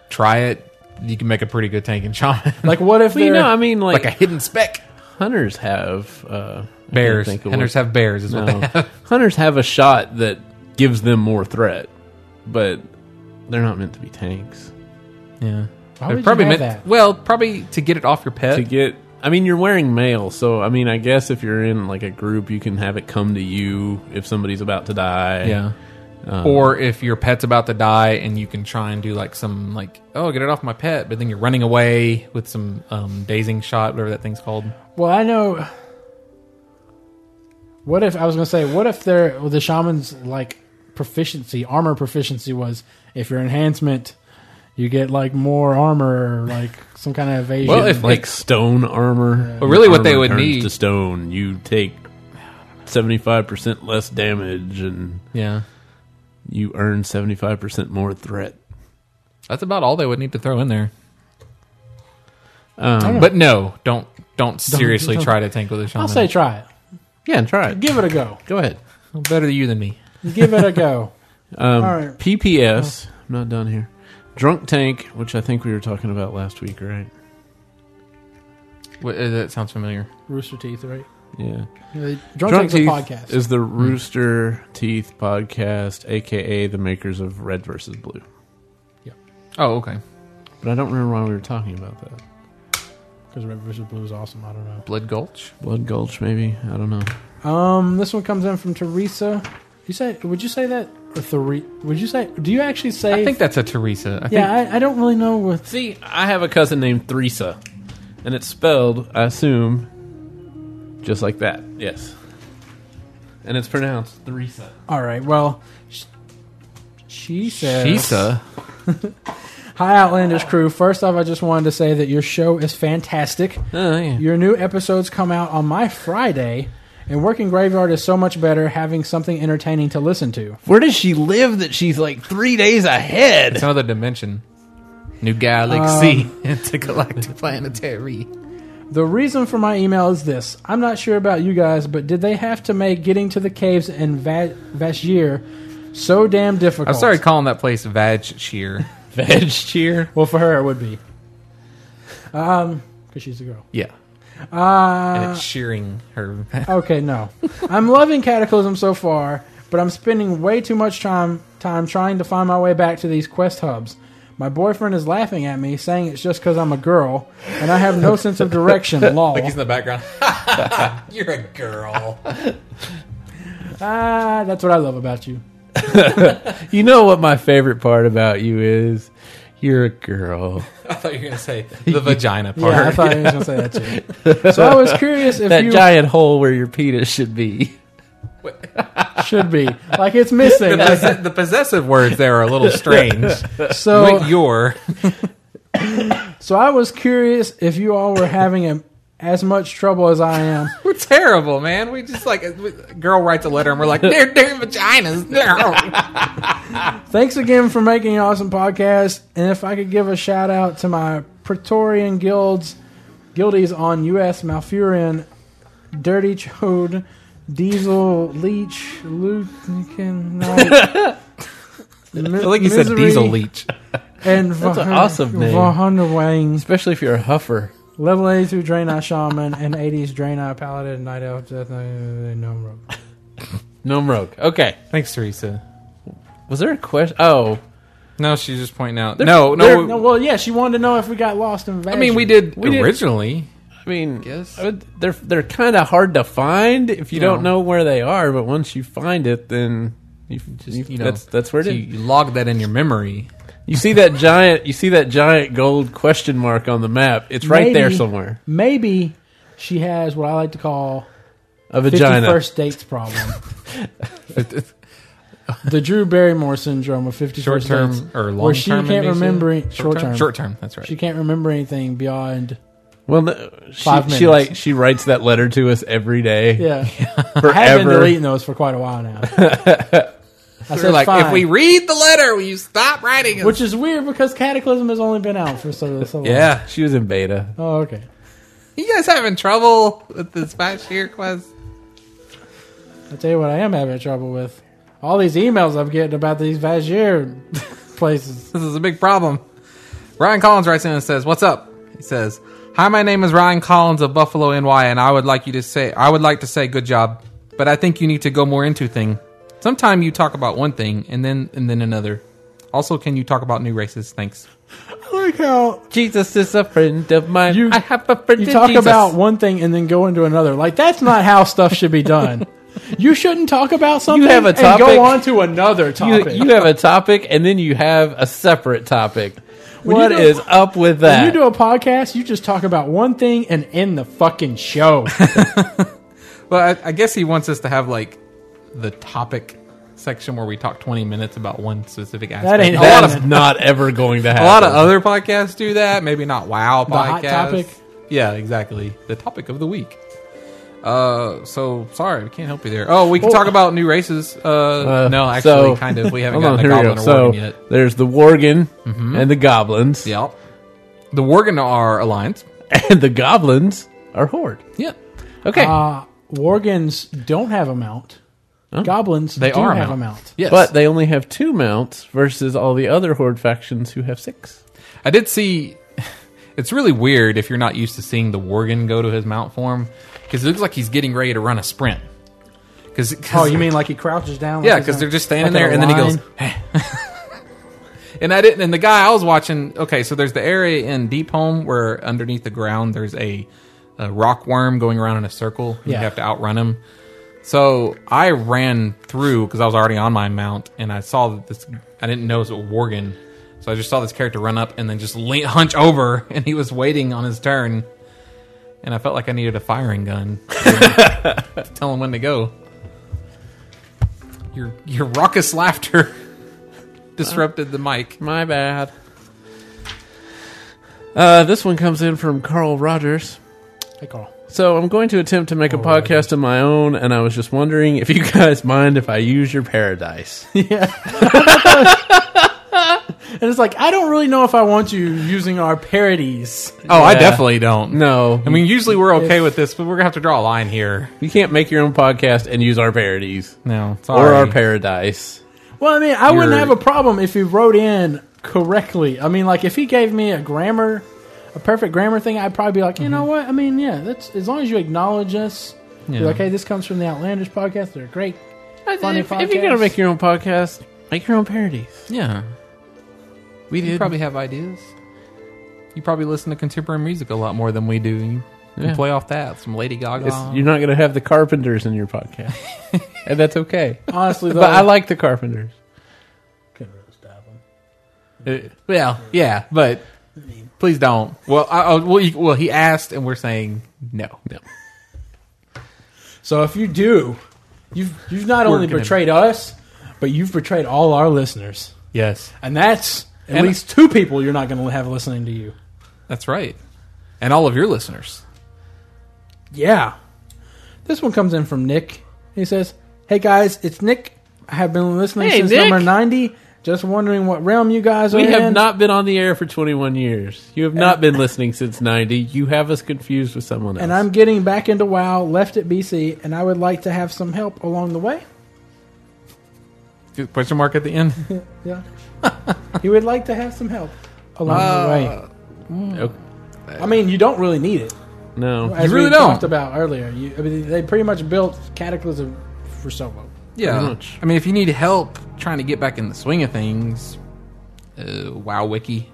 A: try it, you can make a pretty good tank in shaman,
B: Like, what if
C: Well, you
B: they're-
C: know, I mean,
A: like
C: like,
A: a hidden spec.
C: hunters have uh, I can't
A: Bears,
C: think of
A: hunters
C: what-
A: have bears, is what they
C: no.
A: have.
C: hunters have a shot that gives them more threat, but they're not meant to be tanks.
A: Yeah, They're
B: Why would you
A: probably
B: have
A: meant-
B: that?
A: Well, probably to get it off your pet.
C: to get I mean you're wearing mail, so I mean I guess if you're in like a group you can have it come to you if somebody's about to die.
A: Yeah.
C: Um,
A: or if your pet's about to die and you can try and do like some like oh get it off my pet, but then you're running away with some um, dazing shot, whatever that thing's called.
B: Well, I know. What if I was going to say? What if they're well, the shaman's like proficiency, armor proficiency was if your enhancement, you get like more armor, or, like some kind of evasion.
A: Well, if-
C: like stone armor.
A: But really
C: your
A: what they
C: armor
A: would
C: turns
A: need-
C: to stone, you take seventy five percent less damage and
A: Yeah,
C: you earn seventy five percent more threat.
A: that's about all they would need to throw in there.
C: Um,
A: But no, don't don't seriously try to tank with a shaman.
B: I'll say try it.
C: yeah, try it.
B: Give it a go.
C: Go ahead.
A: better you than me.
B: Give it a go.
C: Um,
B: All right. Oh.
C: PPS. I'm not done here. Drunk tank, which I think we were talking about last week, right?
A: What, uh, that sounds familiar.
B: Rooster Teeth, right?
C: Yeah.
B: Drunk,
C: Drunk
B: Tank's a
C: Teeth
B: podcast.
C: is the
A: Hmm.
C: Rooster Teeth podcast, aka the makers of Red versus Blue.
A: Oh, okay.
C: But I don't remember why we were talking about that.
B: Because Red versus Blue is awesome. I don't know.
A: Blood Gulch.
C: Blood Gulch, maybe I don't know.
B: Um, this one comes in from Teresa. You say, would you say that? Or Theri- would you say? Do you actually say?
A: I think that's a Teresa. I
B: yeah,
A: think
B: I, I don't really know what.
C: See, I have a cousin named Theresa, and it's spelled, I assume, just like that. Yes, and it's pronounced Theresa.
B: All right. Well, sh- she says.
A: Teresa.
B: Hi, Outlandish crew. First off, I just wanted to say that your show is fantastic.
C: Oh yeah.
B: Your new episodes come out on my Friday, and Working Graveyard is so much better having something entertaining to listen to.
C: Where does she live that she's like three days
A: It's
C: ahead? Um,
A: another dimension. New galaxy, intergalactic planetary.
B: The reason for my email is this. I'm not sure about you guys, but did they have to make getting to the caves in Va- Vashir so damn difficult?
A: I started calling that place Vajshir.
C: Veg cheer.
B: Well, for her, it would be. Um, because she's a girl.
A: Yeah. and it's shearing her.
B: Okay, no. I'm loving Cataclysm so far, but I'm spending way too much time time trying to find my way back to these quest hubs. My boyfriend is laughing at me, saying it's just because I'm a girl and I have no sense of direction. Lol.
A: in the background. You're a girl.
B: Ah, that's what I love about you.
C: You know what my favorite part about you is? You're a girl.
A: I thought you were going to say the vagina part.
B: Yeah, I thought he was gonna say that too. So I was curious if
C: that
B: you
C: giant hole where your penis should be.
B: should be like it's missing.
A: the, possess- the possessive words there are a little strange.
B: So
A: With your.
B: so I was curious if you all were having a, as much trouble as I am.
A: We're terrible, man. We just like, a girl writes a letter and we're like, they're, they're vaginas. They're
B: Thanks again for making an awesome podcast. And if I could give a shout out to my Praetorian guilds, guildies on U.S. Malfurion, Dirty Chode, Diesel, Leech, Lucan, I
A: like you said Diesel Leech.
B: And That's
C: an awesome name. Especially if you're a huffer.
B: Level 82 Draenei Shaman and 80s Draenei Paladin and Night Elf Death Knight uh, Gnome Rogue.
C: Gnome Rogue. Okay.
A: Thanks, Teresa.
C: Was there a question? Oh.
A: No, she's just pointing out. no, no.
B: There- well, yeah, she wanted to know if we got lost in
A: I
B: Vashir.
A: mean, we did
C: We did-
A: originally.
C: I mean,
A: Guess.
C: I would- they're they're kind of hard to find if you
A: No.
C: don't know where they are. But once you find it, then you
A: Just,
C: you-
A: you know,
C: that's that's where it
A: so
C: is.
A: you, you log that in your memory.
C: You see that giant? You see that giant gold question mark on the map? It's right there
B: Maybe-
C: somewhere.
B: Maybe she has what I like to call
C: A
B: fifty
C: vagina.
B: first dates problem. the Drew Barrymore syndrome of fifty
A: Short
B: first dates,
A: term or long term?
B: where she can't remember any-
A: Short term.
B: short-term.
A: Short term. That's right.
B: she can't remember anything beyond.
C: Well, no, she,
B: Five
C: she
B: minutes.
C: like she writes that letter to us every day
B: Yeah, I have been
C: forever.
B: deleting those for quite a while now. I
A: They're
B: said
A: like,
B: fine.
A: if we read the letter, will you stop writing it?
B: which is weird because Cataclysm has only been out for so, so long.
A: yeah.
C: She was in beta.
B: Oh, okay.
A: You guys having trouble with this five year quest?
B: I tell you what, I am having trouble with all these emails I'm getting about these Vazir places.
A: This is a big problem. Ryan Collins writes in and says, "What's up?" He says, "Hi, my name is Ryan Collins of Buffalo, NY, and I would like you to say I would like to say good job, but I think you need to go more into thing. Sometime you talk about one thing and then and then another. Also, can you talk about new races? Thanks.
B: Look how
C: Jesus is a friend of mine.
B: You-
C: I have a friend.
B: you
C: in
B: talk
C: Jesus.
B: about one thing and then go into another. Like that's not how stuff should be done. you shouldn't talk about something
C: have a
B: and
C: topic.
B: go on to another
C: you,
B: topic.
C: you have a topic, and then you have a separate topic.
B: When you
C: What
B: do-
C: is up with
B: when
C: that?
B: you do a podcast, you just talk about one thing and end the fucking show.
A: Well, I, I guess he wants us to have like the topic section where we talk twenty minutes about one specific aspect.
B: ain't
A: a
B: happening.
A: lot
C: that
A: of
C: is not ever going to happen.
A: a lot of uh, other podcasts do that. Maybe not Wow podcast.
B: hot topic?
A: Yeah, exactly. The topic of the week. Uh, so sorry, we can't help you there. Oh, we can talk about new races. Uh,
C: Uh,
A: no,
C: so-
A: actually, kind of. We haven't
C: Hold on,
A: gotten a
C: here we go.
A: goblin or
C: So
A: worgen yet. Mm-hmm.
C: there's the worgen and the goblins,
A: Yeah, the worgen are alliance.
C: and the goblins are horde.
A: Yeah,
C: Okay,
B: uh, Worgens don't have a mount. Goblins
A: they
B: do
A: are
B: have
A: a
B: a
A: mount.
B: mount.
A: Yes,
C: but they only have two mounts versus all the other horde factions who have six.
A: I did see. It's really weird if you're not used to seeing the worgen go to his mount form because it looks like he's getting ready to run a sprint. Because
B: Oh, you mean like he crouches down? like
A: Yeah,
B: he's
A: because
B: on-
A: they're just standing
B: like
A: there,
B: on
A: and
B: a
A: then he goes,
B: line?
A: and I didn't. And the guy I was watching, okay, so there's the area in Deep Home where underneath the ground there's a, a rock worm going around in a circle. and You
B: Yeah.
A: have to outrun him. So I ran through because I was already on my mount, and I saw that this. I didn't know it was a worgen, so I just saw this character run up and then just lean, hunch over, and he was waiting on his turn. And I felt like I needed a firing gun to tell him when to go. Your your raucous laughter disrupted the mic.
C: My bad. Uh, this one comes in from Carl Rogers.
B: Hey, Carl.
C: So I'm going to attempt to make a
B: Oh.
C: podcast of my own, and I was just wondering if you guys mind if I use your paradise.
B: And it's like I don't really know if I want you using our parodies.
A: Oh, I
C: Yeah.
A: definitely don't.
C: no,
A: I mean, usually we're okay with this, but we're gonna have to draw a line here.
C: you can't make your own podcast and use our parodies
A: No,
C: or
A: sorry.
C: our paradise.
B: Well, I mean, I wouldn't
A: You're-
B: have a problem if he wrote in correctly. I mean, like if he gave me a grammar, a perfect grammar thing, I'd probably be like, you know
C: Mm-hmm.
B: what? I mean, yeah, that's as long as you acknowledge us.
A: Yeah.
B: You're like, hey, this comes from the Outlandish podcast. They're great. Funny
C: If, if you're gonna
B: podcast.
C: make your own podcast, make your own parodies.
A: yeah,
C: We
A: you
C: did.
A: probably have ideas. You probably listen to contemporary music a lot more than we do. You you
C: Yeah.
A: play off that some Lady Gaga.
B: um,
C: It's- you're not gonna have the Carpenters in your podcast, and that's okay.
B: Honestly, though,
C: But I like the Carpenters.
A: Uh, well, yeah, but please don't. Well, I, I, well, you, well, he asked, and we're saying no.
C: No.
B: So if you do, you've you've not
A: We're
B: only
A: gonna-
B: betrayed us, but you've betrayed all our listeners,
A: Yes,
B: and that's at
A: And-
B: least two people you're not going to have listening to you.
A: that's right. And all of your listeners.
B: Yeah. This one comes in from Nick. He says, Hey guys, it's Nick. I have been listening
C: Hey,
B: since
C: Nick.
B: number 90. Just wondering what realm you guys
C: We
B: are
C: have
B: in.
C: not been on the air for 21 years. You have not been listening since 90. You have us confused with someone else.
B: and I'm getting back into WoW, left at BC, and I would like to have some help along the way.
A: Question mark at the end.
B: Yeah. you would like to have some help along the way.
C: Okay.
B: I mean, you don't really need it.
C: No.
B: As
A: really
B: we
A: don't.
B: talked about earlier. You, I mean, they pretty much built Cataclysm for solo.
A: Yeah,
C: Pretty much.
A: I mean, if you need help trying to get back in the swing of things, uh, Wow Wiki,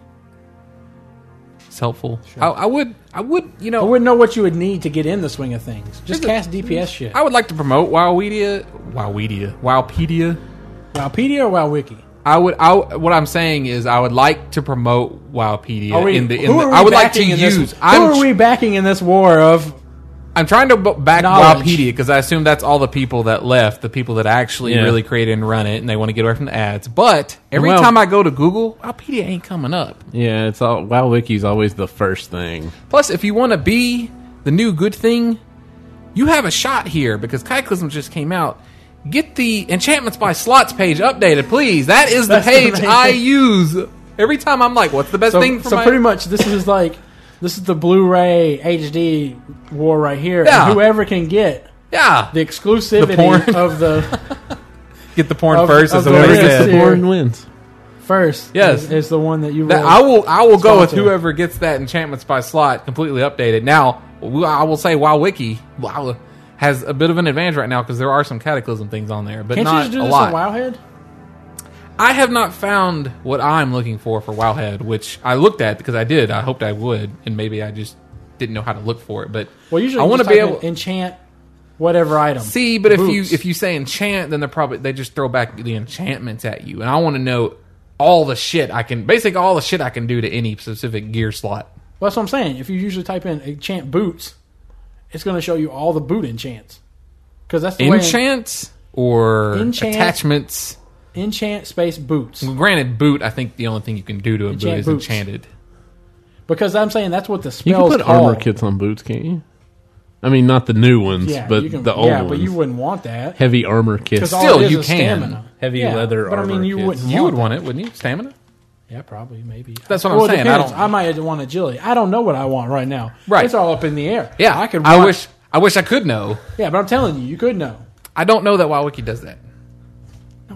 A: it's helpful. I, I would, I would, you know,
B: I wouldn't know what you would need to get in the swing of things. Just
A: There's
B: cast DPS shit.
A: I would like to promote Wowpedia, Wowpedia, Wowpedia,
B: Wowpedia or WoW Wiki?
A: I would. I w- what I'm saying is, I would like to promote WoWpedia
B: Are we-
A: in the. In
B: who
A: the
B: are we
A: I would like to
B: backing in this-
A: use.
B: who
A: I'm,
B: are we backing in this war of?
A: I'm trying to b- back
B: Knowledge.
A: WoWpedia because I assume that's all the people that left, the people that actually
C: Yeah.
A: really created and run it, and they want to get away from the ads. But every
C: Well-
A: time I go to Google, WoWpedia ain't coming up.
C: Yeah, it's all WoW Wiki's always the first thing.
A: Plus, if you want to be the new good thing, you have a shot here because Cataclysm just came out. Get the enchantments by slots page updated, please. That is the
B: That's the
A: page
B: main
A: I
B: thing.
A: use every time. I'm like, what's the best
B: So,
A: thing for
B: so
A: my?
B: pretty much, this is like this is the Blu-ray HD war right here. and
A: Yeah.
B: whoever can get
A: yeah,
B: the exclusivity
A: The porn.
B: of the
A: get the porn
B: Of-
A: first.
B: of
A: is
B: the
A: what
B: Whoever
A: we
B: gets
A: said.
B: the Yeah. porn
C: wins.
B: first,
A: Yes.
B: is, is the one that you.
A: That-
B: will-
A: I will. I will go with
B: Sponsor.
A: whoever gets that enchantments by slot completely updated. Now, w- I will say, while Wiki wow, has a bit of an advantage right now because there are some cataclysm things on there, but
B: Can't you
A: not
B: just do
A: a
B: this
A: lot.
B: on Wowhead?
A: I have not found what I'm looking for for Wowhead, which I looked at because I did. I hoped I would, and maybe I just didn't know how to look for it. But
B: Well, usually
A: I
B: you
A: want to
B: just
A: be
B: type
A: able
B: in enchant whatever item.
A: see. But if you
B: Boots.
A: if you say enchant, then they are probably they just throw back the enchantments at you, and I want to know all the shit I can, basically all the shit I can do to any specific gear slot.
B: Well, that's what I'm saying. If you usually type in enchant boots, it's going to show you all the boot enchants. Because that's the way
A: Enchant or
B: Enchant.
A: attachments.
B: enchant space boots.
A: Granted, boot. I think the only thing you can do to a boot
B: Enchant
A: is
B: boots.
A: enchanted.
B: Because I'm saying that's what the
C: You
B: spells
C: can put
B: call.
C: armor kits on boots, can't you? I mean, not the new ones,
B: Yeah,
C: but
B: you can-
C: the old
B: yeah,
C: ones.
B: but you wouldn't want that.
C: Heavy armor kits.
B: 'Cause all
A: Still,
B: it is
A: you
B: is
A: can.
B: stamina.
C: Heavy
B: Yeah,
C: leather
B: But I mean,
C: armor
B: you
C: kits.
B: wouldn't.
A: You would
B: that.
A: want it, wouldn't you? Stamina.
B: Yeah, probably, maybe.
A: That's what I'm
B: well, it
A: saying. I
B: depends.
A: don't-
B: I might want agility. I don't know what I want right now.
A: Right.
B: It's all up in the air.
A: Yeah,
B: I could.
A: I
B: want-
A: wish. I wish I could know.
B: Yeah, but I'm telling you, you could know.
A: I don't know that WoWWiki does that.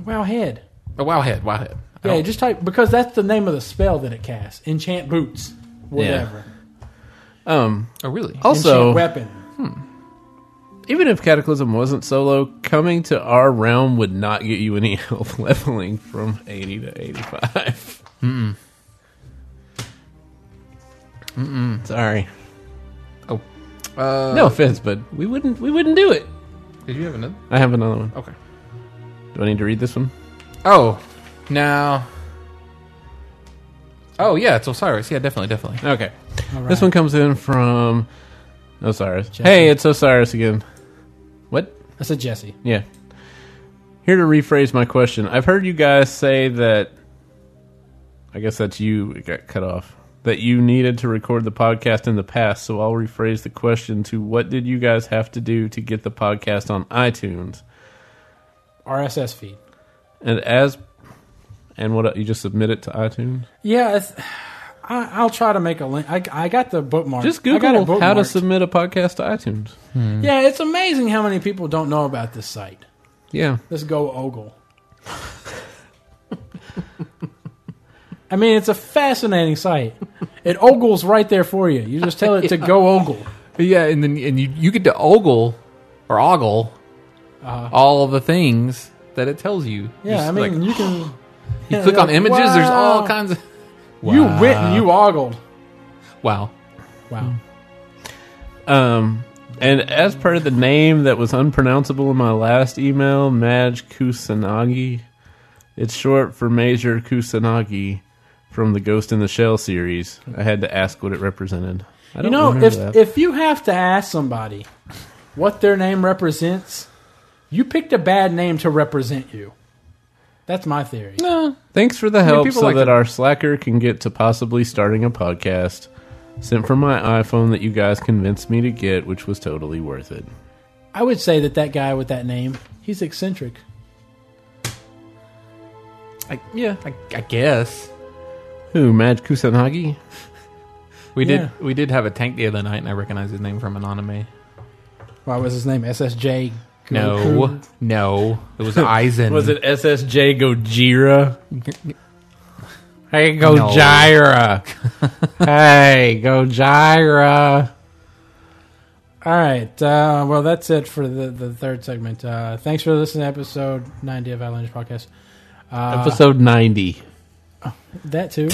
B: Wow, head.
A: Oh, Wowhead, Wowhead. I
B: Yeah,
A: don't-
B: just type because that's the name of the spell that it casts. Enchant boots, whatever.
C: Um,
A: oh, really?
C: also,
B: Enchant weapon.
C: even if Cataclysm wasn't solo, coming to our realm would not get you any health leveling from 80 to 85. Mm-mm. Sorry.
A: Oh. Uh,
C: No offense, but we wouldn't we wouldn't do it.
A: Did you have another?
C: I have another one.
A: Okay.
C: Do I need to read this one?
A: Oh, now. Oh, yeah, it's Osiris. Yeah, definitely, definitely.
C: Okay.
B: All right.
C: This one comes in from Osiris. Hey, it's Osiris again. What?
B: I said Jesse.
C: Yeah. Here to rephrase my question. I've heard you guys say that. I guess that's you. It got cut off. That you needed to record the podcast in the past. So I'll rephrase the question to what did you guys have to do to get the podcast on iTunes?
B: RSS feed.
C: And as. And what you just submit it to iTunes?
B: Yeah, it's, I, I'll try to make a link. I, I got the bookmark.
C: Just
B: I got it
C: Google how to
B: bookmarked.
C: submit a podcast to iTunes.
B: Yeah, it's amazing how many people don't know about this site.
C: Yeah,
B: Let's go Ogle. I mean, it's a fascinating site. It ogles right there for you. You just tell it to go ogle.
A: Yeah, and then and you, you get to ogle or ogle all of the things that it tells you.
B: Yeah,
A: Just
B: I mean,
A: like,
B: you can.
A: you
B: yeah,
A: click on
B: like,
A: images, there's all
B: wow.
A: kinds of.
B: You went and you ogled.
A: Wow.
B: Wow.
C: Um, and as per the name that was unpronounceable in my last email, Maj Kusanagi, it's short for Major Kusanagi from the Ghost in the Shell series. I had to ask what it represented. I
B: You
C: don't
B: know,
C: remember
B: if
C: that.
B: if you have to ask somebody what their name represents, you picked a bad name to represent you. That's my theory.
C: No. Thanks for the help
A: people
C: so
A: like
C: that
A: to-
C: our slacker can get to possibly starting a podcast. Sent from my iPhone that you guys convinced me to get, which was totally worth it.
B: I would say that that guy with that name, he's eccentric.
A: I, yeah, I, I guess.
C: Who, Maj Kusanagi?
A: We
B: Yeah.
A: did we did have a tank the other night, and I recognized his name from an anime.
B: Why was his name SSJ?
A: No, no, it was Eisen.
C: Was it SSJ Gojira? Hey,
A: No.
C: Gojira. hey, Gojira.
B: All right. Uh, well, that's it for the, the third segment. Uh, thanks for listening to episode 90 of Avalanche Podcast. Uh,
C: Episode 90.
B: That too.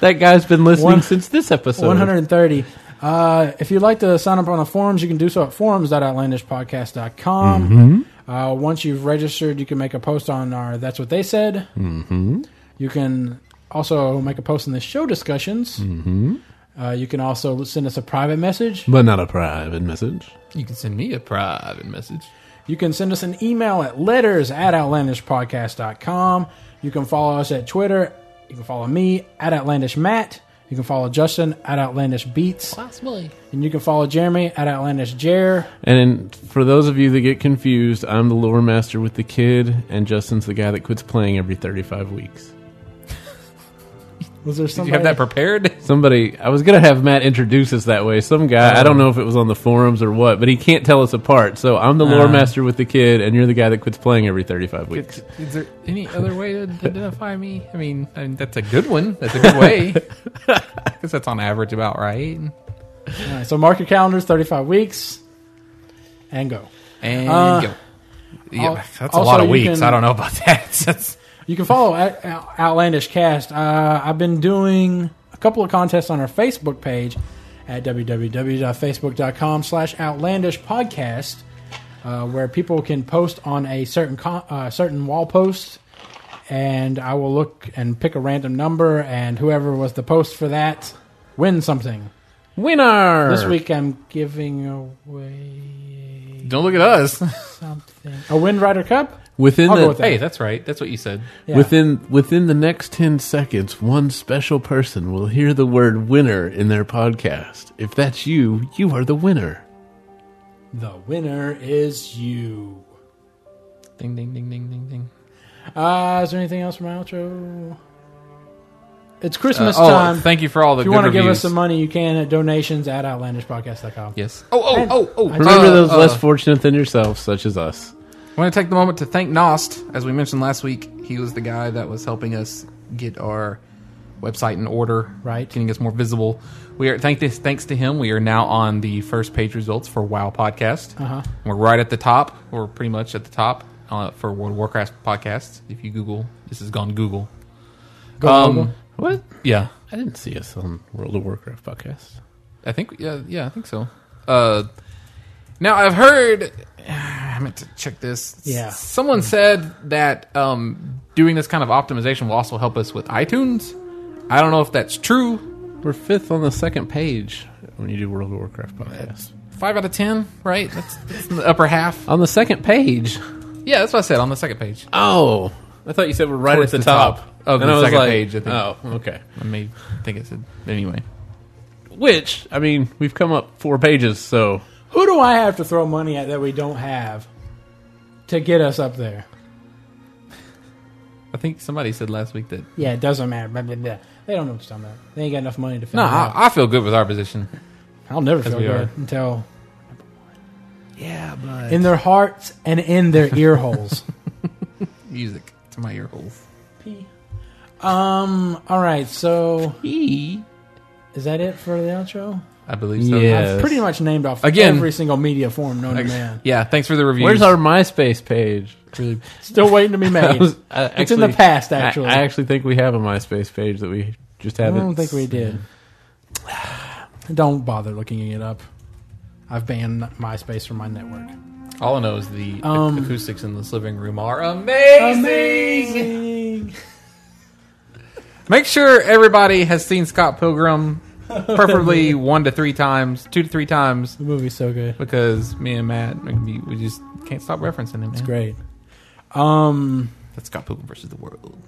C: That guy's been listening
B: One-
C: since this episode.
B: 130. Uh, if you'd like to sign up on the forums, you can do so at forums.outlandishpodcast.com. Uh, once you've registered, you can make a post on our That's What They Said. Mm-hmm. You can also make a post in the show discussions. Mm-hmm. Uh, you can also send us a private message.
C: But not a private message.
A: You can send me a private message.
B: You can send us an email at letters at outlandishpodcast.com. You can follow us at Twitter. You can follow me at Outlandish Matt. You can follow Justin at Outlandish Beats. And you can follow Jeremy at Outlandish Jer.
C: And then for those of you that get confused, I'm the lore master with the kid, and Justin's the guy that quits playing every 35 weeks.
B: Was there
A: Did
B: somebody?
A: you have that prepared?
C: Somebody, I was gonna have Matt introduce us that way. Some guy, I don't know if it was on the forums or what, but he can't tell us apart. So I'm the lore
B: Uh.
A: Ah.
C: master with the kid, and you're the guy that quits playing every 35 weeks.
A: Is there any other way to identify me? I mean, I mean that's a good one. That's a good way. Because that's on average about right.
B: All right, so mark your calendars, 35 weeks, and go.
A: And
B: Uh,
A: go. Yeah,
B: al-
A: that's a
B: also
A: lot of
B: you
A: weeks.
B: can-
A: I don't know about that. That's-
B: You can follow at Out- Outlandish Cast. Uh, I've been doing a couple of contests on our Facebook page at www.facebook.com slash outlandish podcast, uh, where people can post on a certain con- uh, certain wall post, and I will look and pick a random number, and whoever was the post for that wins something.
C: Winner
B: This week I'm giving away
A: don't look at us.
B: something. A Wind Rider Cup?
C: within
B: I'll go
C: the,
B: with that.
A: hey, that's right. That's what you said.
B: Yeah.
C: Within within the next ten seconds, one special person will hear the word "winner" in their podcast. If that's you, you are the winner.
B: The winner is you.
A: Ding, ding, ding, ding, ding, ding.
B: Uh, is there anything else for my outro? It's
A: Uh,
B: Christmas
A: oh,
B: time.
A: thank you for all the
B: if you
A: good
B: want to
A: reviews.
B: give us some money, you can at donations at outlandishpodcast.com.
A: Yes. Oh, oh, oh, oh.
C: Remember
A: uh,
C: those
A: uh,
C: less fortunate than yourself, such as us.
A: I want to take the moment to thank Nost. As we mentioned last week, he was the guy that was helping us get our website in order,
B: Right.
A: Getting us more visible. We are thank this thanks to him. We are now on the first page results for WoW podcast.
B: Uh-huh.
A: We're right at the top. We're pretty much at the top uh, for World of Warcraft podcasts. If you Google, this has gone Google.
B: Go
A: Um,
B: Google.
C: What?
A: Yeah,
C: I didn't see us on World of Warcraft podcast.
A: I think yeah, yeah, I think so. Uh, now I've heard. I meant to check this.
B: Yeah.
A: someone said that um, doing this kind of optimization will also help us with iTunes. I don't know if that's true.
C: We're fifth on the second page when you do World of Warcraft podcast.
A: Five out of ten, right? That's, that's in the upper half.
C: On the second page.
A: Yeah, that's what I said on the second page.
C: Oh, I thought you said we're right
A: Towards
C: at the,
A: the
C: top.
A: top of
C: And
A: the
C: I was
A: second
C: like,
A: page, I think.
C: Oh, okay.
A: I may think it said but anyway.
C: Which I mean, we've come up four pages, so
B: Who do I have to throw money at that we don't have to get us up there?
A: I think somebody said last week that.
B: Yeah, it doesn't matter. Blah, blah, blah. They don't know what you're talking about. They ain't got enough money to fill
A: No,
B: it out.
A: I, I feel good with our position.
B: I'll never feel
A: we
B: good
A: are.
B: until
A: Yeah, but
B: in their hearts and in their ear holes.
A: music to my ear holes.
B: P. Um. All right. So is that it for the outro?
A: I believe so.
C: Yeah.
B: I've
C: Yes.
B: pretty much named off
A: Again.
B: every single media form known to man.
A: Yeah, thanks for the reviews.
C: where's our MySpace page?
A: really
B: Still waiting to be
C: I
B: made.
C: was- I
B: it's in the
C: uh, actually-
B: past,
C: I-
B: actually.
C: I,
B: I,
C: actually think we have a MySpace page that we just haven't.
B: don't think we did. Don't bother looking it up. I've banned MySpace from my network.
A: All I know is the
B: Um,
A: acoustics in this living room are amazing.
B: Amazing.
A: Make sure everybody has seen Scott Pilgrim, preferably one to three times, two to three times,
B: The movie's so good.
A: because me and Matt we, we just can't stop referencing him.
B: It's
A: man.
B: great. Um.
A: That's Scott Pilgrim versus the world.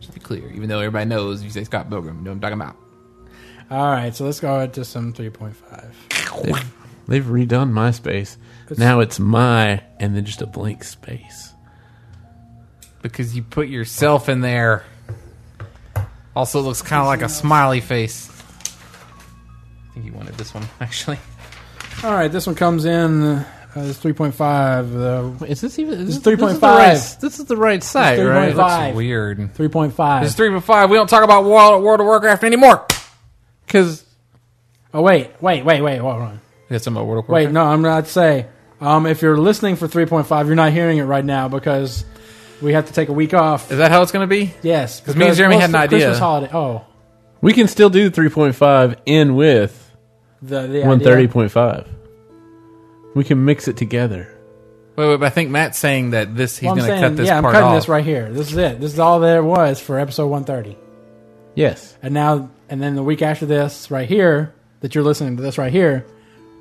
A: Just to be clear, even though everybody knows you say Scott Pilgrim, you know what I'm talking about.
B: All right. So let's go to some three point five.
C: They've, they've redone MySpace. now it's my and then just a blank space.
A: Because you put yourself in there. Also looks kind of like a smiley face. I think you wanted this one actually.
B: All right. This one comes in. Uh, it's three point five. Uh,
C: Wait, is this even? Is
B: It's
C: this- this is the
B: 3.5.
C: right- This is the right site,
B: It's
C: right?
A: It looks
B: 3.5.
A: weird.
B: three point five.
A: It's three but five. We don't talk about World, World of Warcraft anymore.
C: Because
B: Oh wait, wait, wait, wait, hold on.
A: We got some about World of
B: Wait,
A: Warcraft.
B: no, I'm not say. Um, if you're listening for 3.5, you're not hearing it right now because we have to take a week off.
A: Is that how it's going to be?
B: Yes, because
A: me and Jeremy
B: what's
A: had an
B: the
A: idea.
B: Christmas holiday. Oh,
C: we can still do 3.5 in with
B: the the idea.
C: 130.5. We can mix it together.
A: Wait, wait, but I think Matt's saying that this he's
B: Well, I'm
A: going to
B: saying,
A: cut this
B: yeah, I'm
A: part
B: cutting
A: off.
B: this right here. This is it. This is all there was for episode 130.
C: Yes.
B: And now, and then the week after this, right here, that you're listening to this right here,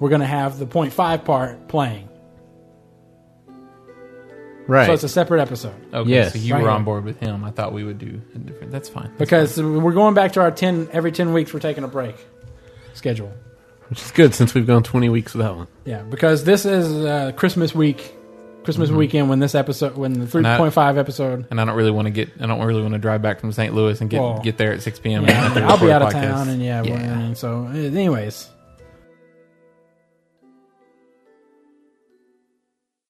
B: we're going to have the point five part playing.
C: Right.
B: So it's a separate episode.
A: Okay,
C: Yes.
A: so you
B: Right
A: were on
B: here.
A: board with him. I thought we would do a different. That's fine.
B: Because we're going back to our 10, every 10 weeks, we're taking a break schedule.
C: Which is good since we've gone 20 weeks without one.
B: Yeah, because this is uh, Christmas week, Christmas weekend when this episode, when the three
A: I-
B: point five episode.
A: and I don't really want to get. I don't really want to drive back from St. Louis and get
B: Well,
A: get there at six p.m.
B: Yeah,
A: after
B: I'll be
A: the
B: out of
A: podcast.
B: town, and yeah,
A: Yeah.
B: We're, and so uh, anyways,